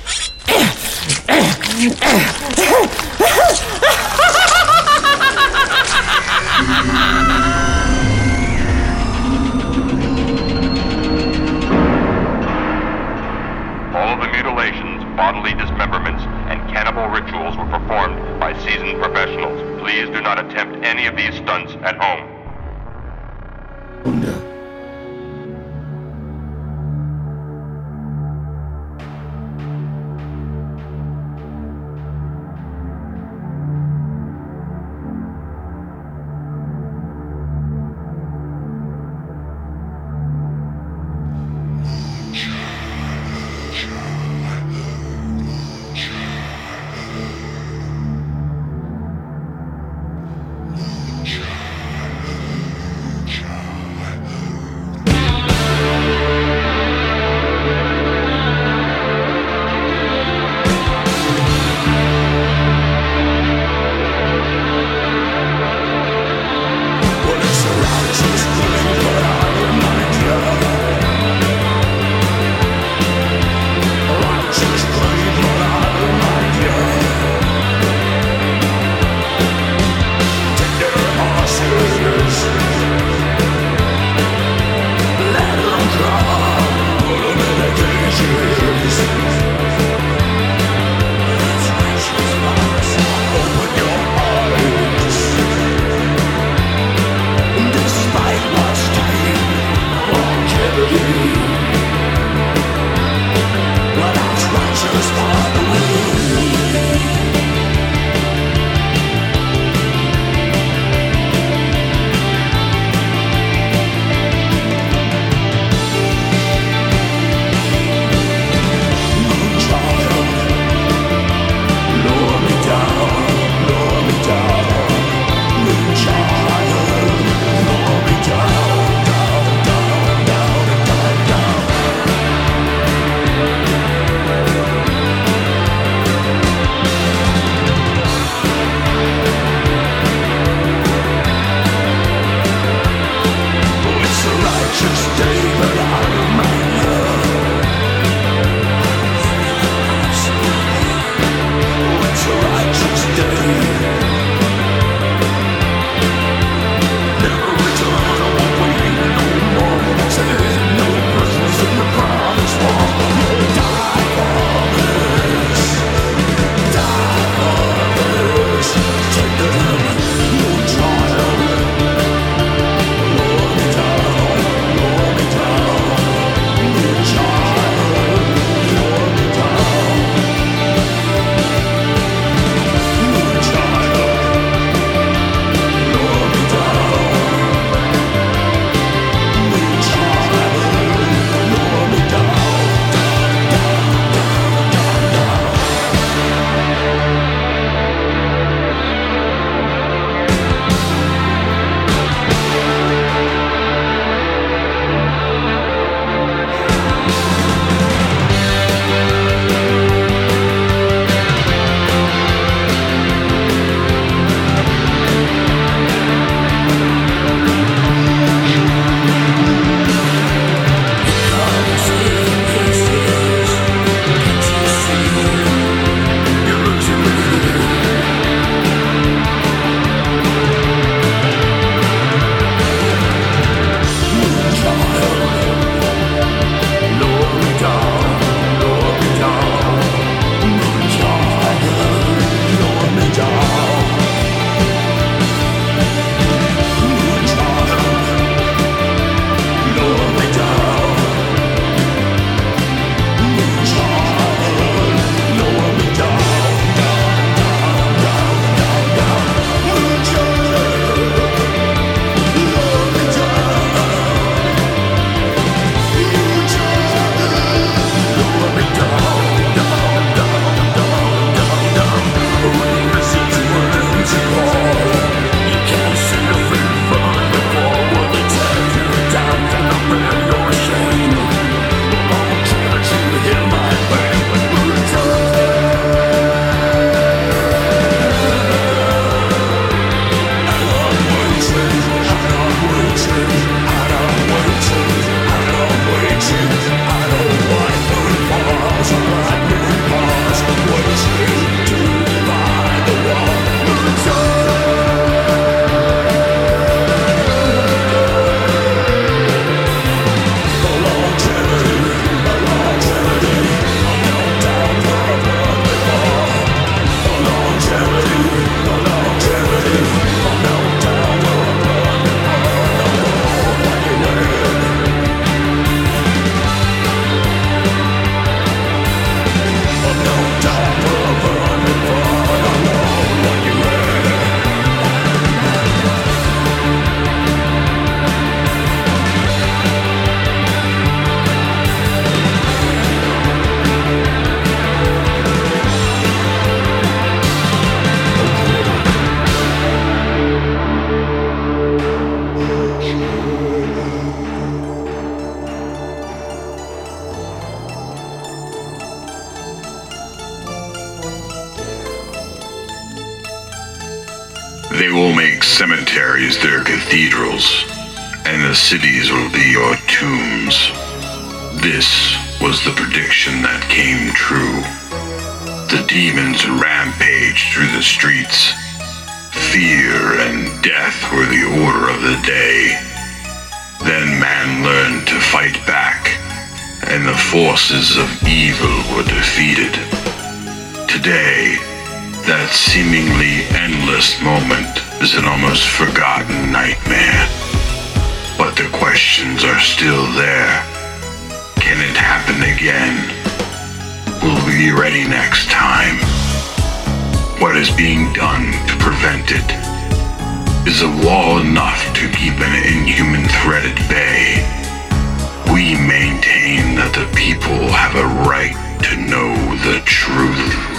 All the mutilations, bodily dismemberments, and cannibal rituals were performed by seasoned professionals. Please do not attempt any of these stunts at home. cemeteries their cathedrals, and the cities will be your tombs. This was the prediction that came true. The demons rampaged through the streets. Fear and death were the order of the day. Then man learned to fight back, and the forces of evil were defeated. Today, that seemingly endless moment is an almost forgotten nightmare. But the questions are still there. Can it happen again? Will we be ready next time? What is being done to prevent it? Is a wall enough to keep an inhuman threat at bay? We maintain that the people have a right to know the truth.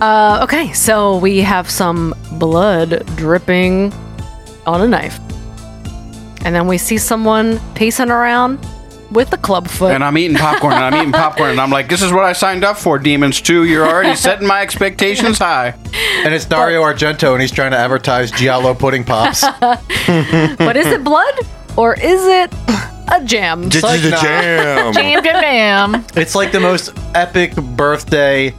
Uh, okay, so we have some blood dripping on a knife. And then we see someone pacing around with a club foot. And I'm eating popcorn and I'm eating popcorn and I'm like, this is what I signed up for, Demons 2. You're already setting my expectations high. And it's Dario Argento and he's trying to advertise Giallo pudding pops. but is it blood or is it a jam? This is a jam. Jam, jam, jam. It's like the most epic birthday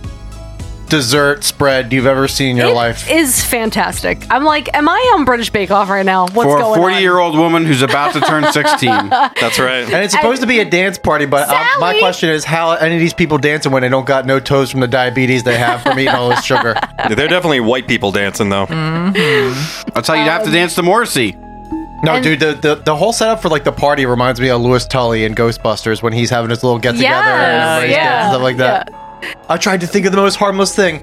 dessert spread you've ever seen in your It life. is fantastic. I'm like, am I on British Bake Off right now? What's For a going 40 on? year old woman who's about to turn 16. That's right. And it's supposed to be a dance party, but uh, my question is how any of these people dancing when they don't got no toes from the diabetes they have from eating all this sugar? They're definitely white people dancing though. Mm-hmm. That's how you'd have to dance to Morrissey. No, Um, And- dude, the, the, the whole setup for like the party reminds me of Lewis Tully in Ghostbusters when he's having his little get together Yes, and everybody's yeah, dancing, stuff like that. I tried to think of the most harmless thing.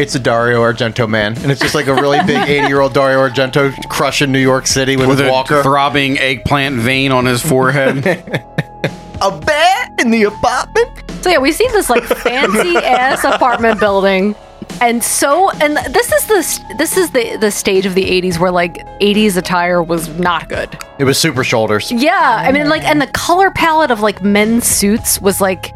It's a Dario Argento man, and it's just like a really big eighty-year-old Dario Argento crushing New York City with, With his a walker, throbbing eggplant vein on his forehead. a bat in the apartment. So yeah, we see this like fancy ass apartment building, and so and this is the this is the the stage of the '80s where like '80s attire was not good. It was super shoulders. Yeah, I mean like and the color palette of like men's suits was like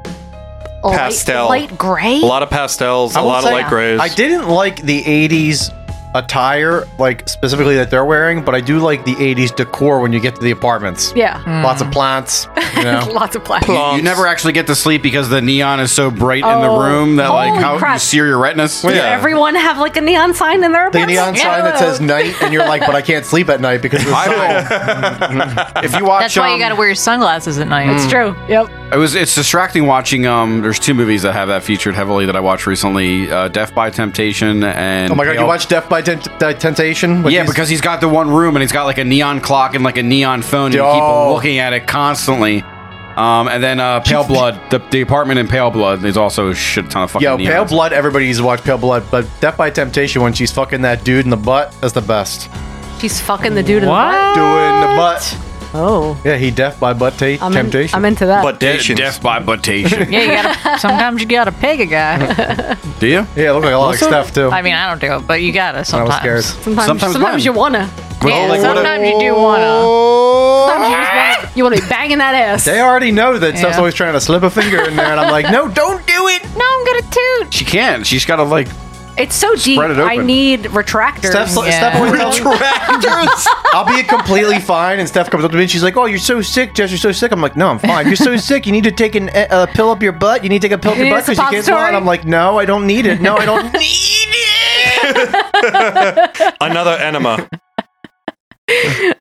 light- Pastel. light, gray. A lot of pastels, a I will lot of say, light grays. I didn't like the 80s attire, like specifically that they're wearing, but I do like the 80s decor when you get to the apartments. Yeah. Lots Hmm. of plants. You know. Lots of plastic. You, you never actually get to sleep because the neon is so bright in the Oh, room that like holy how you crap. sear your retinas. Did everyone have like a neon sign in their the apartment? neon sign that says night, and you're like, but I can't sleep at night because of the sign. if you watch, That's why you um, got to wear your sunglasses at night. Hmm. It's true. Yep. It was it's distracting watching. Um, there's two movies that have that featured heavily that I watched recently: uh, Death by Temptation and Oh my god, you Pale- watch Death by Tempt- by Temptation? with Yeah, these- because he's got the one room and he's got like a neon clock and like a neon phone. And you Yo. keep looking at it constantly. Um, and then uh, Pale Blood, the, the apartment in Pale Blood is also a shit ton of fucking. Yo, neons. Pale Blood, everybody needs to watch Pale Blood, but Death by Temptation, when she's fucking that dude in the butt, that's the best. She's fucking the dude in the butt. Doing the butt. Oh. Yeah, he death by butt ta- I'm in- temptation. I'm into that. De- death by buttation. Yeah, you gotta. Sometimes you gotta peg a guy. Do you? Yeah, it looked like a lot of stuff too. I mean, I don't do it, but you gotta I was sometimes. scared. Sometimes, sometimes, mine. you wanna. like, Yeah, what a- sometimes you do wanna. Sometimes you just wanna- you wanna be banging that ass. Oh. They already know that stuff's Yeah. always trying to slip a finger in there, and I'm like, no, don't do it. No, I'm gonna toot. She can't. She's got to like. It's so deep. Spread it I open. need retractors. Steph's, Steph always tells me, I'll be completely fine, and Steph comes up to me and she's like, "Oh, you're so sick, Jess. You're so sick." I'm like, "No, I'm fine. You're so sick. You need to take an, a, a pill up your butt. You need to take a pill up You your need butt a because you can't swallow." it." suppository? I'm like, "No, I don't need it. No, I don't." need Another enema.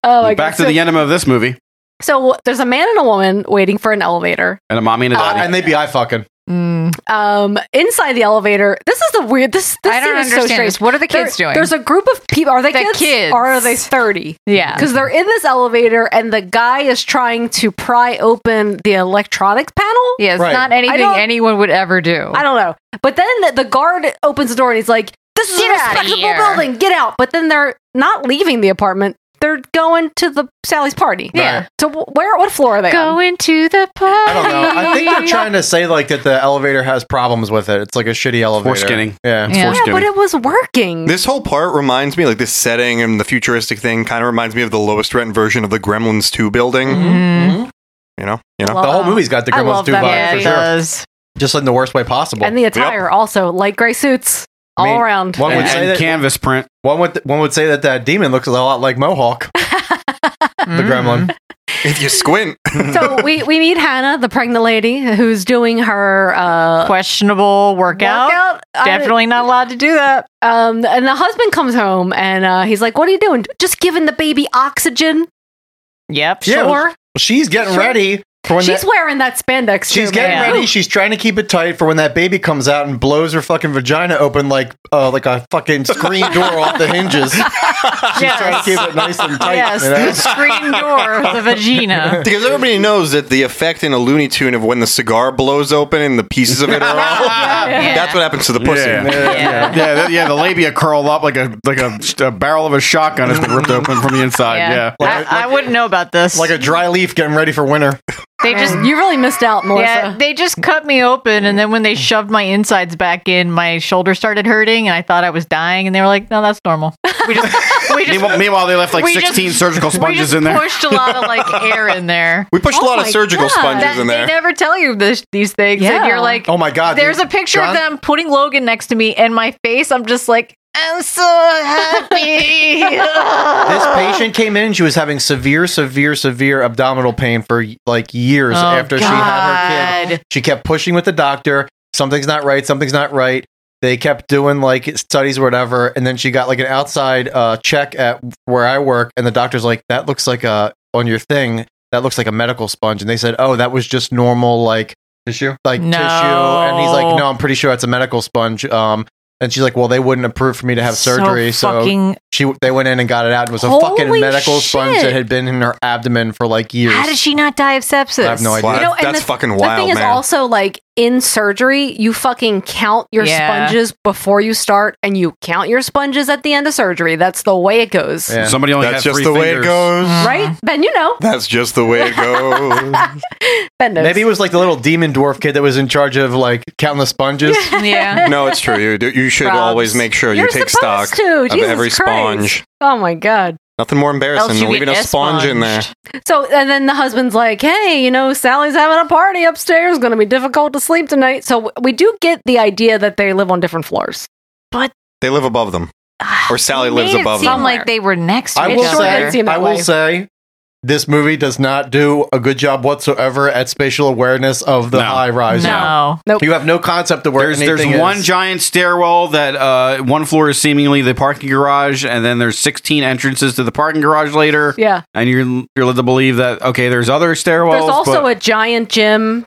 oh my Back God. to the enema of this movie So there's a man and a woman waiting for an elevator. and a mommy and a Uh, daddy. and they be eye fucking. Mm. Um, inside the elevator, this is the weird. This, this I don't scene is so understand strange. this. What are the kids doing? There's a group of people. Are they The kids? kids. Or are they thirty? Yeah. because they're in this elevator and the guy is trying to pry open the electronics panel. Yeah, it's Right. not I anything don't- anyone would ever do. I don't know. But then the, the guard opens the door and he's like, "This is Get a outta respectable here." building. Get out!" But then they're not leaving the apartment. They're going to the Sally's party. Yeah. So wh- where? What floor are they? on? Going to the party. I don't know. I think they're trying to say like that the elevator has problems with it. It's like a shitty elevator. Foreskinning. Yeah. It's Yeah, foreskinning. but it was working. This whole part reminds me, like this setting and the futuristic thing, kind of reminds me of the lowest rent version of the Gremlins Two building. You know, you know. Love The whole them. movie's got the I Gremlins love 2 them. vibe Yeah, for it sure. does. Just in the worst way possible. and the attire also light gray suits All around. One would say that, canvas print. One would one would say that that demon looks a lot like Mohawk, the gremlin. If you squint, Mm. so we, we meet Hannah, the pregnant lady, who's doing her uh, questionable workout. Definitely not allowed to do that. Um, and the husband comes home and uh, he's like, "What are you doing? Just giving the baby oxygen." Yep, Yeah, sure. She's getting Sure. ready for when She's that- wearing that spandex. She's too, getting man. ready. She's trying to keep it tight for when that baby comes out and blows her fucking vagina open like uh, like a fucking screen door off the hinges. She's trying to keep it nice and tight. Yes, you know? the screen door, the vagina. because everybody knows that the effect in a Looney Tune of when the cigar blows open and the pieces of it are off. Yeah. That's what happens to the pussy. Yeah, yeah, yeah, yeah, that- yeah, The labia curl up like a like a, a barrel of a shotgun has been ripped open from the inside. Yeah, I, I wouldn't know about this. Like a dry leaf getting ready for winter. they just you really missed out, Melissa. yeah, they just cut me open, and then when they shoved my insides back in, my shoulder started hurting, and I thought I was dying, and they were like, "No, that's normal." meanwhile, meanwhile, they left like we just- sixteen surgical we sponges just in there. pushed a lot of like air in there. We pushed a lot of surgical sponges That- in there. They never tell you this, these things, Yeah. and you're like, Oh my God, There's dude. a picture John- of them putting Logan next to me, and my face. I'm just like, I'm so happy. This patient came in and she was having severe, severe, severe abdominal pain for like years Oh, after she had her God. kid. She kept pushing with the doctor. Something's not right. Something's not right. They kept doing like studies or whatever. And then she got like an outside uh, check at where I work. And the doctor's like, that looks like a, on your thing, that looks like a medical sponge. And they said, oh, that was just normal, like tissue, like No. tissue. And he's like, no, I'm pretty sure it's a medical sponge. Um, and she's like, well, they wouldn't approve for me to have So surgery. fucking so she they went in and got it out. It was a fucking Holy medical sponge shit. that had been in her abdomen for like years. How did she not die of sepsis? I have no idea. Wow, You know, and that's the- fucking The wild, thing is man. also like in surgery, you fucking count your Yeah. sponges before you start, and you count your sponges at the end of surgery. That's the way it goes, Yeah. Somebody only That's had just three the way it fingers. goes. right? Mm-hmm. Ben, you know, That's just the way it goes. Ben knows. Maybe it was like the little demon dwarf kid that was in charge of like counting the sponges. Yeah. no, it's true. You, do- you should Probs. always make sure you You're take stock supposed to. of Jesus every Christ. sponge. Oh my god. Nothing more embarrassing Else you than leaving a get sponge in there. esponged. So and then the husband's like, "Hey, you know, Sally's having a party upstairs. Going to be difficult to sleep tonight." So w- we do get the idea that they live on different floors. They live above them, or Sally lives Made it above seem them. like they were next to I each will sure did say, other. seem that I will way. say, this movie does not do a good job whatsoever at spatial awareness of the No. high rise. no. Nope. You have no concept of where There's, anything there's one is. giant stairwell that uh, one floor is seemingly the parking garage, and then there's 16 entrances to the parking garage later. Yeah. and you're you're led to believe that okay, there's other stairwells. There's also but, a giant gym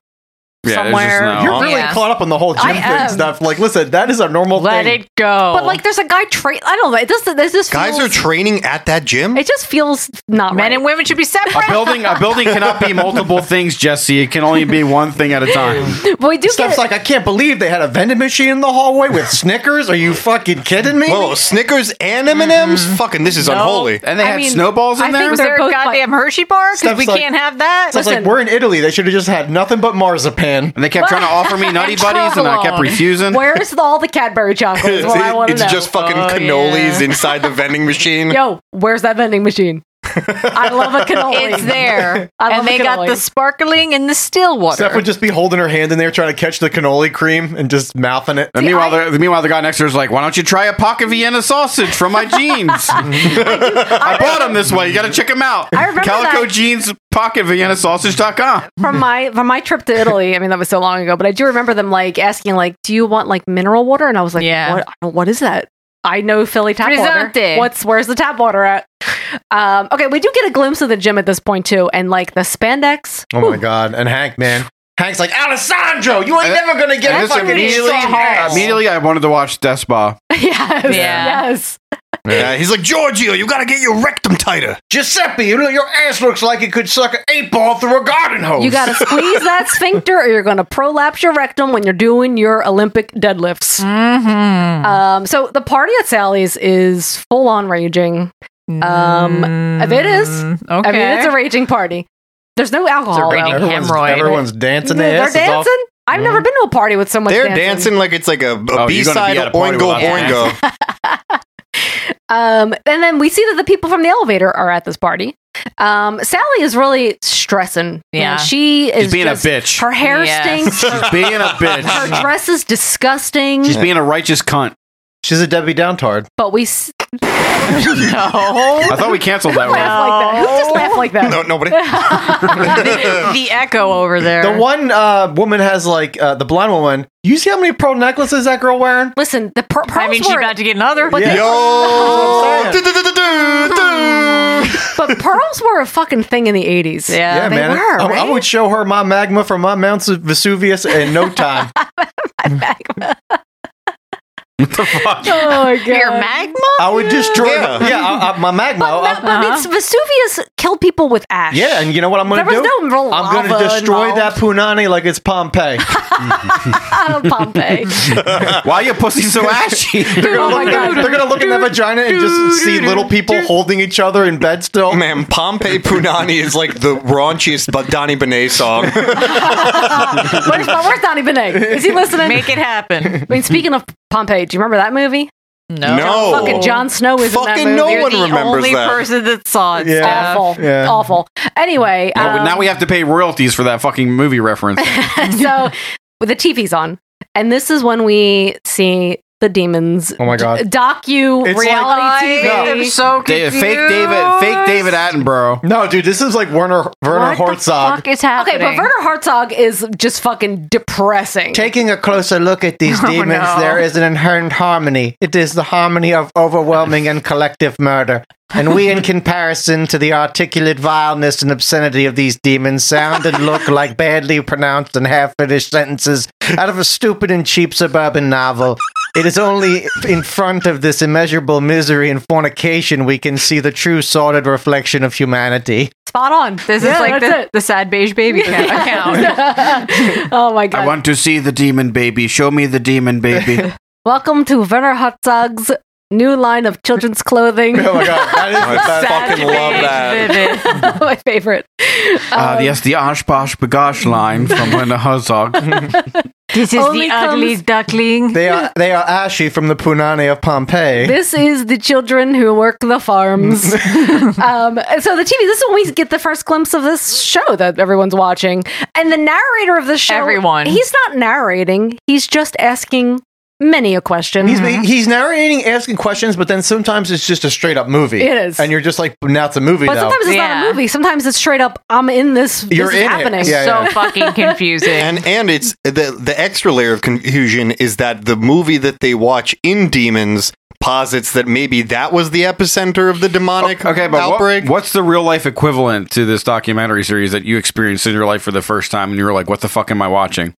Yeah, there's just somewhere. no- You're really Yeah. caught up on the whole gym I thing am. stuff. Like, listen, that is a normal Let thing. it go. But like, there's a guy train. I don't know. It just this just Guys are feels, training at that gym. It just feels not men right. and women should be a separate. building a building cannot be multiple things, Jesse. It can only be one thing at a time. but we do Stuff's get like, I can't believe they had a vending machine in the hallway with Snickers. Are you fucking kidding me? Whoa, Snickers and M and M's. Mm-hmm. Fucking, this is unholy. And they I had mean, snowballs in I there. think was They're there a both goddamn Hershey bar? Because Stuff's we like- can't have that. So it's like Listen. we're in Italy. They should have just had nothing but marzipan. and they kept trying to offer me nutty buddies, and I kept refusing. where's the, all the Cadbury chocolate? Is It's, what I want to it's know. just fucking cannolis inside the vending machine. Yo, where's that vending machine? I love a cannoli. It's there. I love and they a got cannoli. the sparkling and the still water. Steph would just be holding her hand in there trying to catch the cannoli cream and just mouthing it. And meanwhile, the, meanwhile, the guy next to her is like, "Why don't you try a pocket Vienna sausage from my jeans? I, bought them this way. You got to check them out. I remember Calico that. jeans pocket Vienna sausage.com. from my from my trip to Italy. I mean, that was so long ago, but I do remember them like asking, like, "Do you want like mineral water?" And I was like, Yeah. "What? I don't- What is that?" I know Philly tap Frizzante. water. What's where's the tap water at? Um, okay, we do get a glimpse of the gym at this point too, and like the spandex. Oh my god! And Hank, man, Hank's like Alessandro. You ain't And- never gonna And get this fucking immediately, ass." immediately, I wanted to watch Despa. yes, Yeah. yes. Yeah, he's like Giorgio. You gotta get your rectum tighter. Giuseppe, you know, your ass looks like it could suck an eight ball through a garden hose. You gotta squeeze that sphincter, or you're gonna prolapse your rectum when you're doing your Olympic deadlifts. Mhm. Um, so the party at Sally's is full on raging. Um, if it is, Mm, I mean, it's a raging party. There's no alcohol. though. raging everyone's, hemorrhoid. everyone's dancing They're their asses dancing. off. Mm-hmm. I've never been to a party with so much. They're dancing like it's like a a Oh, gonna be side at a of party Oingo without Boingo. Um, and then we see that the people from the elevator are at this party. Um, Sally is really stressing. You know, Yeah. she is being a just- bitch. Her hair Yes. stinks. Being a Her bitch. dress is disgusting. She's being a righteous cunt. She's a Debbie Downtard. But we. S- no. I thought we canceled that one. Laugh like that. Oh. Just laugh like that. No, nobody. the, the echo over there. The one uh, woman has like uh, the blonde woman. You see how many pearl necklaces that girl wearing? Listen, the per- pearls I mean, she's were- about to get another. But Yeah. the- Yo! but pearls were a fucking thing in the 80s. yeah, they man. were. I, I right? would show her my magma from my Mount Vesuvius in no time. oh my god. Your magma? Uh-huh. I would destroy. Yeah. Yeah, I, I, my magma. Uh-huh. But, I- ma- but it's- Vesuvius killed people with ash. yeah, and you know what I'm going to There do? was no real I'm gonna lava destroy involved. that punani like it's Pompeii. Pompeii. Why are your pussy so ashy? they're gonna Oh my look, God. they're gonna look in that vagina and just see little people holding each other in bed still. Man, Pompeii Punani is like the raunchiest but Donny Benet song. where's, my, where's Donnie Benet? Is he listening? Make it happen. I mean, speaking of Pompeii, do you remember that movie? No. No. Fucking Jon Snow is Fucking in that no movie. one You're the remembers Only that. person that saw it. Yeah. Yeah. Awful. Yeah. Awful. Anyway, Now, um, now we have to pay royalties for that fucking movie reference. so with the TV's on, and this is when we see the demons. Oh my God. d- docu It's like- I reality TV. am so Da- fake David, fake David Attenborough. No, dude, this is like Werner Werner What the Herzog fuck is happening? Okay, but happening? Werner Herzog is just fucking depressing. Taking a closer look at these Oh, demons, no. there is an inherent harmony. It is the harmony of overwhelming and collective murder. And we, in comparison to the articulate vileness and obscenity of these demons, sound and look like badly pronounced and half finished sentences out of a stupid and cheap suburban novel. It is only in front of this immeasurable misery and fornication we can see the true sordid reflection of humanity. Spot on. This Yeah, is like that's the, the sad beige baby ca- account. oh my god. I want to see the demon baby. Show me the demon baby. Welcome to Werner Herzog's new line of children's clothing. Oh my god, that is the best. fucking love that. my favorite. Uh, yes, the Osh Posh Bagosh line from Werner Herzog. This is Only the ugly comes- duckling. They are they are ashy from the punani of Pompeii. This is the children who work the farms. um, so the TV. This is when we get the first glimpse of this show that everyone's watching, and the narrator of the show. Everyone. He's not narrating. He's just asking many a question. He's he's narrating, asking questions, but then sometimes it's just a straight up movie. It is. and you're just like, now it's a movie. but now. sometimes it's not Yeah. a movie. Sometimes it's straight up. I'm in this. You're this in is it. happening. Yeah, so yeah. fucking confusing. and and it's the the extra layer of confusion is that the movie that they watch in Demons posits that maybe that was the epicenter of the demonic Oh, Okay, but what- outbreak. what's the real life equivalent to this documentary series that you experienced in your life for the first time and you were like, what the fuck am I watching?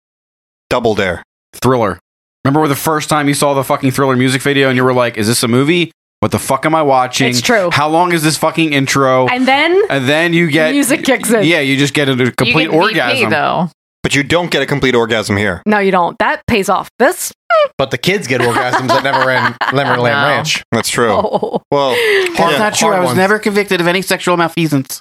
Double Dare. Thriller. Remember where the first time you saw the fucking thriller music video and you were like, is this a movie? What the fuck am I watching? It's true. How long is this fucking intro? And then And then you get music kicks in. Yeah, you just get a complete E orgasm. though. But you don't get a complete orgasm here. No, you don't. That pays off. This. but the kids get orgasms that never ran Lemmer Lamb No. Ranch. That's true. Oh. Well, hard- hard ones. convicted of any sexual malfeasance.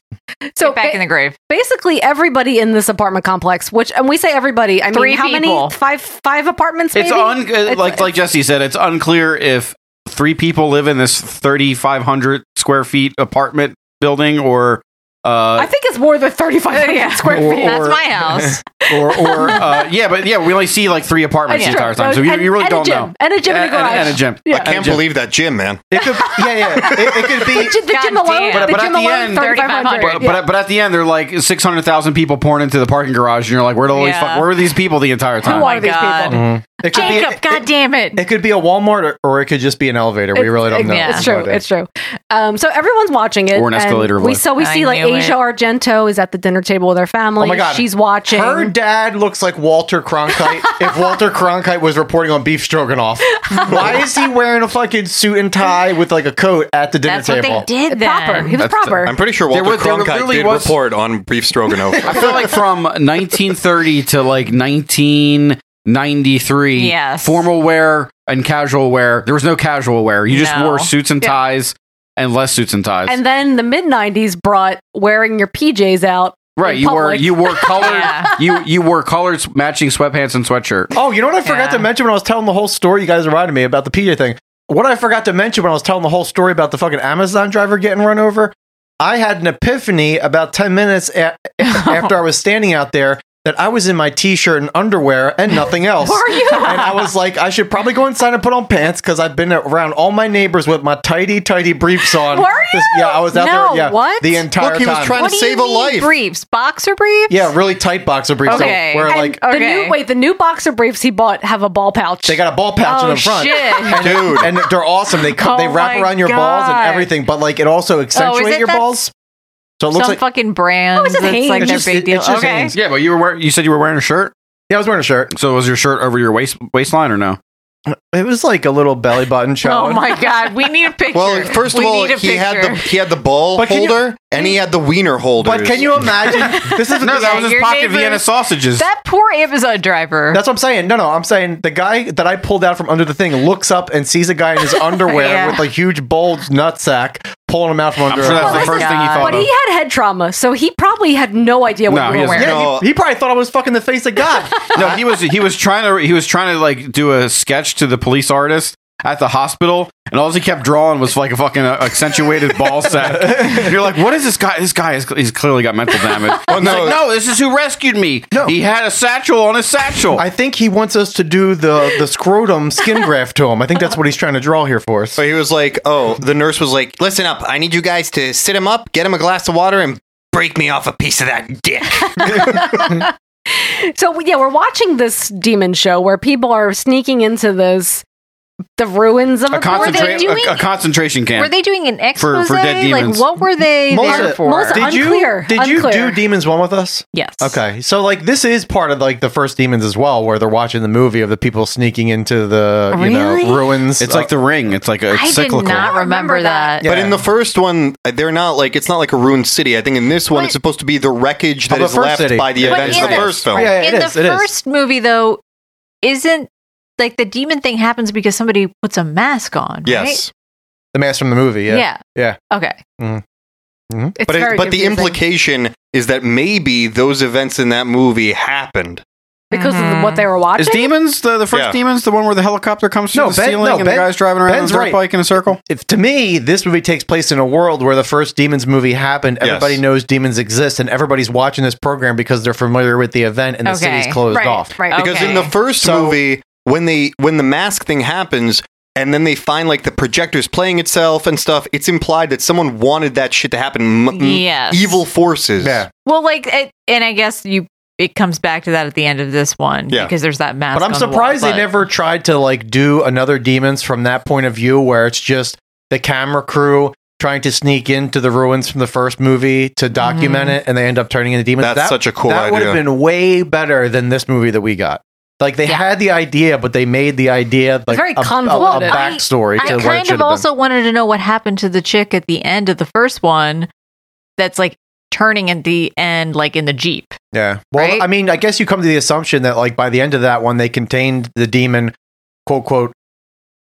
So Get back ba- in the grave. basically everybody in this apartment complex, which and we say everybody, I Three mean how people. many five five apartments maybe? It's un uh, It's- like like Jesse said. It's unclear if three people live in this thirty five hundred square feet apartment building or I uh think it's more than 35 Yeah. square Or- feet. That's or- my house. or or uh, yeah, but yeah, we only see like three apartments the That's entire true. time, so you, And- you really and a don't gym. know. And a gym in the and, and, garage. a gym. Yeah. I can't Yeah. believe that gym, man. It could, yeah, yeah. It, it could the, be. gy- the gym God alone, damn. the But- but gym at the alone, end- 3,500. But- yeah. But, but at the end, they're like six hundred thousand people pouring into the parking garage, and you're like, "Where do all these Yeah. Oh fuck? Where were these people the entire Who time?" are Oh these God. people? It could Jacob, be. God damn it. It could be a Walmart, or, or it could just be an elevator. We It's- really don't know. yeah. It's true. It's true. Um, so everyone's watching it. Or an and escalator of We, life. so we I see like knew Asia it. Argento is at the dinner table with her family. Oh my God. She's watching. Her dad looks like Walter Cronkite. if Walter Cronkite was reporting on beef stroganoff, why is he wearing a fucking suit and tie with like a coat at the dinner That's what table? they did then. proper. He was That's- proper. I'm pretty sure There Walter was- there Cronkite really did was- report on Brief Stroganoff. I feel like from 1930 to like 1993, Yes. formal wear and casual wear. There was no casual wear. You just No. wore suits and ties and less suits and ties. and then the mid 90s brought wearing your PJs out. right, in you wore public. you wore colored Yeah. you you wore colored s- matching sweatpants and sweatshirt. Oh, you know what I forgot Yeah. to mention when I was telling the whole story? You guys reminded me about the PJ thing. What I forgot to mention when I was telling the whole story about the fucking Amazon driver getting run over, I had an epiphany about 10 minutes a- after I was standing out there that I was in my t-shirt and underwear and nothing else. Were you? And I was like, I should probably go inside and put on pants because I've been around all my neighbors with my tidy, tidy briefs on. Were This- yeah, I was out no, there. Yeah, what? the entire time. What do you mean Briefs, boxer briefs. Yeah, really tight boxer briefs. so Okay. where And- like The new wait, the new boxer briefs he bought have a ball pouch. They got a ball pouch oh, in the front, Shit. And, and they're awesome. They cut, they Oh wrap my around your balls God. Oh, and everything, but like it also accentuates it your that balls. So it looks Some like fucking brand. Oh, that's like their big deal. Okay. Yeah, but you were wearing, you said you were wearing a shirt. Yeah, I was wearing a shirt. So was your shirt over your waist waistline or no? It was like a little belly button show. Oh my god, we need a picture. Well, first of We all, need a he had picture. the he had the ball But can you- holder and he had the wiener holder. But can you imagine? This is No, that was his your pocket neighbor- Vienna sausages. That poor Amazon driver. That's what I'm saying. No, no, I'm saying the guy that I pulled out from under the thing looks up and sees a guy in his underwear Yeah. with a huge bulge nutsack pulling him out from under. sure a- that's the Oh Well, first listen, thing he thought But he had head trauma, so he probably had no idea what No, you he were doesn't wearing. know. He probably thought I was fucking the face of God. no, he was he was trying to he was trying to like do a sketch to the police artist at the hospital, and all he kept drawing was like a fucking uh, accentuated ball sack. And you're like, what is this guy? This guy is he's clearly got mental damage. Well, He's no. like, no, this is who rescued me. No, he had a satchel on his satchel. I think he wants us to do the the scrotum skin graft to him. I think that's what he's trying to draw here for us. So he was like, "Oh, the nurse was like, listen up. I need you guys to sit him up, get him a glass of water, and break me off a piece of that dick." So yeah, we're watching this demon show where people are sneaking into this the ruins of a, concentra- Were they doing- a, a concentration camp. Were they doing an For- expose? for dead like demons. what were they Melissa, there for? did unclear. you did you unclear. do Demons One with us? Yes. Okay, so like this is part of like the first Demons as well, where they're watching the movie of the people sneaking into the you Really? know ruins. Uh, It's like the ring. It's like a it's I cyclical. did not remember that. But in the first one, uh, they're not like it's not like a ruined city. I think in this one, it's supposed to be the wreckage that the is first left city. by the But events in of the the- first film. Yeah, it in is, the it is. first movie though, isn't like the demon thing happens because somebody puts a mask on. Yes. the mask from the movie. Yeah, Yeah. yeah. Right? Okay. Mhm. Mhm. It's but very but the confusing. implication is that maybe those events in that movie happened. because of what they were watching. Is demons the, the first Yeah. demons the one where the helicopter comes through No, the Ben- ceiling no, and Ben- the guy's driving around Ben's on a dirt right. bike in a circle? If to me, this movie takes place in a world where the first Demons movie happened. Yes. Everybody knows demons exist, and everybody's watching this program because they're familiar with the event and the Okay. city's closed Right, off. right. Because Okay. in the first movie, when they when the mask thing happens and then they find like the projectors playing itself and stuff, it's implied that someone wanted that shit to happen. M- m- Yes. Evil forces. Yeah. Well, like, it, and I guess you it comes back to that at the end of this one Yeah. because there's that mask. But I'm on the wall, surprised but- they never tried to like do another demons from that point of view, where it's just the camera crew trying to sneak into the ruins from the first movie to document Mm-hmm. Mhm. it, and they end up turning into demons. That's such a cool That would have idea. been way better than this movie that we got. Like they had the idea, but they made the idea like very a, a- a convoluted. Well, I- backstory I to what it kind should of have also wanted to know what happened to the chick at the end of the first one. That's like turning at the end, like in the jeep. been. Yeah. Well, Right? I mean, I guess you come to the assumption that like by the end of that one, they contained the demon, quote quote.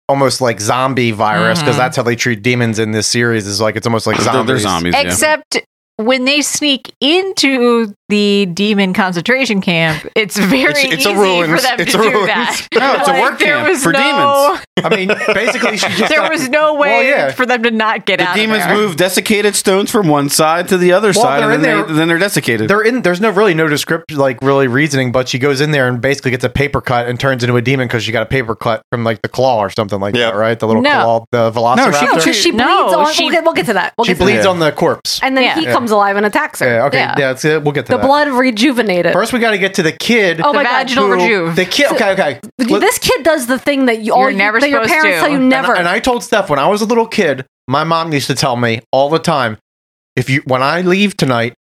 Almost like zombie virus because Mm-hmm. Mhm. that's how they treat demons in this series. Is like it's almost like They're- they're zombies. zombies, yeah. Except when they sneak into the demon concentration camp, it's very It's- it's a easy ruins. for them It's to a do ruins. that. No, it's a work there camp was for demons. I mean, basically, she just there got- was no way Well, yeah. for them to not get The out. demons of there. move desiccated stones from one side to the other Well, side, they're and then, in there- they, then they're desiccated. They're in. There's no really no descript like really reasoning, but she goes in there and basically gets a paper cut and turns into a demon because she got a paper cut from like the claw or something like that, right? The little No. claw, the No, velociraptor. she, she bleeds No, on. she- we'll, get, we'll get to that. We'll She get to that. bleeds on the corpse. and then he Yeah. comes alive and attacks her. Yeah, okay, yeah, that's it. We'll get to the that. blood rejuvenated. First, we got to get to the kid. Oh The my God. vaginal who- rejuve. The kid. Okay, okay. Let- this kid does the thing that Oh, you all You're never that your supposed parents to. tell you never. And, and I told Steph when I was a little kid, my mom used to tell me all the time, if you when I leave tonight,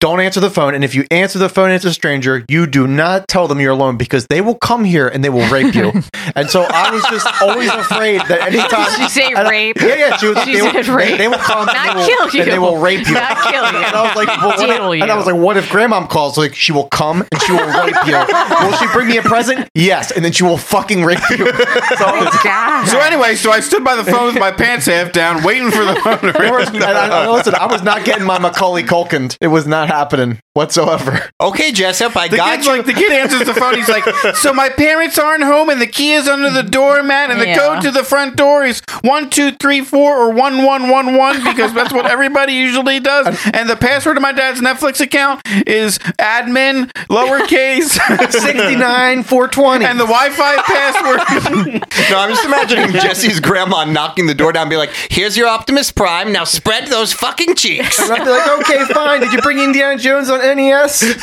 don't answer the phone. And if you answer the phone and it's a stranger, you do not tell them you're alone because they will come here and they will rape you. and so I was just always afraid that anytime Did she say and I- rape? yeah, yeah, she, was, She they, said will, rape. They, they will come Not and, they will, kill you. and they will rape you. Not kill you. And I was like, well, what Deal if, and I you. was like, what if grandmom calls? Like, she will come and she will rape you. will she bring me a present? Yes, and then she will fucking rape you. So, so anyway, so I stood by the phone with my pants half down, waiting for the phone to and I, I- listen, I was not getting my Macaulay Culkin. It was not happening. whatsoever. Okay, Jessup, I The got kid's you. like- the kid answers the phone, he's like, So my parents aren't home, and the key is under the doormat, and the Yeah. code to the front door is one two three four or one one one one because that's what everybody usually does. And the password to my dad's Netflix account is admin lowercase 69 420. And the Wi-Fi password. no, I'm just imagining Jesse's grandma knocking the door down, and be like, "Here's your Optimus Prime. Now spread those fucking cheeks." And I'd be like, okay, fine. Did you bring Indiana Jones on NES?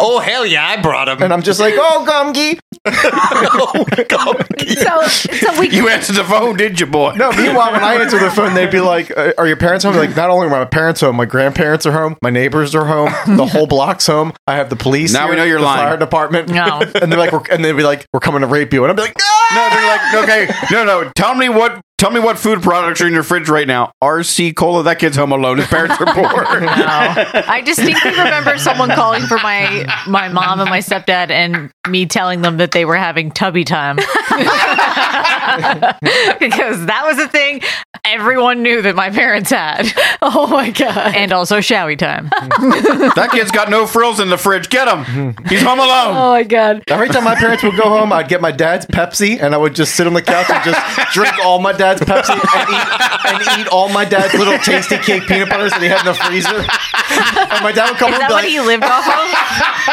oh hell yeah, I brought him. And I'm just like, oh, Gumgi. Oh, So, so we you answered the phone, did you, boy? No, meanwhile, when I answer the phone, they'd be like, "Uh, are your parents home? Like, not only are my parents home, my grandparents are home, my neighbors are home, the whole block's home. I have the police. Now we know you're the lying. Fire department. No. and they're like, we're, and they'd be like, we're coming to rape you. And I'd be like, No, they're like, okay, no, no. Tell me what, tell me what food products are in your fridge right now. RC cola. That kid's home alone. His parents are poor. I distinctly remember someone calling for my my mom and my stepdad, and me telling them that they were having tubby time because that was a thing everyone knew that my parents had. Oh my god! And also showy time. that kid's got no frills in the fridge. Get him. He's home alone. Oh my god! Every time my parents would go home, I'd get my dad's Pepsi and I would just sit on the couch and just drink all my dad's Pepsi and eat, and eat "Ah!" all my dad's little tasty cake peanut butters that he had in the freezer. And my dad would come Is home and that be what like, he lived off of?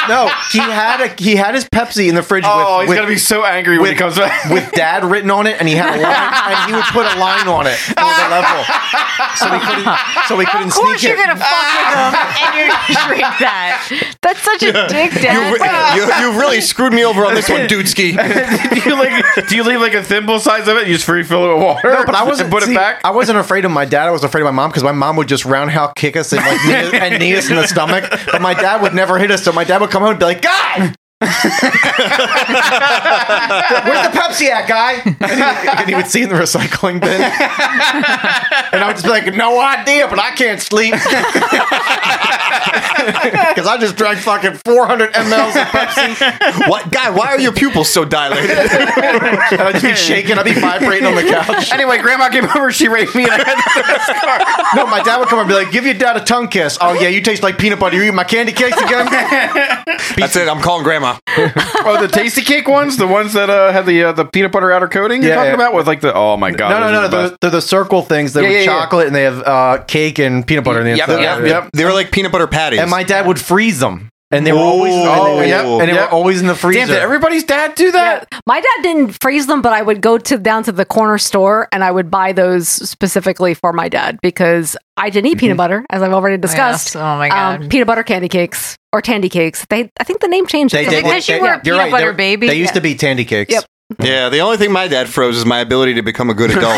no, he had a he had his Pepsi in the fridge. Oh, with, he's with- gonna be so angry when he comes back. with dad written on it, and he had a line, and he would put a line on it for the level, so we couldn't so we couldn't Of course, sneak you're it. gonna fuck with Ah! them and you're gonna drink that. That's such a dick, Dad. You, re- you, you really screwed me over on this one, Dudeski. do you like? Do you leave like a thimble size of it? You just refill it with water. No, but I wasn't. and put see, it back. I wasn't afraid of my dad. I was afraid of my mom because my mom would just roundhouse kick us and like knee, us- and knee us in the stomach. But my dad would never hit us. So my dad would come home and be like, "God, where's the Pepsi at, guy?" And he, and he would see in the recycling bin, and I would just be like, "No idea, but I can't sleep because I just drank fucking 400 mLs of Pepsi." What guy? Why are your pupils so dilated? and I'd just be shaking. I'd be vibrating on the couch. Anyway, Grandma came over. She raped me, and I had No, my dad would come and be like, "Give your dad a tongue kiss." Oh yeah, you taste like peanut butter. You eat my candy cakes again. That's it. I'm calling grandma. oh the tasty cake ones, the ones that uh, had the uh, the peanut butter outer coating. You're Yeah, talking yeah. about with like the oh my god. no, no, those no, are no. the They're, best. they're the circle things. They're Yeah, with yeah, yeah. chocolate and they have uh, cake and peanut butter in the Yep, inside. yep, yep. They were like peanut butter patties. And my dad would freeze them, and they were always and they, Oh, and- yep, and they yep. were always in the freezer. everybody's dad do that? My dad didn't freeze them, but I would go to down to the corner store and I would buy those specifically for my dad because I didn't eat Mm-hmm. peanut butter, as I've already discussed. Um, Yes. Oh my God. peanut butter candy cakes or tandy cakes. They, I think the name changed. They- Is they- it because they- you were a you're peanut right, they butter were- baby. They used to be tandy cakes. Yep. Yeah, the only thing my dad froze is my ability to become a good adult.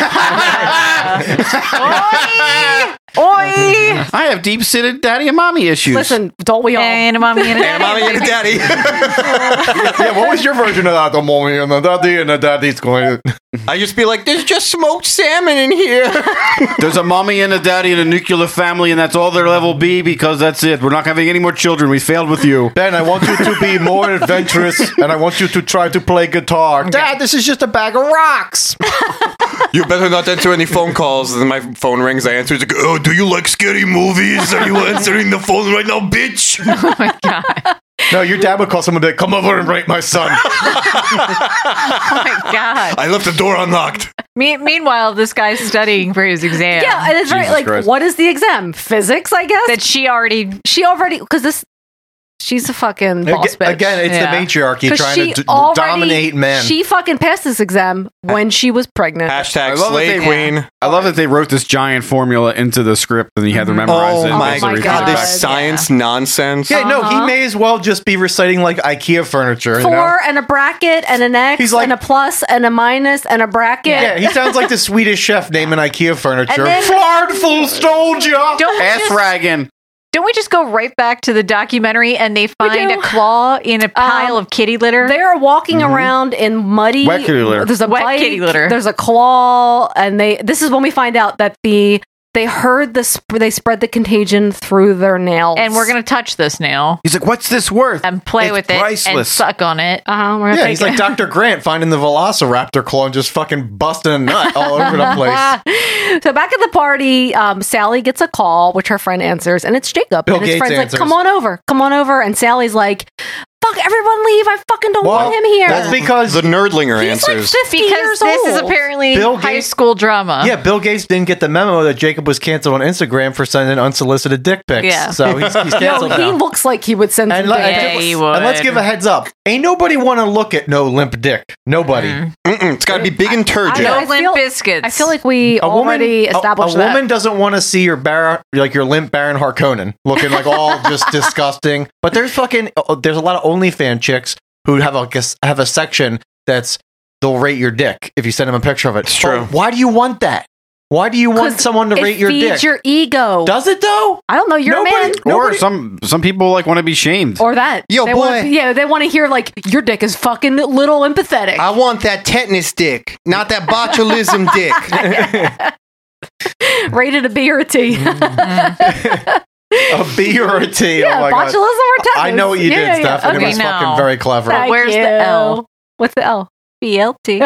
Oi! I have deep seated daddy and mommy issues. Listen, don't we all? And a mommy and a And mommy and daddy. yeah, what was your version of that? The mommy and the daddy and the daddy's going. I just be like, there's just smoked salmon in here. There's a mommy and a daddy and a nuclear family, and that's all their level B because that's it. We're not having any more children. We failed with you. Ben, I want you to be more adventurous, and I want you to try to play guitar. Dad, this is just a bag of rocks. You better not answer any phone calls. Then my phone rings. I answer. It's like, oh, do you like scary movies? Are you answering the phone right now, bitch? No, your dad would call someone to come over and rape my son. Oh my god. I left the door unlocked. Me- meanwhile, this guy's studying for his exam. Yeah, and it's very Jesus like, Christ. what is the exam? Physics, I guess. that she already. she already because this, she's a fucking boss Aga- bitch. Again, it's Yeah. the matriarchy 'Cause trying she to d- already- dominate men. She fucking passed this exam when she was pregnant. I Hashtag love that slay they- queen. I love that they wrote this giant formula into the script and you had to memorize Oh it. my It's a god, reflex. this science nonsense. yeah, no, Uh-huh. he may as well just be reciting like IKEA furniture. Four you know? and a bracket and an X He's like- and a plus and a minus and a bracket. Yeah, he sounds like the Swedish chef naming IKEA furniture. And then- Flardful Stolja! Don't we Ass just- ragging. Don't we just go right back to the documentary and they find do. a claw in a pile Um, of kitty litter? They are walking around in muddy Mm-hmm. Wet kitty litter. There's a Wet bike, kitty litter. There's a claw, and they. This is when we find out that the they heard the sp- they spread the contagion through their nails, and we're gonna touch this now He's like, what's this worth? and play It's with it and priceless. suck on it. Uh-huh, we're gonna Yeah, take he's it. like Dr. Grant finding the velociraptor claw and just fucking busting a nut all over the place. So back at the party, um, Sally gets a call, which her friend answers, and it's Jacob. Bill and his Gates friend's answers. like, "Come on over, come on over," and Sally's like, "Fuck everyone, leave! I fucking don't want him here." That's because the nerdlinger answers. because years this is old. apparently Bill high Gates- school drama. Yeah, Bill Gates didn't get the memo that Jacob was canceled on Instagram for sending unsolicited dick pics. Yeah. So he's, he's canceled no, he now. looks like he would send. And, some let, dick and- pics. and let's give a heads up. Ain't nobody want to look at no limp dick. Nobody. Mm-mm, it's got to be big and turgid. I limp feel- biscuits. I feel like we already a- established a, that. woman doesn't want to see your Bar- like your limp Baron Harkonnen looking like all just disgusting. But there's fucking oh, there's a lot of OnlyFan chicks who have like a, have a section that's they'll rate your dick if you send them a picture of it. It's true. why do you want that? Why do you want 'Cause someone to it rate your feeds dick? your ego. Does it though? I don't know. You're a man. or some some people like want to be shamed. Or that. Yo, they wanna- boy. yeah, they want to hear like your dick is fucking little and pathetic. I want that tetanus dick, not that botulism dick. Rated a B or a T. Mm, a B or a T? Yeah, oh my botulism or God. I know what you tetanus. Yeah, did, yeah, yeah. Stephanie. it Okay, was no. fucking very clever. Thank Where's the you. L? What's the L? BLT.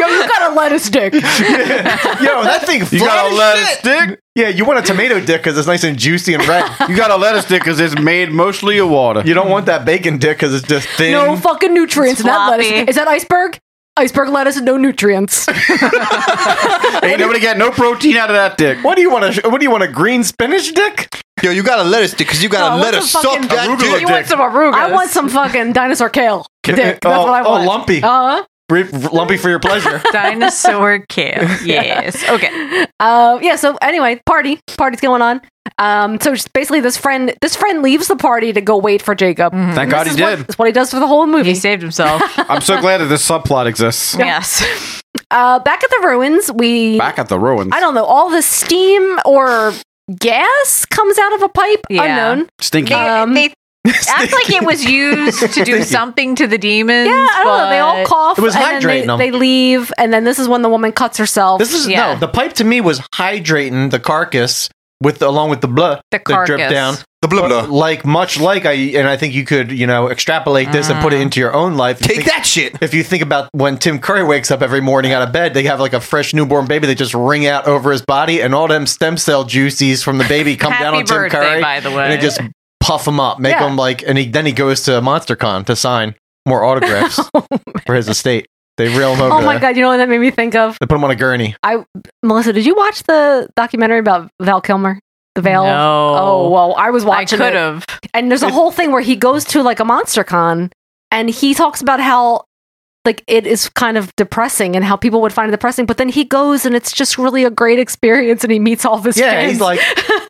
Yo, you got a lettuce dick. Yo, that thing You got a lettuce dick? Yeah, you want a tomato dick because it's nice and juicy and red. you got a lettuce dick because it's made mostly of water. You don't want that bacon dick because it's just thin. No fucking nutrients in that lettuce. Is that iceberg? Iceberg lettuce, no nutrients. Ain't nobody got no protein out of that dick. What do you want? A, what do you want? A green spinach dick? Yo, you got a lettuce dick because you got No, I a want lettuce some suck Oh, fucking- that You dick. want some arugas. I want some fucking dinosaur kale dick. That's Oh, what I oh, want. lumpy. Uh-huh. Re- lumpy for your pleasure. Dinosaur kale. Yes. Okay. Uh, yeah. So anyway, party, party's going on. Um, so just basically, this friend, this friend leaves the party to go wait for Jacob. Thank And God this he is what- did. That's what he does for the whole movie. He Mm-hmm. saved himself. I'm so glad that this subplot exists. yes. Uh, back at the ruins, we Back at the ruins. I don't know. All the steam or gas comes out of a pipe, Yeah. unknown. Stinky. They, they act like it was used to do Stinky. something to the demons. Yeah, I don't know. They all but- cough. It was and then hydrating them. they, they leave, and then this is when the woman cuts herself. This is no. The pipe to me was hydrating the carcass with along with the blood The that carcass. dripped down. The blah blah. Like much like I and I think you could you know extrapolate this and Mm. put it into your own life. Take that shit. If you think about when Tim Curry wakes up every morning out of bed, they have like a fresh newborn baby that just wring out over his body, and all them stem cell juices from the baby come down Happy on Tim birthday, Curry, by the way. and it just puff him up, make Yeah. him like, and he then he goes to MonsterCon to sign more autographs Oh, for his estate. They reel him over. Oh my there. god! You know what that made me think of? They put him on a gurney. I Melissa, did you watch the documentary about Val Kilmer? The Veil. No. Oh well, I was watching. it. could've. And there's a whole thing where he goes to like a monster con, and he talks about how like it is kind of depressing and how people would find it depressing. But then he goes and it's just really a great experience, and he meets all of his Yeah, friends. he's like,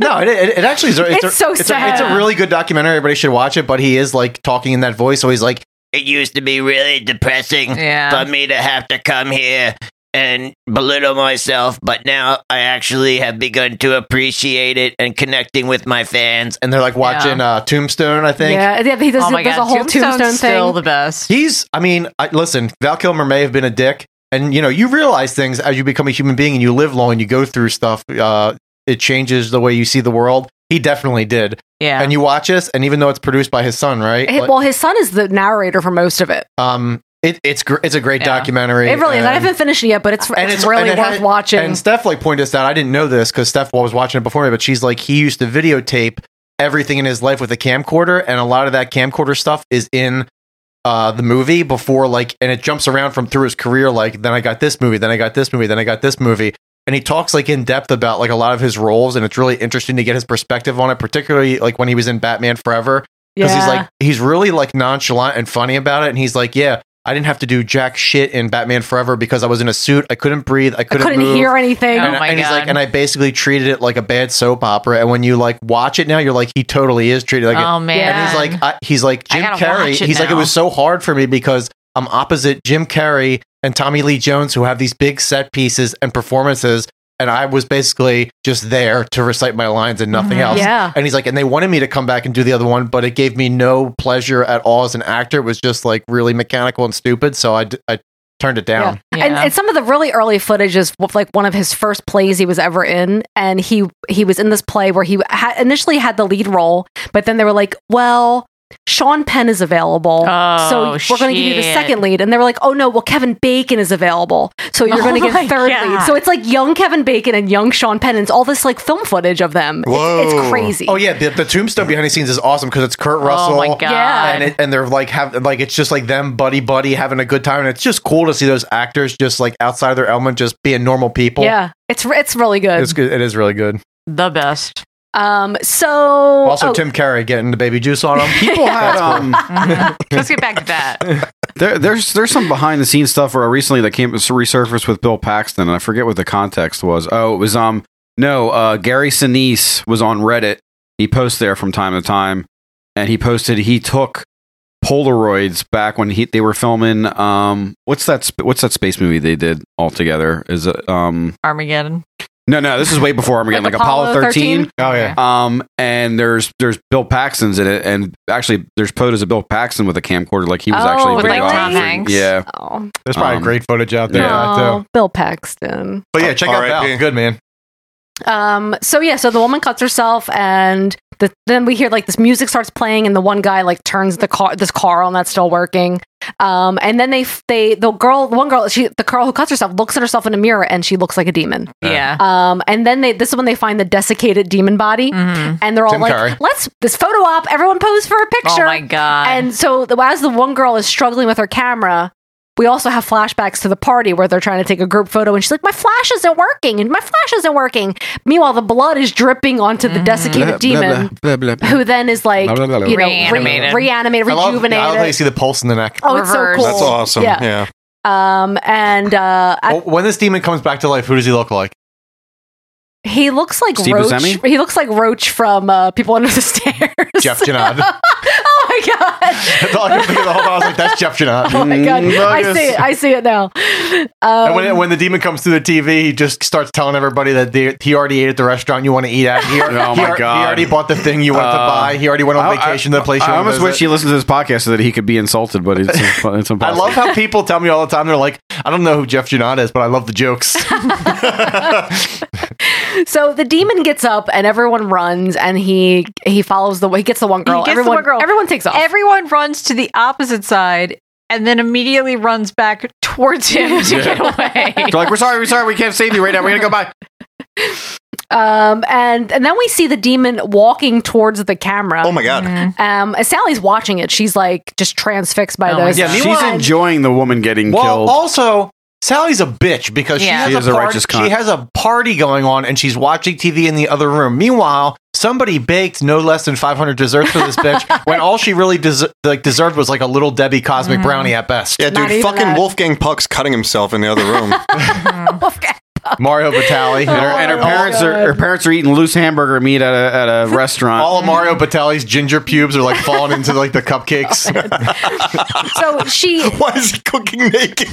no, it, it, it actually is. It's a, so it's A, sad. it's a really good documentary. Everybody should watch it. But he is like talking in that voice, so he's like, It used to be really depressing Yeah. for me to have to come here and belittle myself, but now I actually have begun to appreciate it and connecting with my fans. and they're like watching Yeah. uh, Tombstone. I think. yeah, yeah, he does. Oh my there's God, a whole Tombstone's tombstone thing. still the best. He's. I mean, I, listen, Val Kilmer may have been a dick, and you know, you realize things as you become a human being and you live long and you go through stuff. Uh, it changes the way you see the world. He definitely did. Yeah. And you watch this, and even though it's produced by his son, right? Hey, Like, well, his son is the narrator for most of it. um, it, it's gr- it's a great documentary. It really is. I and- haven't finished it yet, but it's, it's, it's- really and it worth had- watching. And Steph like pointed this out. I didn't know this because Steph was watching it before me, but she's like, he used to videotape everything in his life with a camcorder, and a lot of that camcorder stuff is in uh, the movie before, like, and it jumps around from through his career. Like, then I got this movie, then I got this movie, then I got this movie, and he talks like in depth about like a lot of his roles, and it's really interesting to get his perspective on it, particularly like when he was in Batman Forever. Because Yeah. he's like he's really like nonchalant and funny about it, and he's like, "Yeah, I didn't have to do jack shit in Batman Forever because I was in a suit. I couldn't breathe. I couldn't, couldn't move. hear anything. And, Oh my and he's like, God. and I basically treated it like a bad soap opera. And when you like watch it now, you're like, he totally is treated like. it. Oh, man. And he's like, I, he's like I Jim gotta Carrey. watch it He's like, it now. was so hard for me because I'm opposite Jim Carrey and Tommy Lee Jones, who have these big set pieces and performances. And I was basically just there to recite my lines and nothing Mhm. else. Yeah. And he's like, and they wanted me to come back and do the other one, but it gave me no pleasure at all as an actor. It was just like really mechanical and stupid. So I, d- I turned it down. And, and some of the really early footage is of, like one of his first plays he was ever in, and he he was in this play where he ha- initially had the lead role, but then they were like, "Well, Sean Penn is available. Oh, so we're going to give you the shit. second lead. And they were like, oh no, well, Kevin Bacon is available. So you're Oh going to get my third God. lead. So it's like young Kevin Bacon and young Sean Penn. And it's all this like film footage of them. It's- It's, crazy. Oh yeah, the, the tombstone behind the scenes is awesome because it's Kurt Russell. Oh my God. Yeah. And it, and they're like have like it's just like them buddy buddy having a good time, and it's just cool to see those actors just like outside of their element, just being normal people. Yeah. It's, it's really good. it's good. It is really good. The best. Um, so. Also, oh, Tim Curry getting the baby juice on him. People had, um, Mm-hmm. Let's get back to that. There, there's there's some behind the scenes stuff where I recently that came resurfaced with Bill Paxton, and I forget what the context was. Oh, it was um no, uh, Gary Sinise was on Reddit. He posts there from time to time, and he posted he took Polaroids back when he they were filming um what's that sp- what's that space movie they did all together is it um Armageddon. no, no, this is way before Armageddon, like, Like Apollo, Apollo 13. 13? Oh, yeah. Um, and there's there's Bill Paxton's in it, and actually there's photos of Bill Paxton with a camcorder, like he was Oh, actually with, like, videographer. Tom Hanks? Yeah, Um, Oh. There's probably great footage out there. no, Yeah, too. Bill Paxton. But yeah, check out that. Good man. Um, so yeah, so the woman cuts herself, and the, then we hear like this music starts playing, and the one guy like turns the car, this car on that's still working. Um, and then they f- they the girl, the one girl, she the girl who cuts herself looks at herself in a mirror, and she looks like a demon. Yeah. Um, and then they this is when they find the desiccated demon body, and they're all Tim like, Curry. "Let's this photo op, everyone pose for a picture." Oh my God. And so the, as the one girl is struggling with her camera. We also have flashbacks to the party where they're trying to take a group photo, and she's like, "My flash isn't working, and my flash isn't working." Meanwhile, the blood is dripping onto Mm-hmm. the desiccated demon, who then is like, Blah, blah, blah, blah. you know, Reanimated. reanimated, reanimated I love, rejuvenated. I love how you see the pulse in the neck. Oh, it's so Reversed. cool. That's awesome. Yeah. yeah. um, and uh, I- Well, when this demon comes back to life, who does he look like? he looks like Steve Roach. Buscemi? He looks like Roach from uh, People Under the Stairs. Jeff Janad. oh my god! That's all I could think of the whole time. I was like, that's Jeff Janad. Oh my Mm, god! I see it. I see it now. Um, and when, when the demon comes through the TV, he just starts telling everybody that they, he already ate at the restaurant you want to eat at. He, Oh my he, He God. already bought the thing you wanted to Uh, buy. He already went on vacation to the place you I wanted almost to wish visit. he listened to this podcast so that he could be insulted, but it's, it's impossible. I love how people tell me all the time, they're like, I don't know who Jeff Janad is, but I love the jokes. so the demon gets up and everyone runs, and he he follows the he gets the one girl. He gets the everyone, one girl. everyone takes off. Everyone runs to the opposite side and then immediately runs back towards him to Yeah. get away. They're like, we're sorry, we're sorry, we can't save you right now. We're gonna go by. Um, and and then we see the demon walking towards the camera. Oh my God. Mm-hmm. Mhm. Um, and Sally's watching it. She's like just transfixed Oh Oh by this. yeah, she's enjoying the woman getting Well, killed. also, Sally's a bitch because Yeah. she, has a, righteous cunt. She has a party going on and she's watching TV in the other room. Meanwhile, somebody baked no less than 500 desserts for this bitch when all she really des- like deserved was like a little Debbie cosmic brownie at best. Yeah, dude, fucking Wolfgang Puck's cutting himself in the other room. Mario Batali. and Oh, her, and her parents are her parents are eating loose hamburger meat at a, at a restaurant. All of Mario Batali's ginger pubes are like falling into like the cupcakes. so she. Why is he cooking naked?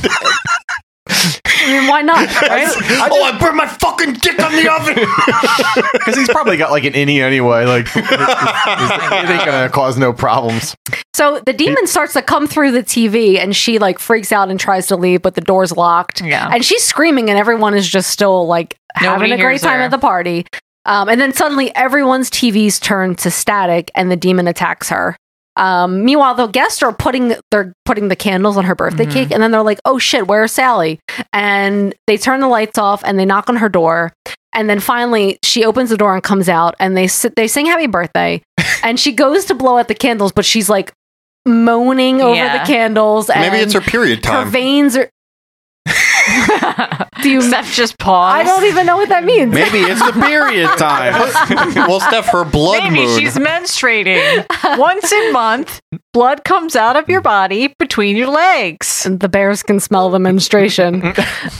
I mean, why not? Right? oh, I burned my fucking dick on the oven. Because he's probably got like an innie anyway. Like, it ain't gonna cause no problems. So the demon starts to come through the TV, and she like freaks out and tries to leave, but the door's locked. Yeah. and she's screaming, and everyone is just still like Nobody having a great hears time her. at the party. Um, and then suddenly, everyone's TVs turn to static, and the demon attacks her. Um, meanwhile, the guests are putting they're putting the candles on her birthday Mhm. cake, and then they're like, "Oh shit, where's Sally?" And they turn the lights off, and they knock on her door. And then finally, she opens the door and comes out, and they sit, they sing "Happy Birthday," and she goes to blow out the candles, but she's like moaning over Yeah. the candles. And Maybe it's her period time. Her veins are. Do you Steph just paused? I don't even know what that means. Maybe it's the period time. well, Steph, her blood Maybe moon. she's menstruating. Once a month, blood comes out of your body between your legs. And the bears can smell the menstruation.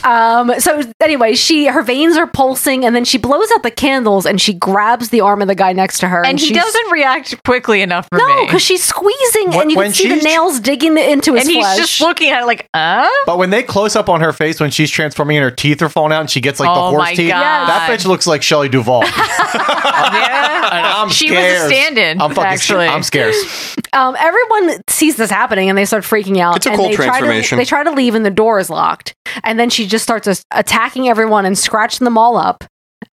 um, so anyway, she her veins are pulsing, and then she blows out the candles, and she grabs the arm of the guy next to her, And he she's- doesn't react quickly enough for No, me. because she's squeezing, When- and you when can see the she's- nails digging into his and he's flesh. just looking at it like, uh? But when they close up on her face when she's transforming and her teeth are falling out and she gets like the Oh horse my teeth, God. that bitch looks like Shelley Duvall. And I'm She was a scared. stand-in, I'm fucking actually. I'm scared. um, everyone sees this happening and they start freaking out. It's a and cool they try to- transformation. they try to leave and the door is locked. And then she just starts as- attacking everyone and scratching them all up.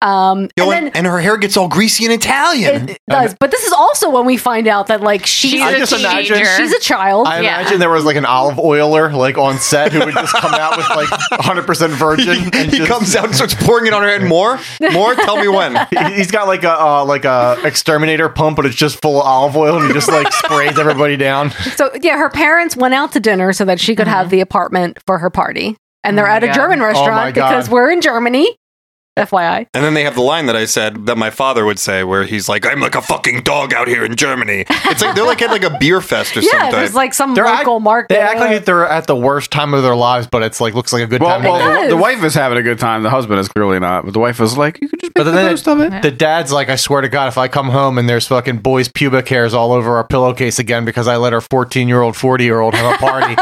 Um, Yo, and, and then and her hair gets all greasy and Italian. it does. But this is also when we find out that like she's She's I a just imagine- teenager. she's a child. I imagine there was like an olive oiler like on set who would just come out with like 100% virgin. And he comes out and starts pouring it on her head more, more. Tell me when. He's got like a uh, like a exterminator pump, but it's just full of olive oil, and he just like sprays everybody down. So yeah, her parents went out to dinner so that she could have Mm-hmm. the apartment for her party, and they're Oh my at a God. German Oh my restaurant God. because we're in Germany. FYI, And then they have the line that I said that my father would say, where he's like, "I'm like a fucking dog out here in Germany." It's like they're like at like a beer fest or yeah, something. there's like some They're local market. They act like they're at the worst time of their lives, but it's like looks like a good Well, time. to well, go. the- the wife is having a good time. The husband is clearly not. But the wife is like, you could just make But the then most of it. the dad's like, I swear to God, if I come home and there's fucking boys' pubic hairs all over our pillowcase again because I let our 14 year old, 40 year old have a party,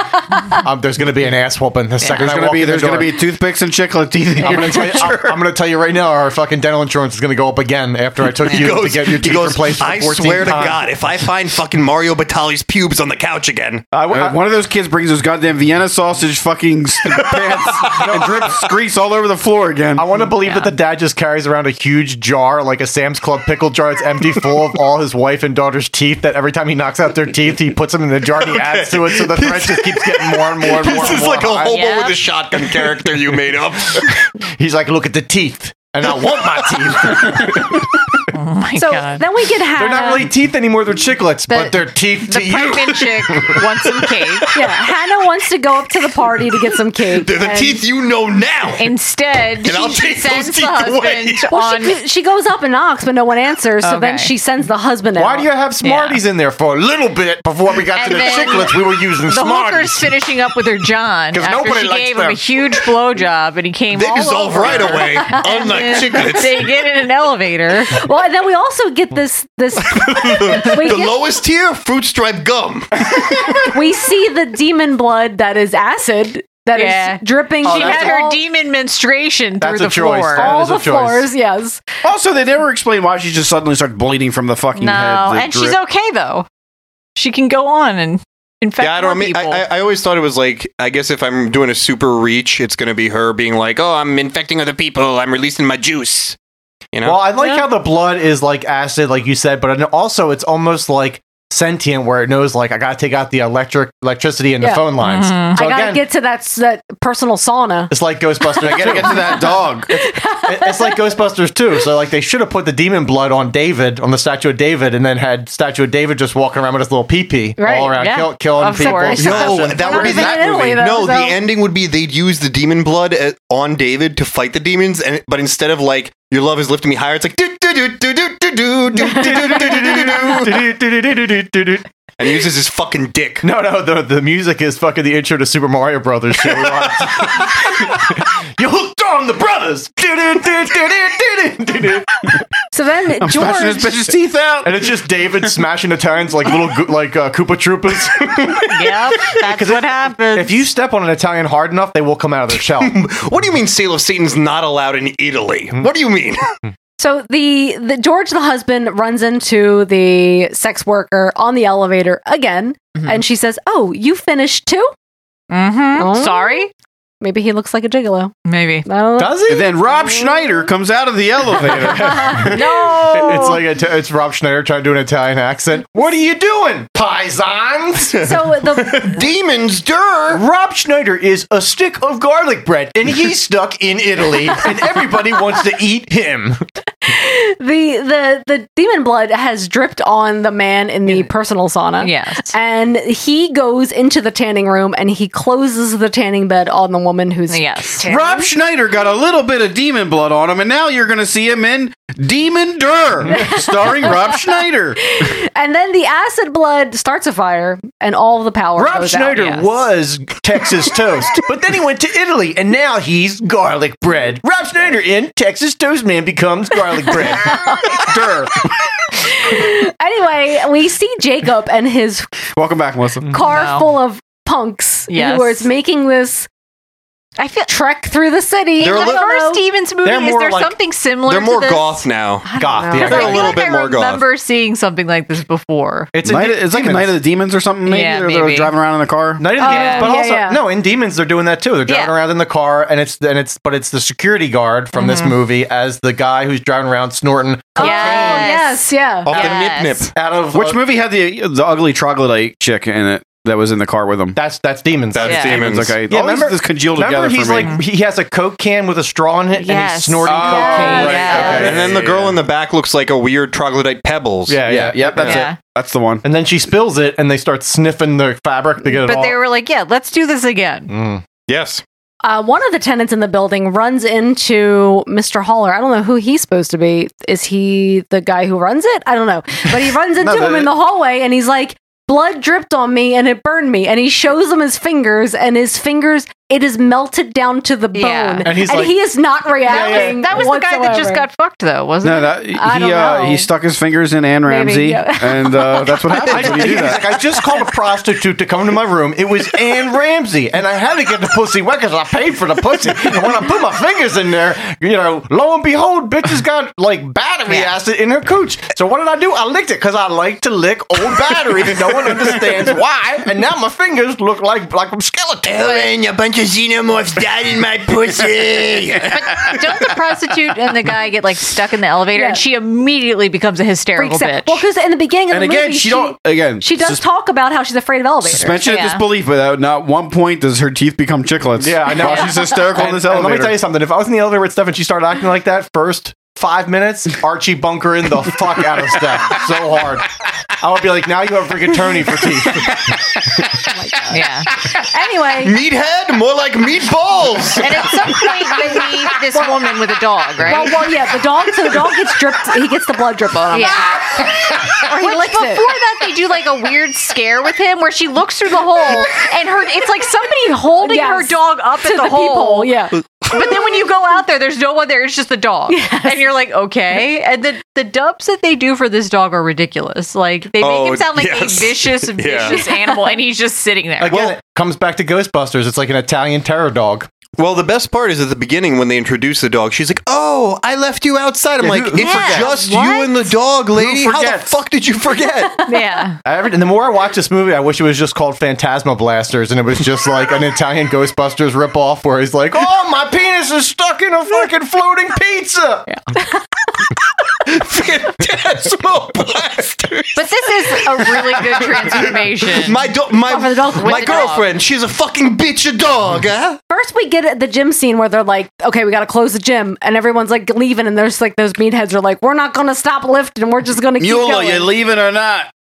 um, there's going to be an ass whooping the second There's I gonna walk be in the there's gonna door. be toothpicks and chiclet teeth. in I'm your gonna, tell you, future. I- I'm gonna tell you right now, our fucking dental insurance is gonna go up again after I took He you to goes- get your he teeth goes, replaced. For I 14 swear to times." God, if I find fucking Mario Batali's pubes on the couch again, Uh, one of those kids brings those goddamn Vienna sausage fucking s- pants and drips grease all over the floor again. I want to believe that the dad just carries around a huge jar, like a Sam's Club pickle jar. It's empty, full of all his wife and daughter's teeth. That every time he knocks out their teeth, he puts them in the jar and he adds to it, so the thread just keeps getting more and more and more. this and is more like a high. hobo with a shotgun character you made up. He's like, look at the teeth, and I want my teeth. so then we get Hannah. they're not really teeth anymore; they're chiclets, but they're teeth to the you. pregnant chick wants some cake. yeah, Hannah wants to go up to the party to get some cake. They're the teeth you know now. Instead, And I'll she take those sends the teeth husband away. Well, on. she, she goes up and knocks, but no one answers. So then Okay. she sends the husband out. Why do you have Smarties in there for a little bit before we got And to the then chiclets? We were using the Smarties. hooker's finishing up with her John 'Cause after nobody she likes gave him them. a huge blowjob, and he came They all dissolve over right her. away, And unlike then chiclets. They get in an elevator. Well, and then we also get this this we, the get- lowest tier, fruit stripe gum. we see the demon blood that is acid that is Yeah. dripping. she had her Oh, all- demon menstruation That's through the a choice. floor. That all is a the choice. floors. Yes, Also, they never explain why she just suddenly starts bleeding from the fucking No, head. that and she's drip. okay though. She can go on and infect Yeah, I more don't mean. people. I, I I always thought it was like. I guess if I'm doing a super reach, it's going to be her being like, "Oh, I'm infecting other people. I'm releasing my juice." You know. Well, I like how the blood is like acid, like you said, but I know- also it's almost like sentient, where it knows like I gotta take out the electric electricity and Yeah. Mm-hmm. the phone lines. So I gotta again, get to that that personal sauna. it's like Ghostbusters. I gotta get to that dog. It- it's like Ghostbusters too. So like they should have put the demon blood on David, on the statue of David, and then had statue of David just walking around with his little pee pee Right, all around, yeah. kill, killing Of people. course. No, that would be that movie. no, the ending would be they'd use the demon blood at, on David to fight the demons, and but instead of like your love is lifting me higher, it's like do do do do do do do do do do do do do. And he uses his fucking dick. No, no, the, the music is fucking the intro to Super Mario Brothers shit. We watched. you hooked on the brothers. So then I'm George, smashing this bitch's teeth out, and it's just David smashing Italians like little go- like uh, Koopa Troopas. yep, that's what happens. If you step on an Italian hard enough, they will come out of their shell. what do you mean Sale of Satan's not allowed in Italy? Hmm. What do you mean? So the the George the husband runs into the sex worker on the elevator again, Mm-hmm. and she says, "Oh, you finished too? Oh. Mm-hmm. Sorry. Maybe he looks like a gigolo. Maybe No, And then Rob Schneider comes out of the elevator. no. It's like a t- it's Rob Schneider trying to do an Italian accent. What are you doing, paisans? So the demons, dur. Rob Schneider is a stick of garlic bread, and he's stuck in Italy, and everybody wants to eat him. the the the demon blood has dripped on the man in the personal sauna. Yes. And he goes into the tanning room and he closes the tanning bed on the woman who's yes. Rob Schneider got a little bit of demon blood on him, and now you're going to see him in Demon Dur, starring Rob Schneider. And then the acid blood starts a fire and all the power Rob goes Schneider out. was Texas toast, but then he went to Italy, and now he's garlic bread. Rob Schneider in Texas Toast Man becomes garlic bread. Durr. anyway, we see Jacob and his Welcome back, Melissa. car full of punks Yes. who is making this I feel trek through the city. They're In a the little- first Stevens movie, They're is more there like- something similar? They're to more this? goth now. Goth, yeah. They're a little bit more I goth. remember seeing something like this before. It's Night- it's like a Night of the Demons or something. Maybe, Yeah, or they're maybe. driving around in the car. Night of the Oh, Demons, yeah. but Yeah, also yeah. no, in Demons they're doing that too. They're driving Yeah. around in the car, and it's and it's but it's the security guard from this Mhm. movie as the guy who's driving around snorting. Oh, yes, yeah. Out of uh, Which movie had the the ugly troglodyte chick in it that was in the car with him? That's that's demons. That's Yeah. demons. Demons. Okay. Yeah, All these- remember- this congealed Remember, together he's for me. like he has a coke can with a straw in it, and he's Yes. snorting Oh, cocaine. right, Yeah. okay. And then the girl in the back looks like a weird troglodyte pebbles. Yeah, yeah, yep, that's Yeah. it. That's the one. And then she spills it, and they start sniffing the fabric to get it But all. they were like, "Yeah, let's do this again." Mm. Yes. Uh, one of the tenants in the building runs into Mr. Haller. I don't know who he's supposed to be. Is he the guy who runs it? I don't know. But he runs into No, him in the- the hallway and he's like, blood dripped on me and it burned me. And he shows him his fingers and his fingers, it is melted down to the bone. And he's like- he is not That was, reacting. that was the guy that just whatsoever. got fucked, though, wasn't no, it? that he I don't uh, know. he stuck his fingers in Anne Maybe, Ramsey, yeah. and uh, that's what happens when you do He's that. like, I just called a prostitute to come to my room. It was Ann Ramsey, and I had to get the pussy wet because I paid for the pussy. And when I put my fingers in there, you know, lo and behold, bitch has got like battery acid in her cooch. So what did I do? I licked it because I like to lick old battery. no one understands why, and now my fingers look like like I'm skeleton. Ellen, a bunch of xenomorphs died in my pussy. Don't the prostitute and the guy get like stuck in the elevator, and she immediately becomes a hysterical freaks out. bitch. Well, because in the beginning of And the again, movie, she don't- again, she does sus- talk about how she's afraid of elevators. Suspension of disbelief, but at not one point does her teeth become chiclets. Yeah, I know. While She's hysterical in And- this and elevator. Let me tell you something. If I was in the elevator with Steph and she started acting like that first five minutes, Archie bunkering the fuck out of Steph so hard. I would be like, now you have freaking Tony for teeth. yeah. anyway, meathead, more like meatballs. And at some point, they meet this woman with a dog, right? Well, well, yeah, the dog. So the dog gets dripped. He gets the blood drip on him. Yeah. Or he Which licks before it. that, they do like a weird scare with him, where she looks through the hole, and her it's like somebody holding her Yes. dog up To at the, the hole. peephole, yeah. But then when you go out there, there's no one there. It's just the dog, and you're like, okay. And the the dubs that they do for this dog are ridiculous. Like they make Oh, him sound like yes. a vicious, Yeah. vicious animal, and he's just sitting there. Again, it comes back to Ghostbusters. It's like an Italian terror dog. Well, the best part is at the beginning when they introduce the dog, she's like, "Oh, I left you outside." I'm Yeah, like, who- who "It's forgets? just you What? and the dog, Who lady. How the forgets? fuck did you forget?" yeah. Every, and the more I watch this movie, I wish it was just called Phantasma Blasters, and it was just like an Italian Ghostbusters ripoff where he's like, "Oh, my penis is stuck in a fucking floating pizza." Phantasmal blasters. But this is a really good transformation. My do- my With my the dog. girlfriend, she's a fucking bitch, a dog, eh? huh? First, we get the gym scene where they're like, "Okay, we got to close the gym," and everyone's like leaving, and there's like those meatheads are like, "We're not going to stop lifting. We're just going to keep Mueller, you going." leaving or not?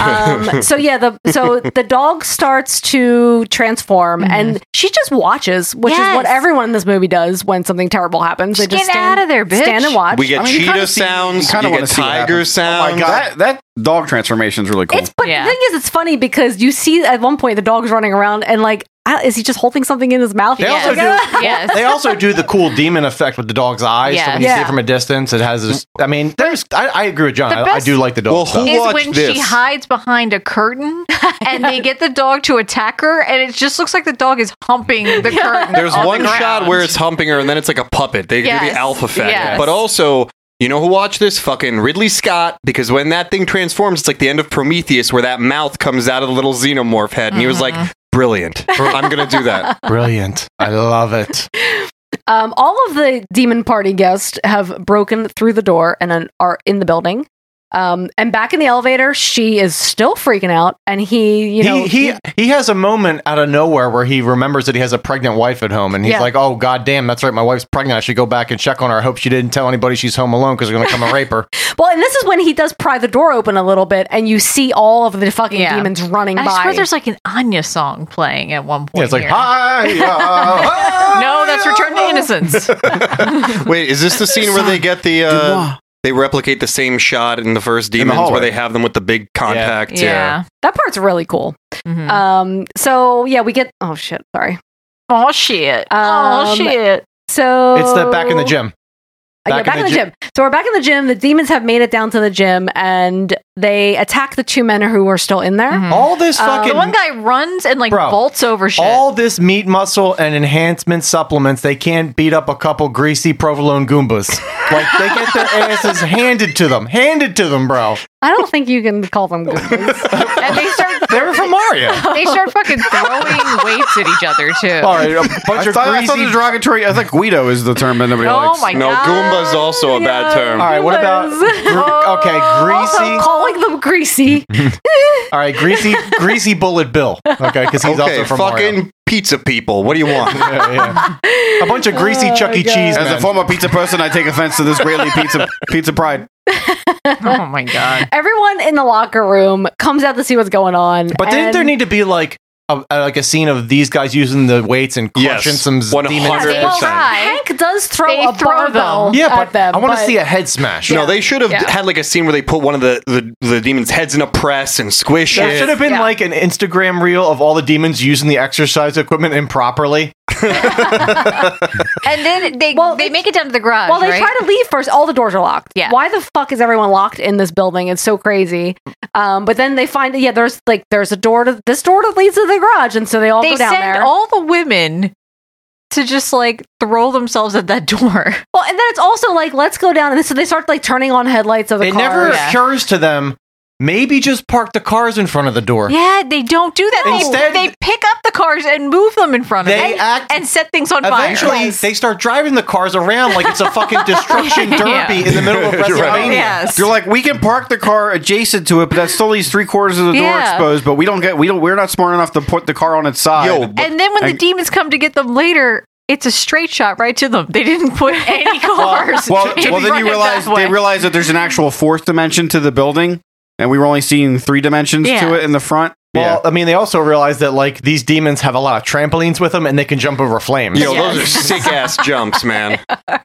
Um, so yeah, the so the dog starts to transform, and she just watches, which is what Yes. everyone in this movie does when something terrible happens. They Just just get stand, out of there, bitch. Stand and watch. We get cheetah sounds, you, kinda wanna get see what tiger happens. sounds. Oh my god, that, that dog transformation is really cool. It's but the thing is, it's funny because you see at one point the dog's running around and like, I- is he just holding something in his mouth? They also do. They also do the cool demon effect with the dog's eyes. So when you see Yeah. it from a distance, it has this. I mean, there's. I, I agree with John. The I, I best do like the dog. stuff. is when she hides behind a curtain and they get the dog to attack her and it just looks like the dog is humping the curtain. There's on the one ground. shot where it's humping her, and then it's like a puppet. They do Yes. the alpha fat. Yes. But also, you know who watched this? Fucking Ridley Scott, because when that thing transforms, it's like the end of Prometheus, where that mouth comes out of the little xenomorph head, and he was like, Mm-hmm. "Brilliant! I'm gonna do that." Brilliant. I love it. Um, all of the demon party guests have broken through the door and then are in the building. Um, and back in the elevator, she is still freaking out, and he, you know, he, he he has a moment out of nowhere where he remembers that he has a pregnant wife at home, and he's Yeah. like, "Oh god damn, that's right, my wife's pregnant. I should go back and check on her. I hope she didn't tell anybody she's home alone because they're gonna come and rape her." well, and this is when he does pry the door open a little bit, and you see all of the fucking Yeah. demons running I by. swear there's like an Anya song playing at one point. Yeah, it's like, here. "Hi-ya, No, that's Return uh." to Innocence. Wait, is this the scene where they get the? Uh, they replicate the same shot in the first Demons, where hallway. they have them with the big contact. that part's really cool. Mm-hmm. Um, so yeah, we get. Oh shit, sorry. Oh shit. Um, oh shit. So It's the back in the gym. Uh, yeah, back in the, gym. So we're back in the gym. The demons have made it down to the gym, and they attack the two men who are still in there. Uh, All this Um, fucking the one guy runs and like Bro. vaults over shit. all this meat, muscle, and enhancement supplements. They can't beat up a couple greasy provolone goombas. like they get their asses handed to them, handed to them, bro. I don't think you can call them goombas. and they start They were from Mario. they start fucking throwing weights at each other too. All right, a bunch I of thought- I greasy. thought the derogatory. I think Guido is the term that nobody Oh likes. my No, God, Goomba's also a bad term. All right, what about gr- Oh, okay, greasy? Also calling them greasy. All right, greasy, greasy bullet Bill. Okay, because he's Okay, also from fucking Mario. pizza people. What do you want? Yeah, Oh yeah. A bunch of greasy Oh, Chuck E. Cheese. As men. a former pizza person, I take offense to this greatly pizza pizza pride. oh my god. Everyone in the locker room comes out to see what's going on. But didn't there and- need to be like a, a- like a scene of these guys using the weights and crushing some z- demons? Yeah, they try. Hank does throw a barbell Yeah, at but them. I want to but- see a head smash. No, they should have Yeah. had like a scene where they put one of the, the, the demon's heads in a press and squish There it. should have been like an Instagram reel of all the demons using the exercise equipment improperly. And then they they make it down to the garage. Well, they right? try to leave first. All the doors are locked. Yeah. Why the fuck is everyone locked in this building? It's so crazy. Um, but then they find yeah, there's like there's a door to this door that leads to the garage, and so they all they go down send there. all the women to just like throw themselves at that door. well, and then it's also like let's go down, and so they start like turning on headlights of the It car. never occurs to them. Maybe just park the cars in front of the door. Yeah, they don't do that. They- Instead- they, pick up the cars and move them in front of They them act- and set things on fire. Eventually, they start driving the cars around like it's a fucking destruction derby Yeah. in the middle of You're right. WrestleMania. You're like, we can park the car adjacent to it, but that still leaves three quarters of the door Yeah. exposed. But we don't get, we don't, we're not smart enough to put the car on its side. and then when the And- demons come to get them later, it's a straight shot right to them. They didn't put any cars. well, in well, then front you of realize that they way. realize that there's an actual fourth dimension to the building, and we were only seeing three dimensions Yeah. to it in the front. Well, I mean, they also realize that like these demons have a lot of trampolines with them, and they can jump over flames. Yo, those are sick ass jumps, man.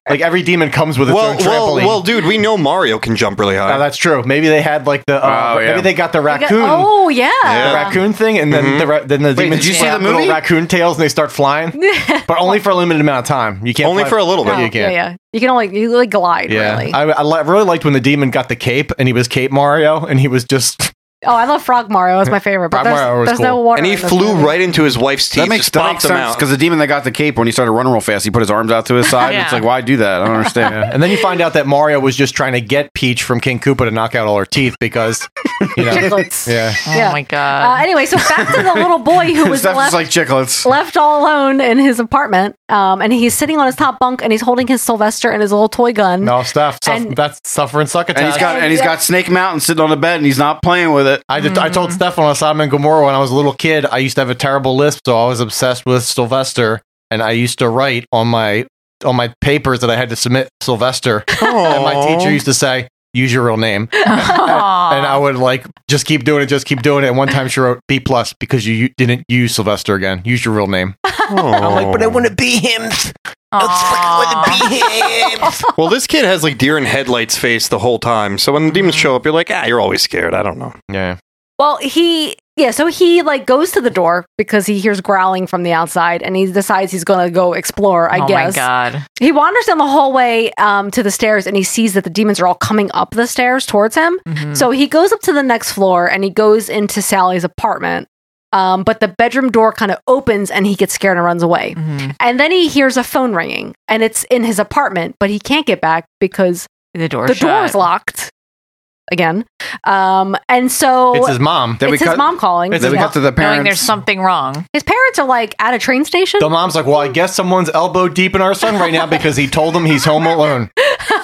Like every demon comes with its well, own well, trampoline. well, dude, we know Mario can jump really high. Oh, that's true. Maybe they had like the uh, Oh, yeah. maybe they got the They go- raccoon. oh yeah. The raccoon thing, and Mm-hmm. then the ra- then the demons did you just see flap the little movie? raccoon tails, and they start flying, but only for a limited amount of time. You can't Only fly- for a little bit. Yeah, you yeah, can. yeah. You can only you like glide Yeah, really. I, I li- really liked when the demon got the cape, and he was Cape Mario, and he was just oh, I love Frog Mario. It's my favorite. But Frog there's, Mario was there's no cool. water. and he in this flew movie. right into his wife's teeth. that makes just that popped makes them sense out. because the demon that got the cape when he started running real fast, he put his arms out to his side. and It's Yeah. like, why do that? I don't understand. And then you find out that Mario was just trying to get Peach from King Koopa to knock out all her teeth because, you know, Chiclets. yeah. Yeah. Oh my god. Uh, anyway, so back to the little boy who was Stuff left is like chicklets. left all alone in his apartment, um, and he's sitting on his top bunk and he's holding his Sylvester and his little toy gun. No stuff. stuff And- that's suffering succotash. And he's got and he's got Snake Mountain sitting on the bed, and he's not playing with it. I, did, I told Stefan on Simon and Gomorrah when I was a little kid, I used to have a terrible lisp, so I was obsessed with Sylvester, and I used to write on my on my papers that I had to submit Sylvester. And my teacher used to say, "Use your real name," and I would like just keep doing it, just keep doing it. And one time she wrote B plus because you, you didn't use Sylvester again. Use your real name. I'm like, but I want to be him. I fucking want to be him. well, this kid has like deer in headlights face the whole time. So when the demons show up, you're like, ah, you're always scared. I don't know. Yeah. Well, he yeah, so he like goes to the door because he hears growling from the outside, and he decides he's gonna go explore. I oh my guess. god. He wanders down the hallway um, to the stairs and he sees that the demons are all coming up the stairs towards him. Mm-hmm. So he goes up to the next floor and he goes into Sally's apartment. Um, but the bedroom door kind of opens and he gets scared and runs away. Mm-hmm. And then he hears a phone ringing and it's in his apartment, but he can't get back because The door. the door is locked again. Um, and so It's his mom. Then we It's his cut- mom calling. Then we cut to the Knowing there's parents. something wrong. His parents are like at a train station. The mom's like, "Well, I guess someone's elbow deep in our son right now because he told him he's home alone."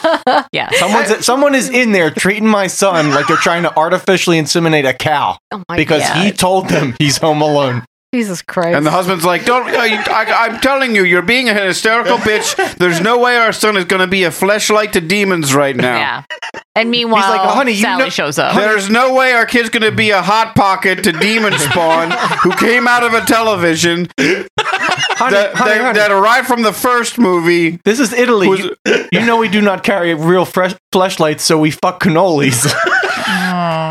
Yeah. Someone's someone is in there treating my son like they're trying to artificially inseminate a cow Oh my because he God. told them he's home alone. Jesus Christ. And the husband's like, "Don't! I, I, I'm telling you, you're being a hysterical bitch. There's no way our son is going to be a fleshlight to demons right now. Yeah. Oh, And meanwhile, "Honey, you Sally know- shows up. There's no way our kid's going to be a hot pocket to demon spawn who came out of a television that, honey, that, honey. that arrived from the first movie. This is Italy. you, you know we do not carry real fresh fleshlights, so we fuck cannolis.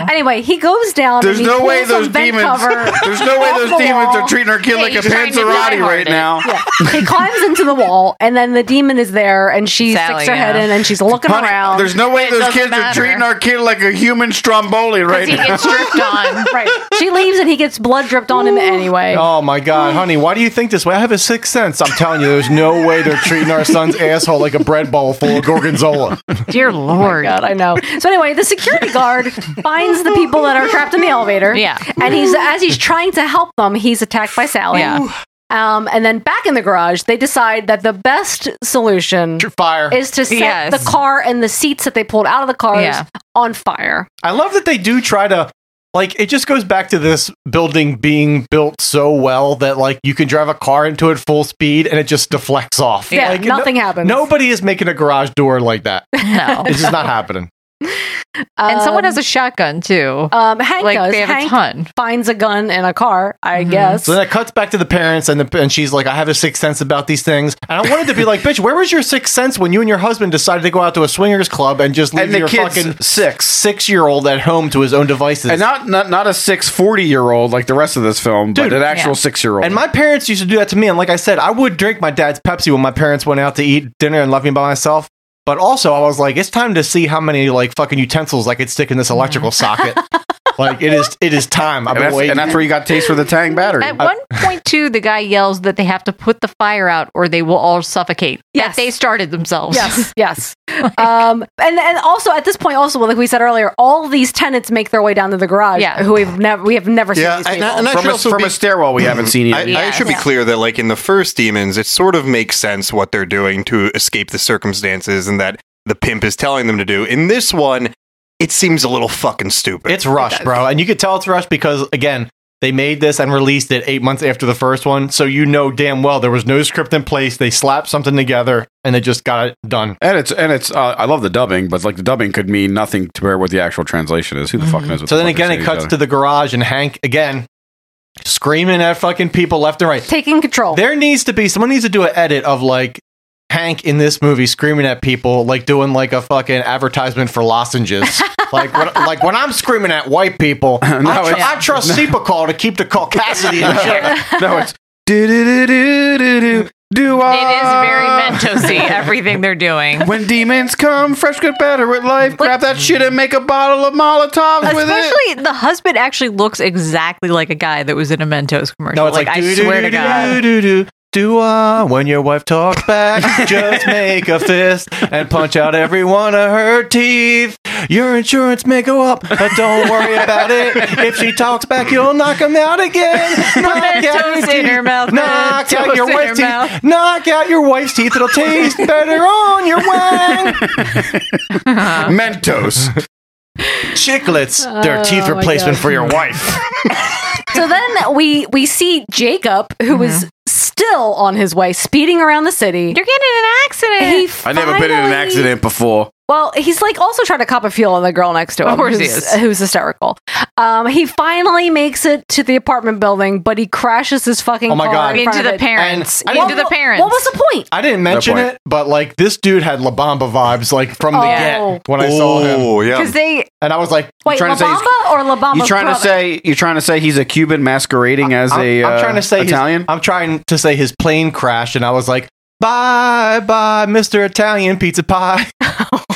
Anyway, he goes down. There's and he no way pulls some those vent demons. Cover There's no way off those the demons wall. are treating our kid like a he's trying to Panzerati climb right on it. now. Yeah. he climbs into the wall, and then the demon is there, and she Sally, sticks her head yeah. in, and she's looking Honey, around. There's no way those kids are treating our kid like a human stromboli right now. on. right. She leaves, and he gets blood dripped on him anyway. Oh my God, honey, why do you think this way? I have a sixth sense. I'm telling you, there's no way they're treating our son's asshole like a bread bowl full of gorgonzola. Dear Lord. Oh God, I know. So anyway, the security guard finds the people that are trapped in the elevator. Yeah. And he's as he's trying to help them, he's attacked by Sally. Yeah. Um, and then back in the garage, they decide that the best solution fire. is to set Yes. the car and the seats that they pulled out of the cars Yeah. on fire. I love that they do try to like it just goes back to this building being built so well that like you can drive a car into it full speed and it just deflects off. Yeah, Like, nothing happens. Nobody is making a garage door like that. No. It's just not happening. And someone has a Um, shotgun too. Um, Hank like does. they have Hank a ton. Mm-hmm. finds a gun in a car, I guess. So then it cuts back to the parents and the, and she's like, I have a sixth sense about these things. And I wanted to be like, bitch, where was your sixth sense when you and your husband decided to go out to a swingers club and just leave And the your kid's fucking six six year old at home to his own devices? And not, not not a six forty year old like the rest of this film, Dude, but an actual yeah. six year old. And my parents used to do that to me. And like I said, I would drink my dad's Pepsi when my parents went out to eat dinner and left me by myself. But also, I was like, it's time to see how many like fucking utensils I could stick in this electrical socket. like it is, it is time. Mm-hmm. I've And been that's- waiting. and that's where you got taste for the Tang battery. At one point too, the guy yells that they have to put the fire out or they will all suffocate. Yes. That they started themselves. Yes, yes. um, and and also at this point, also like we said earlier, all these tenants make their way down to the garage. Yeah. who we've never we have never Yeah, seen these and people. I- and I should also be- stairwell we haven't seen I, yet. I should be Yes. clear that, like in the first Demons, it sort of makes sense what they're doing to escape the circumstances, and that the pimp is telling them to do. In this one, it seems a little fucking stupid. It's rushed, bro. And you could tell it's rushed because, again, they made this and released it eight months after the first one. So you know damn well there was no script in place. They slapped something together and they just got it done. And it's and it's uh, I love the dubbing, but like the dubbing could mean nothing to where what the actual translation is. Who the fuck Mm-hmm. knows? What So the then fuck they're again, it saying cuts each to the garage and Hank, again, screaming at fucking people left and right. Taking control. There needs to be someone needs to do an edit of like Hank in this movie screaming at people, like doing like a fucking advertisement for lozenges. like when, like when I'm screaming at white people, I, tr- it's- I trust Sepacol to keep the caucasity in check. no, it's do do do do do do do. It is very Uh. mentosy, everything they're doing. When demons come, fresh get better with life. Grab that shit and make a bottle of Molotovs with it. Especially the husband actually looks exactly like a guy that was in a Mentos commercial. No, it's like, I swear to God. Do do do uh, when your wife talks back, just make a fist and punch out every one of her teeth. Your insurance may go up, but don't worry about it. If she talks back, you'll knock 'em out again. Knock out your Mentos in teeth. her mouth. Knock out Mentos your in her wife's mouth. teeth. Knock out your wife's teeth. It'll taste better on your wang. Mentos. Chiclets, their Oh, teeth my replacement God. for your wife. so then we we see Jacob, Mm-hmm. who is still on his way, speeding around the city. You're getting in an accident. He I never been in an finally- accident before. Well, he's like also trying to cop a feel on the girl next to him. Of course he who's, is. Who's hysterical. Um, he finally makes it to the apartment building, but he crashes his fucking Oh my car God. in front Into of the it. parents. And- Into the What- parents. What was the point? I didn't mention point. it, but like this dude had La Bamba vibes, like from the Oh. get when I saw him. Oh, yeah. Because they And I was like, Wait, trying La to say he's- Bamba or La Bamba? You trying to brother? say you're trying to say he's a Cuban masquerading as I'm, a I'm uh, trying to say his- Italian? I'm trying to say his plane crashed, and I was like, bye bye, Mister Italian pizza pie.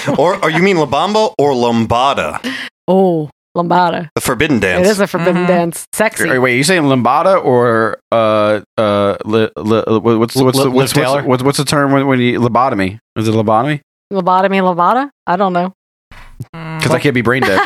or, or you mean La Bamba or Lombada, Oh, Lombada. the forbidden dance? It is a forbidden dance. Sexy. Wait, wait, are you saying limbada or uh uh li, li, li- what's what's Lip- the what's, lip what's, Taylor? what's what's the term when, when you lobotomy? Is it lobotomy? Lobotomy, Lobata? I don't know. Because I can't be brain dead.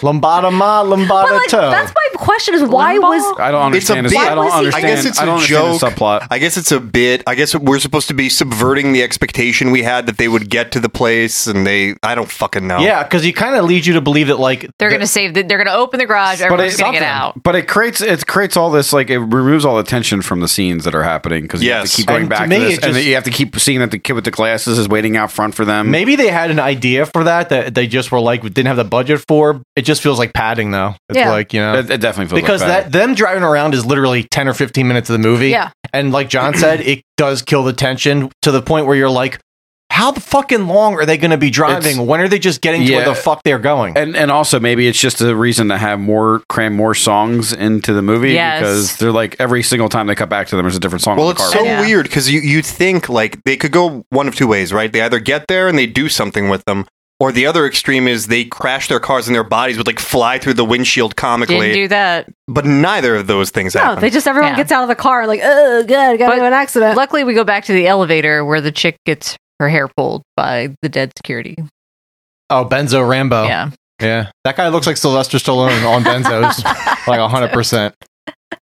Lombada ma, But lombada like, that's toe. my question is why was I don't understand. It's a this, bit- I don't understand. I guess it's I a don't joke. understand the Subplot. I guess it's a bit. I guess we're supposed to be subverting the expectation we had that they would get to the place, and they. I don't fucking know. Yeah, because you kind of leads you to believe that like they're going to save. The, they're going to open the garage. Everyone's going to get out. But it creates it creates all this like it removes all the tension from the scenes that are happening because you have Yes. to keep going And to back to, me, this, it and just- you have to keep seeing that the kid with the glasses is waiting out front for them. maybe they had an idea for that that they just were like didn't have the budget for. It just feels like padding though. It's Yeah. like you know. it, it definitely feels because like that them driving around is literally 10 or 15 minutes of the movie Yeah. and like john said it does kill the tension to the point where you're like how the fucking long are they going to be driving? It's- when are they just getting to where Yeah. the fuck they're going? And and also maybe it's just a reason to have more cram more songs into the movie Yes. because they're like every single time they cut back to them there's a different song. Well, on the it's car so weird because you you think like they could go one of two ways, right? They either get there and they do something with them, or the other extreme is they crash their cars and their bodies would like fly through the windshield comically. Didn't do that. But neither of those things No, happen. they just everyone gets out of the car like, oh god, got into an accident. Luckily, we go back to the elevator where the chick gets her hair pulled by the dead security. Oh, Benzo Rambo. Yeah. Yeah. That guy looks like Sylvester Stallone on Benzos. like 100%.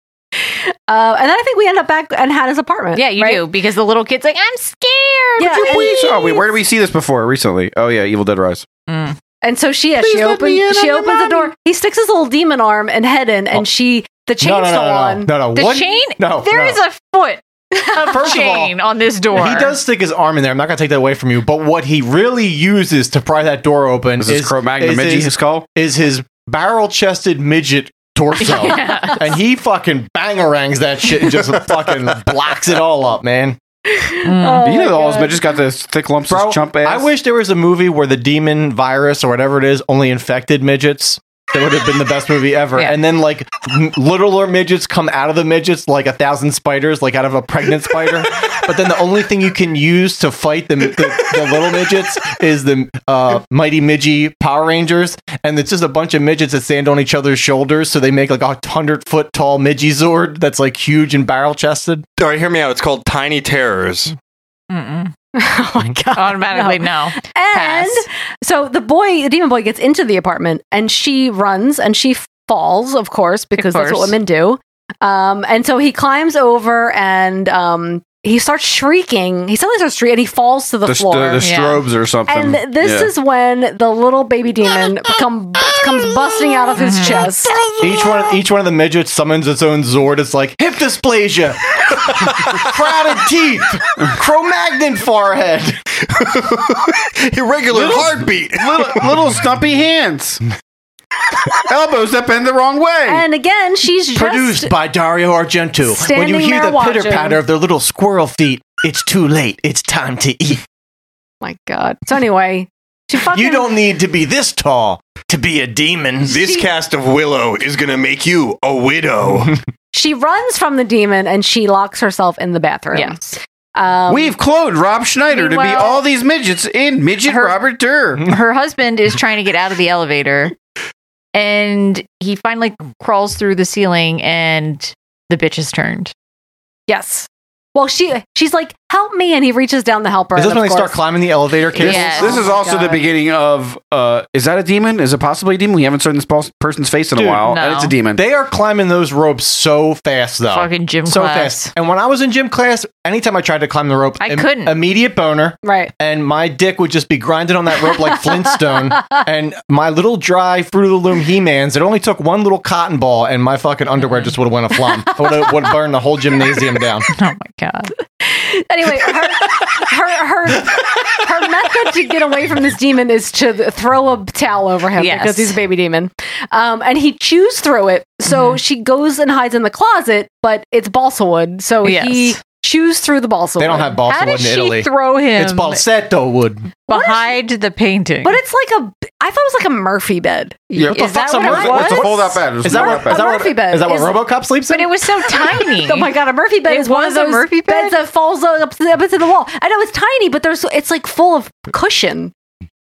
Uh, and then I think we end up back at Hannah's apartment. Yeah, you do because the little kid's like, "I'm scared." Yeah, Would you please- Oh wait, where did we see this before recently? Oh yeah, Evil Dead Rise. Mm. And so she, yeah, Please she let opens, me in she on your opens the door. He sticks his little demon arm and head in, and she, the chain's Oh. No, no, no, still no, no. on. No, no, The What? chain. No, there no. is a foot of First of all, chain on this door. He does stick his arm in there. I'm not going to take that away from you. But what he really uses to pry that door open Is is, this Cro-Magnon midget his, his call? Is his barrel chested midget torso. Yes. And he fucking bangarangs that shit and just fucking blocks it all up, man. Oh you know, all his midgets got this thick lumps of chump ass. I wish there was a movie where the demon virus or whatever it is only infected midgets. That would have been the best movie ever. Yeah. And then like m- littler midgets come out of the midgets like a thousand spiders, like out of a pregnant spider. but then the only thing you can use to fight the, the, the little midgets is the uh, mighty midgy Power Rangers, and it's just a bunch of midgets that stand on each other's shoulders, so they make like a hundred foot tall midgy zord that's like huge and barrel chested. All right, hear me out. It's called Tiny Terrors. Mm-mm. Oh Automatically, no. And so the boy, the demon boy, gets into the apartment, and she runs and she falls, of course, because that's what course. women do. Um, and so he climbs over and um, he starts shrieking. He suddenly starts shrieking, and he falls to the, The, floor. the, the strobes or something. And this Yeah. is when the little baby demon come, comes busting out of his chest. Each one, each one of the midgets summons its own Zord. It's like hip dysplasia, crowded teeth, Cro-Magnon forehead, irregular heartbeat, little, little stumpy hands, elbows that bend the wrong way. And again, she's just produced by Dario Argento. When you standing hear there the watching. pitter patter of their little squirrel feet, it's too late. It's time to eat. My God. So anyway, she fucking You don't need to be this tall to be a demon. This cast of Willow is gonna make you a widow. she runs from the demon and she locks herself in the bathroom. Yes. Um, We've cloned Rob Schneider to be meanwhile- all these midgets in midget Robert Durr. her husband is trying to get out of the elevator and he finally crawls through the ceiling and the bitch is turned. yes. Well, she she's like, "Help me!" and he reaches down to help her. Is this and when of they start course- climbing the elevator? This, Kids? Yes. this is Oh my also the God. beginning of uh, is that a demon? Is it possibly a demon? We haven't seen this pos- person's face in a Dude, while. And it's a demon. They are climbing those ropes so fast, though. Fucking gym so class. fast. And when I was in gym class, anytime I tried to climb the rope, I couldn't. Immediate boner, right? And my dick would just be grinded on that rope like Flintstone. and my little dry Fruit of the Loom He Mans. It only took one little cotton ball, and my fucking underwear just would have went a flum. Would would burn the whole gymnasium down. Oh my god. Anyway, her, her her her method to get away from this demon is to th- throw a towel over him Yes. because he's a baby demon, um, and he chews through it. So Mm-hmm. she goes and hides in the closet, but it's balsa wood, so he Yes. chews through the balsa They wood. don't have balsa How wood does in she Italy. throw him- Oh It's balsetto wood. Behind the painting. But it's like a. I thought it was like a Murphy bed. Yeah, what the Is that fuck's what a it Murphy? was? It's a fold-out bed. It's Is that a what? Murphy Is that bed. what? Murphy bed. Is that what Is- RoboCop sleeps in? But it was so tiny. oh my god, a Murphy bed It is one of was a those Murphy bed? beds that falls up, up into the wall. I know it's tiny, but there's it's like full of cushion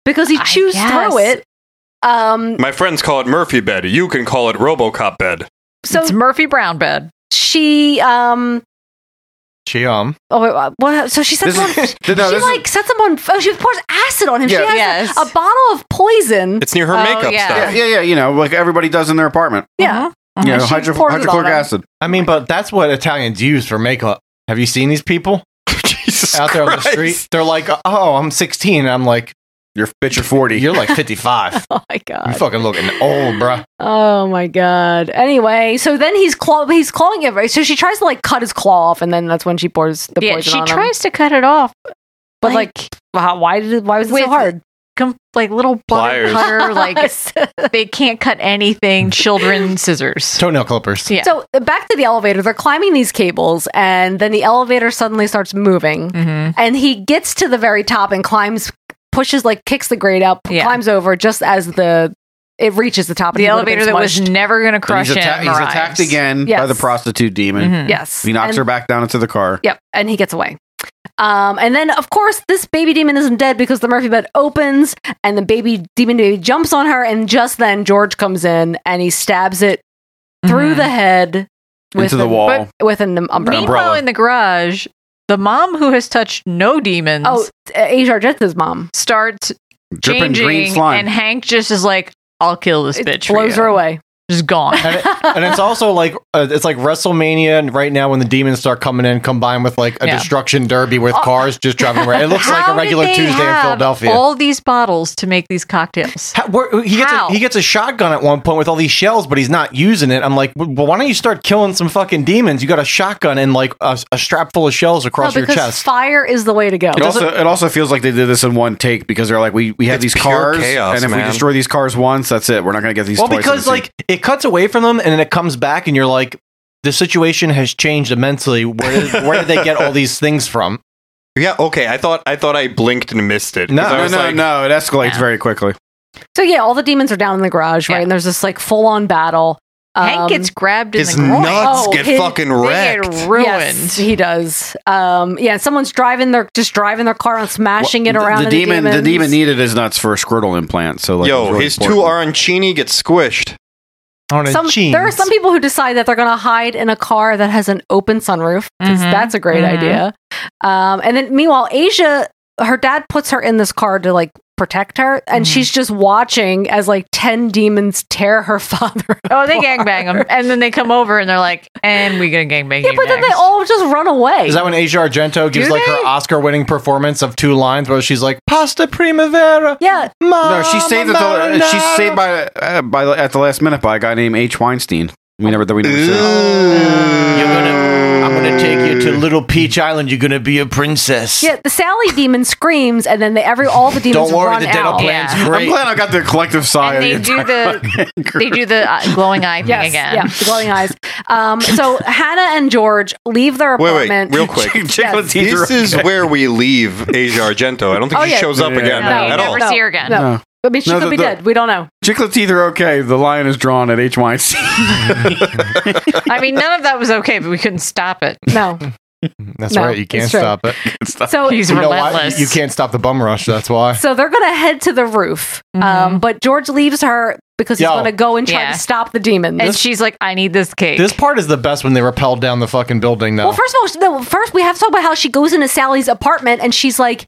because he chews through it. Um, My friends call it Murphy bed. You can call it RoboCop bed. so it's Murphy Brown bed. she um She um. oh wait, uh, what, so she sets him This on, is- no, this she is- like sets him on oh she pours acid on him. Yeah. She has Yes. Oh, a, a bottle of poison. It's near her makeup Yeah, stuff. yeah, yeah. You know, like everybody does in their apartment. Uh-huh. Yeah. You know, She hydro- pours it on hydrochloric him. acid. I mean, but that's what Italians use for makeup. Have you seen these people out there on the street? They're like, "Oh, I'm 16." I'm like, "You're bitch, you're 40. You're like 55. Oh my god. you fucking looking old, bruh." Oh my god. Anyway, so then he's claw he's clawing it right. So she tries to like cut his claw off and then that's when she pours the Yeah, poison she on him. tries to cut it off. But like, why did it- why was it so hard? com- like little butter Pliers. cutter. Like they can't cut anything. Children scissors. Toenail clippers. So uh, back to the elevator, they're climbing these cables, and then the elevator suddenly starts moving, Mm-hmm. and he gets to the very top and climbs, pushes like kicks the grate up, climbs over just as the it reaches the top. and The he would've been elevator that was smushed. never going to And crush he's, atta- him. he's arrives. attacked again by Yes. the prostitute demon. Mm-hmm. Mhm. Yes. He knocks And- her back down into the car. Yep, and he gets away. Um, and then, of course, this baby demon isn't dead because the Murphy bed opens and the baby demon baby jumps on her. And just then, George comes in and he stabs it through the head Into the an- wall. but- with an um, umbrella. Meanwhile, in the garage, the mom who has touched no demons. Oh, Asia Argenta's mom starts Dripping green changing, slime. and Hank just is like, "I'll kill this bitch." for blows you." her away. Just gone. and, it- and it's also like uh, it's like WrestleMania, and right now when the demons start coming in, combined with like a Yeah. destruction derby with cars just driving around, it looks like Oh. How a did regular they Tuesday in have Philadelphia. All these bottles to make these cocktails. How- where- he gets How? a, he gets a shotgun at one point with all these shells, but he's not using it. I'm like, well, why don't you start killing some fucking demons? You got a shotgun and like a, a strap full of shells across no, your because chest. fire is the way to go. It also, it also feels like they did this in one take because they're like, we, we have It's these pure cars, chaos, and if man. we destroy these cars once, that's it. We're not going to get these. well, twice in because the like it cuts away from them and then it comes back, and you're like, the situation has changed immensely. Where did, where did they get all these things from? Yeah, okay. I thought I thought I blinked and missed it. No, 'Cause I no, was no, no. It escalates very quickly. So yeah, all the demons are down in the garage, right? And there's this like full on battle. Hank Um, Oh, gets grabbed in his the groin. nuts get fucking they wrecked. get ruined. Yes, he does. Um, yeah, someone's driving their just driving their car and smashing it Well, around. The, and demon, the demons- demon needed his nuts for a Squirtle implant. So like, Yo, it was really his important. two arancini get squished. Some, there are some people who decide that they're going to hide in a car that has an open sunroof. 'cause Mhm. That's a great Mhm. idea. Um, and then meanwhile, Asia, her dad puts her in this car to like protect her, and Mm-hmm. she's just watching as like ten demons tear her father. Oh, they gangbang him, and then they come over and they're like, "And we gonna gangbang Yeah, you but then they next." all just run away. Is that when Asia Argento gives Do like her Oscar-winning performance of two lines where she's like, "Pasta primavera." Yeah. No, she saved at the, she's saved by uh, by at the last minute by a guy named H Weinstein. We never that we never said. You're gonna, I'm gonna take you to Little Peach Island. You're gonna be a princess. Yeah, the Sally demon screams, and then they, every all the demons Don't worry, run the dental out. plan's I'm great. glad I got the collective sigh. And they of do the they do the uh, glowing eye thing again. Yeah, the glowing eyes. Um, so Hannah and George leave their Wait, wait, apartment. real quick. Yes. This is where we leave Asia Argento. I don't think Oh, she yeah. shows up Yeah. again No, at never all. see her again. No. No. I mean, she No, could the- be the- dead. We don't know. Chiclet teeth are okay. The lion is drawn at H Weinstein. I mean, none of that was okay, but we couldn't stop it. No. That's No, right. You can't it's true. stop it. So- He's You know why? relentless. You can't stop the bum rush. That's why. So they're gonna head to the roof. Um, but George leaves her because he's Yo. gonna go and try Mm-hmm. Yeah. to stop the demons. And she's like, "I need this cake." This part is the best when they rappelled down the fucking building. Though. Well, first of all, no, first we have to talk about how she goes into Sally's apartment and she's like,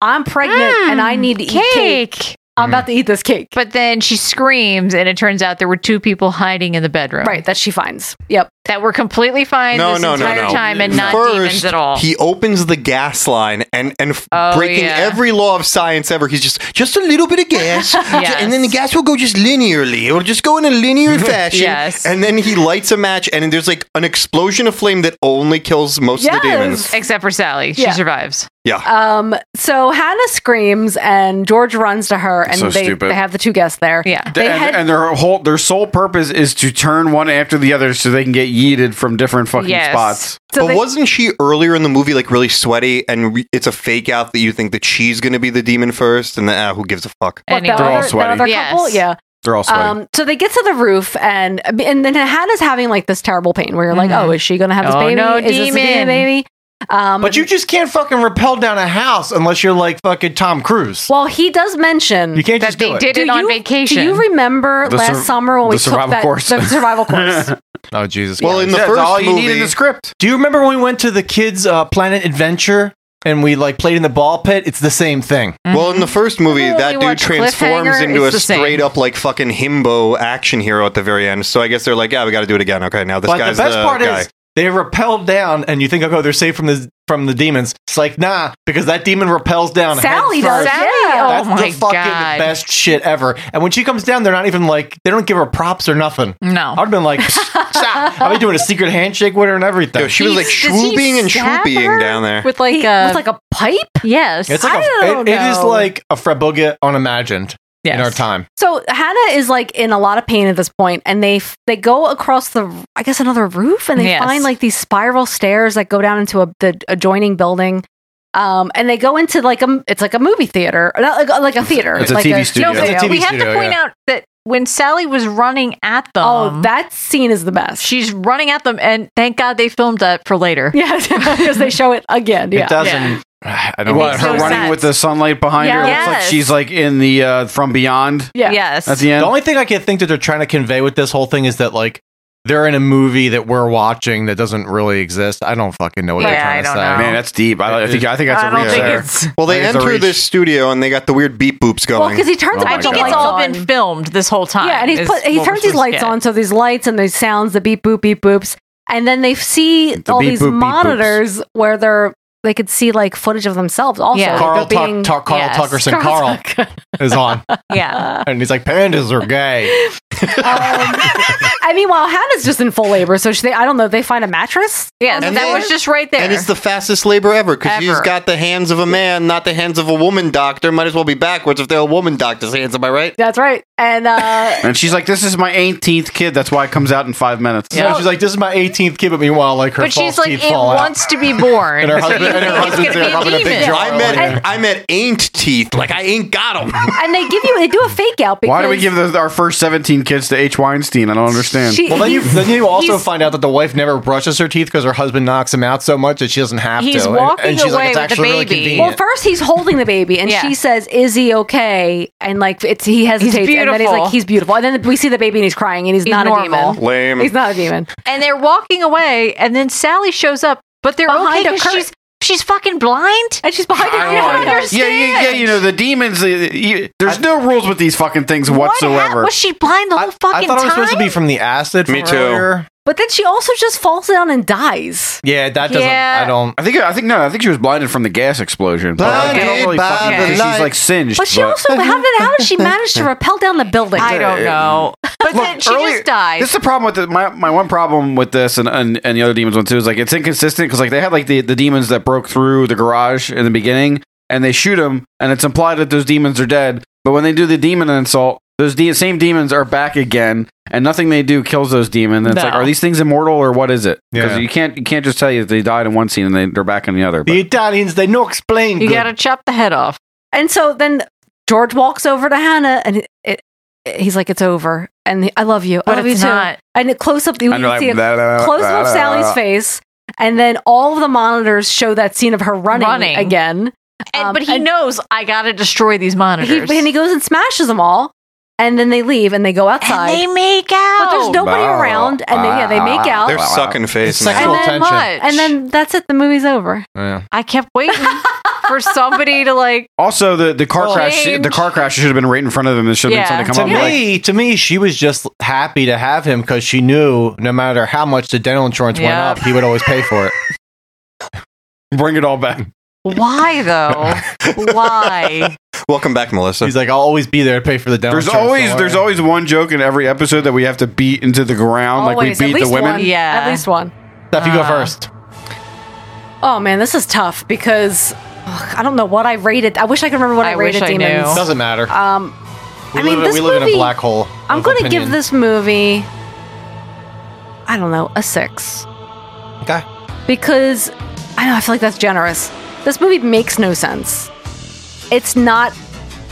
"I'm pregnant and I need to eat cake. I'm about to eat this cake." But then she screams, and it turns out there were two people hiding in the bedroom. Right, that she finds. Yep, that were completely fine No, this no, no, entire no. time and not demons First, at all. he opens the gas line and and f- Oh, breaking yeah. every law of science ever. He's just just a little bit of gas, and then the gas will go just linearly. It will just go in a linear fashion. Yes. And then he lights a match, and there's like an explosion of flame that only kills most of the demons. except for Sally, she Yeah. survives. Yeah. Um, so Hannah screams and George runs to her and So they, stupid. they have the two guests there. Yeah. They and, head and their whole their sole purpose is to turn one after the other so they can get yeeted from different fucking spots. but wasn't she earlier in the movie like really sweaty? And re- it's a fake out that you think that she's going to be the demon first, and then ah, who gives a fuck? what, the other, that other couple? Yeah. They're all sweaty. Um, so they get to the roof and and then Hannah's having like this terrible pain where you're like, Mhm. oh, is she gonna have this Oh, baby? no, is this a demon. baby? Um, but you just can't fucking rappel down a house unless you're like fucking Tom Cruise. well, he does mention You can't That just do they it. did Do it on you- vacation. Do you remember The last sur- summer when the we took survival that course. the survival course? oh Jesus! Well, in the That's first all you need movie- in the script. Do you remember when we went to the kids' uh, Planet Adventure and we like played in the ball pit? It's the same thing. Well, in the first movie, Remember that when we dude watched transforms Cliffhanger? into a It's the same. straight up like fucking himbo action hero at the very end. So I guess they're like, yeah, we got to do it again. Okay, now this but guy's the best part guy. is They rappel down, and you think, "Oh, they're safe from the from the demons." It's like, nah, because that demon rappels down. head Sally does, first. yeah. Oh That's my the fucking God. best shit ever. And when she comes down, they're not even like they don't give her props or nothing. No, I'd have been like, I'd Oh. be doing a secret handshake with her and everything. Yo, she was, He- like, does he schwoobing and stab schwoopying her down there. with like He- a with like a pipe. yes. It's like a, I don't it- it is know. like a Frebuga unimagined in Yes. our time. So Hannah is like in a lot of pain at this point, and they f- they go across the I guess another roof, and they Yes. find like these spiral stairs that go down into a, the adjoining building. Um, and they go into like a it's like a movie theater, not like, like a theater. It's a like TV studio. No, but It's a TV we have to to studio, point point yeah. out. out that when Sally was running at them, Oh, that scene is the best. she's running at them, and thank God they filmed that for later. Yeah, because they show it again. Yeah. It doesn't. I don't what, makes her no running sense. with the sunlight behind her. It looks Yes. like she's like in the uh, from beyond. Yes. At the end. The only thing I can think that they're trying to convey with this whole thing is that like they're in a movie that we're watching that doesn't really exist. I don't fucking know what Yeah, they're trying I to don't say. know. Man, that's deep. I- I think- I think that's a I don't reach think there. it's- Well, they There's a enter reach. Oh this studio and they got the weird beep boops going. Well, because he Oh turns I think it's all been filmed this whole time. Yeah, and he's is put, he what we're turns these supposed to lights get. on, so these lights and these sounds, the beep boop beep boops, and then they see all beep, these boop, beep, boops. monitors where they're they could see like footage of themselves. Also, Yeah. Like, Carl they're Tuck- being- Tuck- Carl Yes. Tuckerson Carl is on, Yeah. and he's like, "Pandas are gay." I mean, while Hannah's just in full labor, so she, they, I don't know. They find a mattress. Yeah, on the that floor? was just right there. And it's the fastest labor ever because she's Ever. got the hands of a man, not the hands of a woman doctor. Might as well be backwards if they're a woman doctor's hands. Am I right? That's right. And uh, And she's like, "This is my 18th kid. That's why it comes out in five minutes." Yeah, she's like, "This is my 18th kid," but meanwhile, like her but she's false like, teeth it fall out. wants to be born. And her So husband- you and her think husband's it's gonna there rubbing a big demon. jar I met I met ain't teeth. Like I ain't got them. and they give you they do a fake out because Why do we give those, our first 17 kids to H. Weinstein? I don't understand. She- well, then you, then you also he's- find out that the wife never brushes her teeth because her husband knocks him out so much that she doesn't have He's to. And- walking and she's like, it's away with the actually really baby. convenient. Well, first he's holding the baby, and she says, "Is he okay?" And like it's he hesitates, and then he's beautiful. like, "He's beautiful." And then we see the baby, and he's crying, and he's, not normal. a demon. He's not a demon. and they're walking away, and then Sally shows up, but they're Behind okay a 'cause curtain. she's she's fucking blind and she's behind. I don't like that. yeah, yeah, yeah. You know the demons. uh, you- there's no rules with these fucking things whatsoever. Was she blind the whole I fucking thought it was time? supposed to be from the acid. From Me too. earlier. But then she also just falls down and dies. Yeah, that doesn't- Yeah. I don't. I think. I think no. I think she was blinded from the gas explosion. But I don't- I don't really Blinded fucking by think the she's light. like singed. But she also how did how did she manage to rappel down the building? I don't know. But then she just dies. This is the problem with the, my my one problem with this and, and and the other demons one too is like it's inconsistent because like they had like the the demons that broke through the garage in the beginning and they shoot them and it's implied that those demons are dead but when they do the demon insult those de- same demons are back again and nothing they do kills those demons and it's like No. are these things immortal or what is it because Yeah. you can't you can't just tell you that they died in one scene and they, they're back in the other but The Italians they no explain. good. chop the head off. And so then George walks over to Hannah, and it, it, he's like, "It's over." And he- I love you. But I love it's you too. not. And it close up. You And can like, see a blah, blah, blah, close blah, up blah, Sally's blah. face, and then all of the monitors show that scene of her running, Running. again. And, Um, but he knows I gotta destroy these He, monitors. and he goes and smashes them all, and then they leave and they go outside. they make out. but there's nobody Wow. around, and they, yeah, they make out. They're sucking face. It's man. sexual and then, tension. and then that's it. The movie's over. Yeah. I kept waiting for somebody to like. also the the car Oh. crash Change. the car crash should have been right in front of them there should have Yeah. been something to come up and be like me, to me, she was just happy to have him because she knew no matter how much the dental insurance went Yep. up, he would always pay for it. Bring it all back. Why though? Why? Welcome back, Melissa. He's like, I'll always be there to pay for the dental. There's insurance, always don't thereys worry." always one joke in every episode that we have to beat into the ground, Always, like we at beat the least women. one. At least one. Steph, you go Uh, first. Oh man, this is tough because ugh, I don't know what I rated. I wish I could remember what I, I wish rated. I knew. Demons Doesn't matter. Um, we I mean, live, in- this we live in movie- a black hole. I'm of going to opinion. give this movie, I don't know, a six Okay. because I know I feel like that's generous. This movie makes no sense. It's not.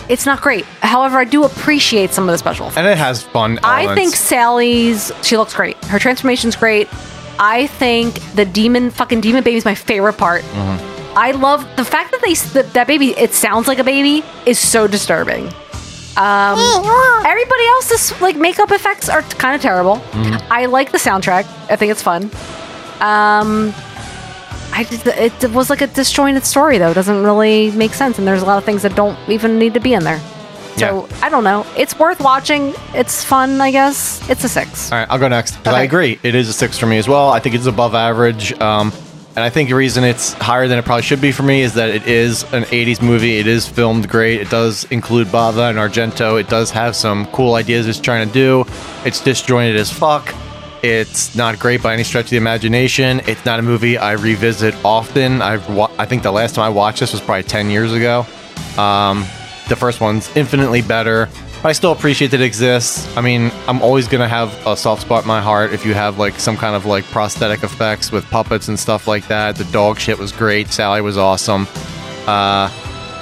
It's not great. However, I do appreciate some of the special effects. And it has fun. I elements. think Sally's she looks great. Her transformation's great. I think the demon fucking demon baby's my favorite part. I love the fact that they that, that baby it sounds like a baby is so disturbing. Um, everybody else's like makeup effects are kind of terrible. Mhm. Mm-hmm. I like the soundtrack. I think it's fun. Um, I just, it was like a disjointed story though. It doesn't really make sense, and there's a lot of things that don't even need to be in there. So I don't know. It's worth watching. It's fun, I guess. It's a six. All right, I'll go next 'cause I Okay. agree. It is a six for me as well. I think it's above average. Um, and I think the reason it's higher than it probably should be for me is that it is an 80s movie. It is filmed great. It does include Bava and Argento. It does have some cool ideas it's trying to do. It's disjointed as fuck. It's not great by any stretch of the imagination. It's not a movie I revisit often. I've wa- I think the last time I watched this was probably 10 years ago. Um, the first one's infinitely better. But I still appreciate that it exists. I mean, I'm always gonna have a soft spot in my heart if you have like some kind of like prosthetic effects with puppets and stuff like that. The dog shit was great. Sally was awesome. Uh,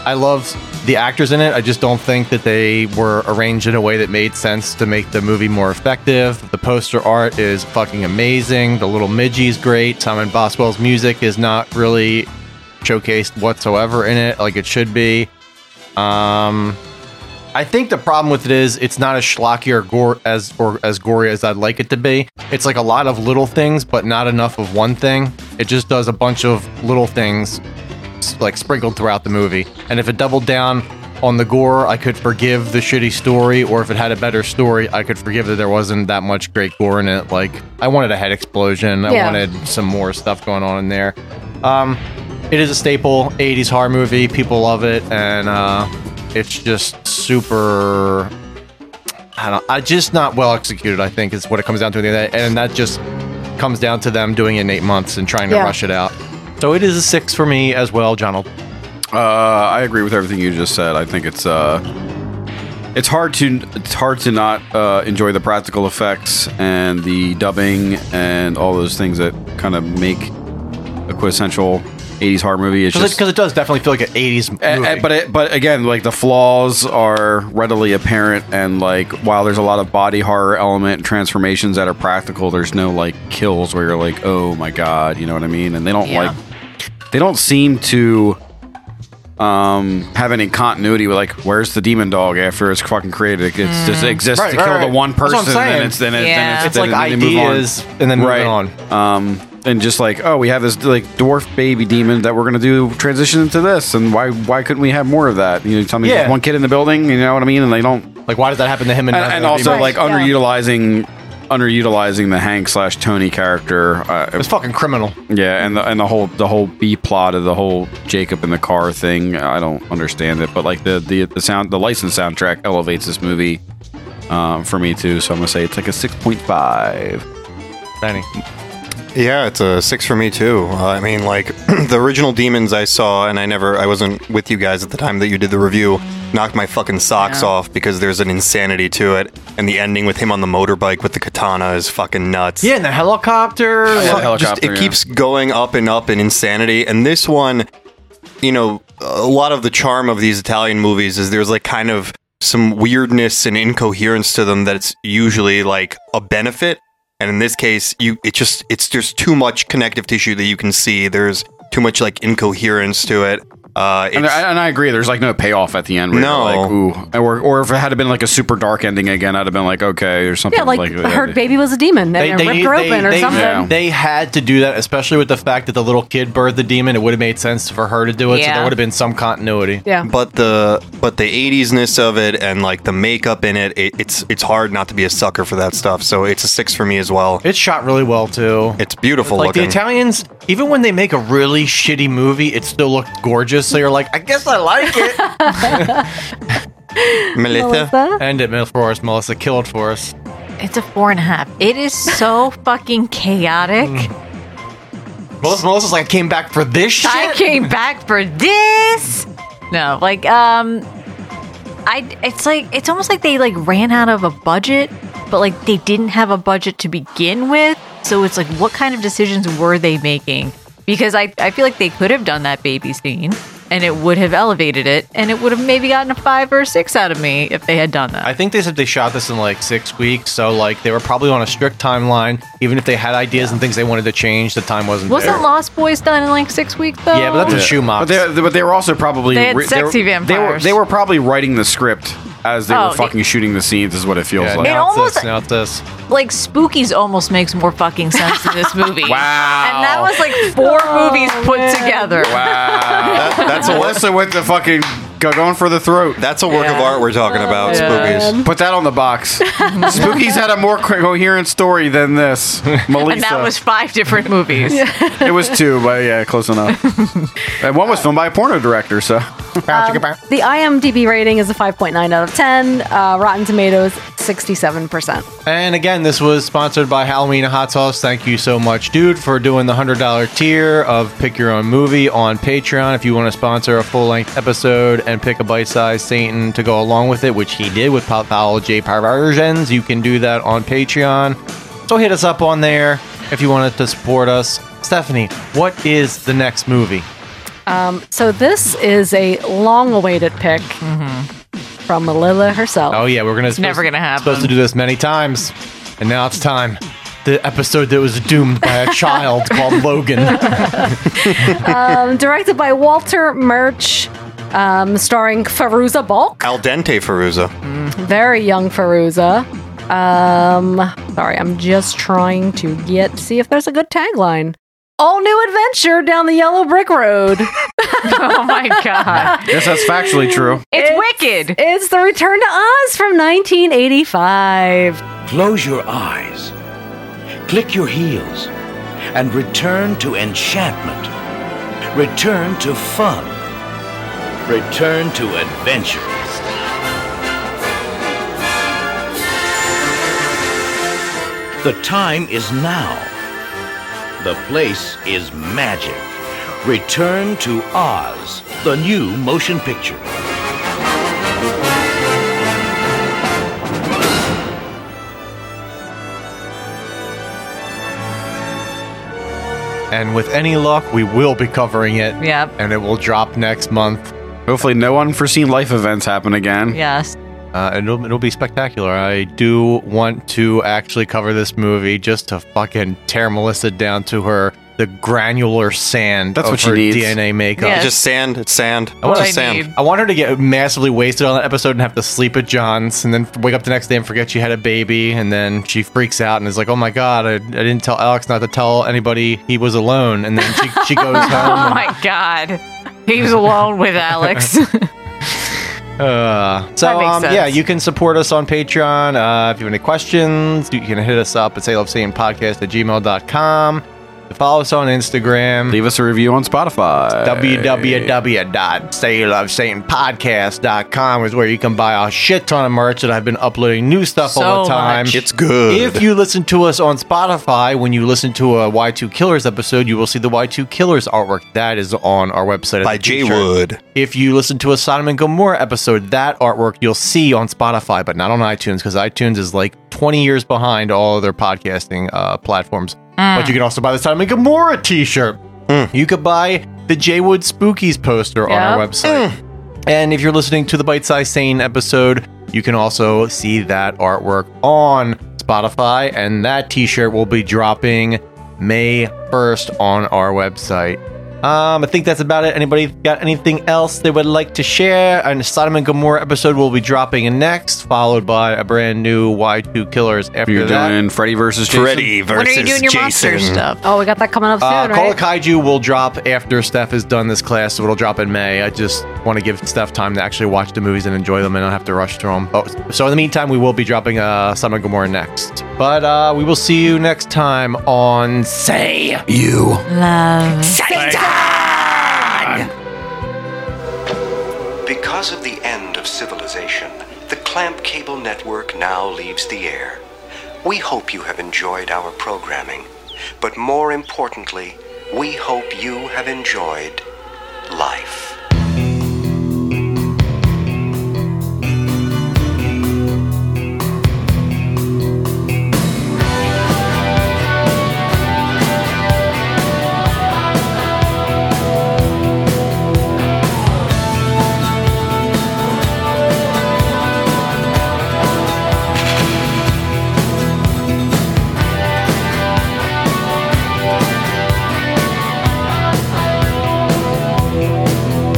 I love the actors in it. I just don't think that they were arranged in a way that made sense to make the movie more effective. The poster art is fucking amazing. The little midgie's great. Simon Boswell's music is not really showcased whatsoever in it, like it should be. Um, I think the problem with it is it's not as schlocky or gore as or as gory as I'd like it to be. It's like a lot of little things, but not enough of one thing. It just does a bunch of little things, s- like sprinkled throughout the movie. And if it doubled down on the gore, I could forgive the shitty story, or if it had a better story, I could forgive that there wasn't that much great gore in it. Like I wanted a head explosion. I Yeah. wanted some more stuff going on in there. Um, it is a staple 80s horror movie. People love it, and uh, it's just super. I don't. I just not well executed. I think is what it comes down to. at the end of the day. And that just comes down to them doing it in eight months and trying Yeah. to rush it out. So it is a six for me as well, Donald. Uh, I agree with everything you just said. I think it's uh, it's hard to it's hard to not uh, enjoy the practical effects and the dubbing and all those things that kind of make a quintessential '80s horror movie. It's Because just it, does definitely feel like an 80s movie. A- a- but it, but again, like the flaws are readily apparent, and like while there's a lot of body horror element transformations that are practical, there's no like kills where you're like, oh my god, you know what I mean? And they don't Yeah. like they don't seem to um have any continuity with like where's the demon dog after it's fucking created it it's- just Mm. exists Right, to right, kill right. the one That's what I'm person and saying. then it's then it's, Yeah. then it's, It's then like they move on. ideas and then moving right. Um, and just like, oh, we have this like dwarf baby demon that we're gonna do transition into this, and why why couldn't we have more of that? You know, tell me Yeah. there's one kid in the building, you know what I mean? And they don't like why does that happen to him? And, and and, not the also demon? like Right, yeah. underutilizing underutilizing the Hank slash Tony character. Uh, it's fucking criminal. Yeah, and the and the whole the whole B plot of the whole Jacob in the car thing. I don't understand it, but like the the the sound the licensed soundtrack elevates this movie. Um, for me too, so I'm gonna say it's like a six point five. Danny, Yeah, it's a six for me too. Uh, I mean, like the original demons I saw, and I never, I wasn't with you guys at the time that you did the review. Knocked my fucking socks Yeah. off because there's an insanity to it, and the ending with him on the motorbike with the katana is fucking nuts. Yeah, and Oh, the helicopter. Fuck, just- it keeps going up and up in insanity. And this one, you know, a lot of the charm of these Italian movies is there's like kind of some weirdness and incoherence to them that's usually like a benefit. And in this case, you it just it's there's too much connective tissue that you can see. There's too much like incoherence to it. Uh, And it's- I, and I agree. There's like no payoff at the end. Where no, like, ooh, or or if it had been like a super dark ending again, I'd have been like, okay, or something yeah, like, like, her that. baby was a demon and they, ripped her open or they- something. they had to do that, especially with the fact that the little kid birthed the demon. It would have made sense for her to do it, so Yeah. there would have been some continuity. Yeah. But the but the 80s ness of it and like the makeup in it, it, it's it's hard not to be a sucker for that stuff. So it's a six for me as well. It's shot really well too. It's beautiful Like looking. the Italians, even when they make a really shitty movie, it still looks gorgeous. So you're like, I guess I like it. Melissa? End it, Mel- for us. Melissa killed for us. It's a four and a half. It is so fucking chaotic. Melissa, Melissa's like, I came back for this shit. I came back for this. No, like um I it's like it's almost like they like ran out of a budget, but like they didn't have a budget to begin with. So it's like what kind of decisions were they making? Because I I feel like they could have done that baby scene and it would have elevated it and it would have maybe gotten a 5 or a 6 out of me if they had done that. I think they said they shot this in like six weeks, so like they were probably on a strict timeline. Even if they had ideas and things they wanted to change, the time wasn't Wasn't there. Lost Boys done in like 6 weeks though? Yeah, but that's a shoe But mock. they, but they were also probably They had were- sexy were- They were, vampires. they were probably writing the script as they Oh, were fucking shooting the scenes. Is what it feels Yeah, like. now it's this, almost- now it's this. like Spookies almost makes more fucking sense in this movie. wow. And that was like four movies put together. Wow. That- that's that's Alyssa with the fucking Go going for the throat. That's a work of art we're talking about, Spookies. Put that on the box. Spookies had a more co- coherent story than this. Melissa. And that was five different movies. it was two, but yeah, close enough. and one was filmed by a porno director, so. Um, the IMDb rating is a 5.9 out of 10. Uh, Rotten Tomatoes, 67%. And again, this was sponsored by Halloween Hot Sauce. Thank you so much, dude, for doing the $100 tier of Pick Your Own Movie on Patreon. If you want to sponsor a full length episode and pick a bite sized Satan to go along with it, which he did with Pathology Perversions, you can do that on Patreon. So hit us up on there if you wanted to support us. Stephanie, what is the next movie? Um, so this is a long awaited pick from Melilla herself. Oh yeah, we're gonna. supposed- never gonna happen. Supposed to do this many times, and now it's time. The episode that was doomed by a child called Logan. Oh. um, directed by Walter Murch, um, starring Faruza Balk, Al dente Feruza. very young Faruza. Um, sorry, I'm just trying to get see if there's a good tagline. All new adventure down the yellow brick road. oh my god. Yes, that's factually true. It's, wicked. It's the Return to Oz from 1985. Close your eyes, click your heels, and return to enchantment. Return to fun. Return to adventure. The time is now. The place is magic. Return to Oz, the new motion picture. and with any luck, we will be covering it. Yep. And it will drop next month. Hopefully, no unforeseen life events happen again. Yes. Uh, and it'll, it'll be spectacular. I do want to actually cover this movie just to fucking tear Melissa down to her the granular sand. That's of what she her needs. DNA makeup. It's just sand. It's sand. I want, It's just sand. I want her to get massively wasted on that episode and have to sleep at John's and then f- wake up the next day and forget she had a baby. And then she freaks out and is like, oh my God, I, I didn't tell Alex not to tell anybody he was alone. And then she, she goes oh home. my god. He was alone with Alex. and, uh, so, That makes um, yeah, sense. you can support us on Patreon. Uh, if you have any questions, you can hit us up at saylovesayingpodcast at gmail.com. Follow us on Instagram. Leave us a review on Spotify. www.saylovesayingpodcast.com is where you can buy a shit ton of merch that I've been uploading new stuff all the So time. much. It's good. If you listen to us on Spotify, when you listen to a Y2 Killers episode, you will see the Y2 Killers artwork. That is on our website. as By a Jay t-shirt. Wood. If you listen to a Sodom and Gomorrah episode, that artwork you'll see on Spotify, but not on iTunes, because iTunes is like 20 years behind all other podcasting uh, platforms. Mm. But you can also buy the Sodom and Gomorrah t shirt. Mm. You could buy the Jay Wood Spookies poster on our Yep. website. Eh. And if you're listening to the Bite Size Sane episode, you can also see that artwork on Spotify, and that t shirt will be dropping May 1st on our website. Um, I think that's about it. Anybody got anything else they would like to share? And Sodom and Gomorrah episode will be dropping next, followed by a brand new Y2 Killers after You're that. doing Freddy versus Jason. Freddy When are you doing your monster stuff? Oh, we got that coming up soon, Uh, Call right? of Kaiju will drop after Steph is done this class, so it'll drop in May. I just want to give Steph time to actually watch the movies and enjoy them and not have to rush through them. Oh, so in the meantime, we will be dropping uh, Son of Gomorrah next. But uh, we will see you next time on Say You Love. Because of the end of civilization, the Clamp Cable Network now leaves the air. We hope you have enjoyed our programming, but more importantly, we hope you have enjoyed life. Thank you.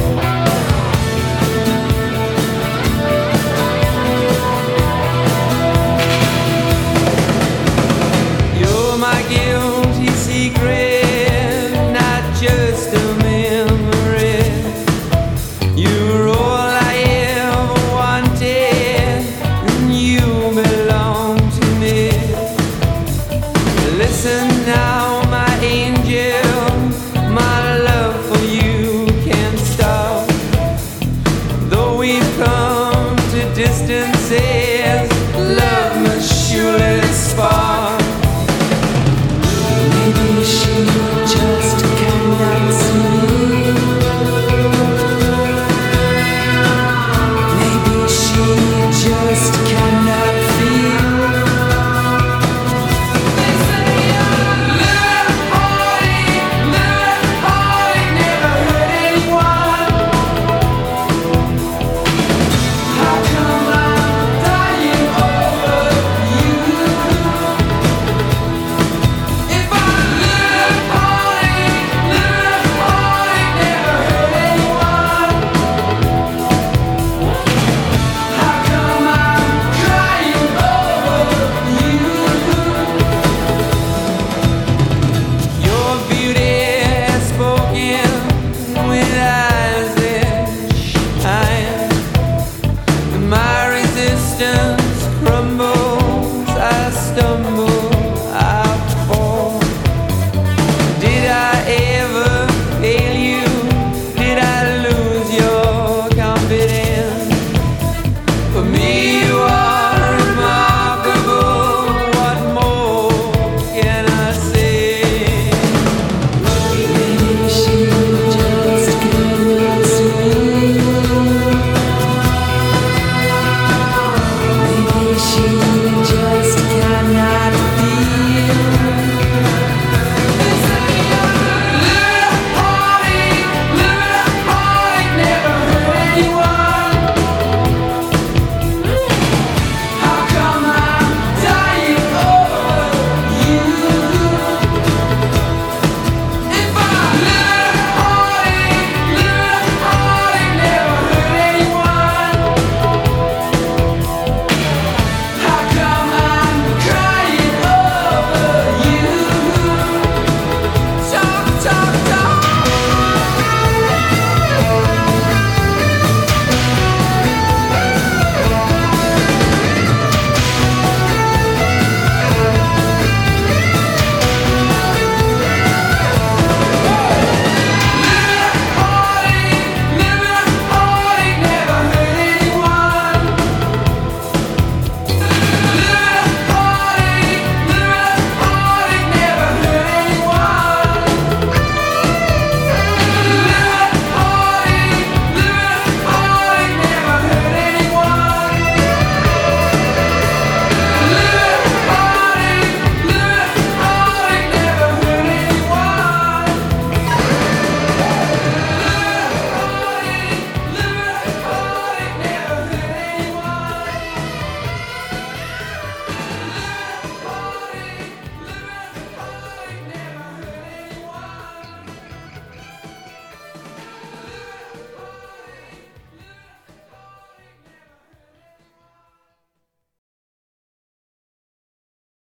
distance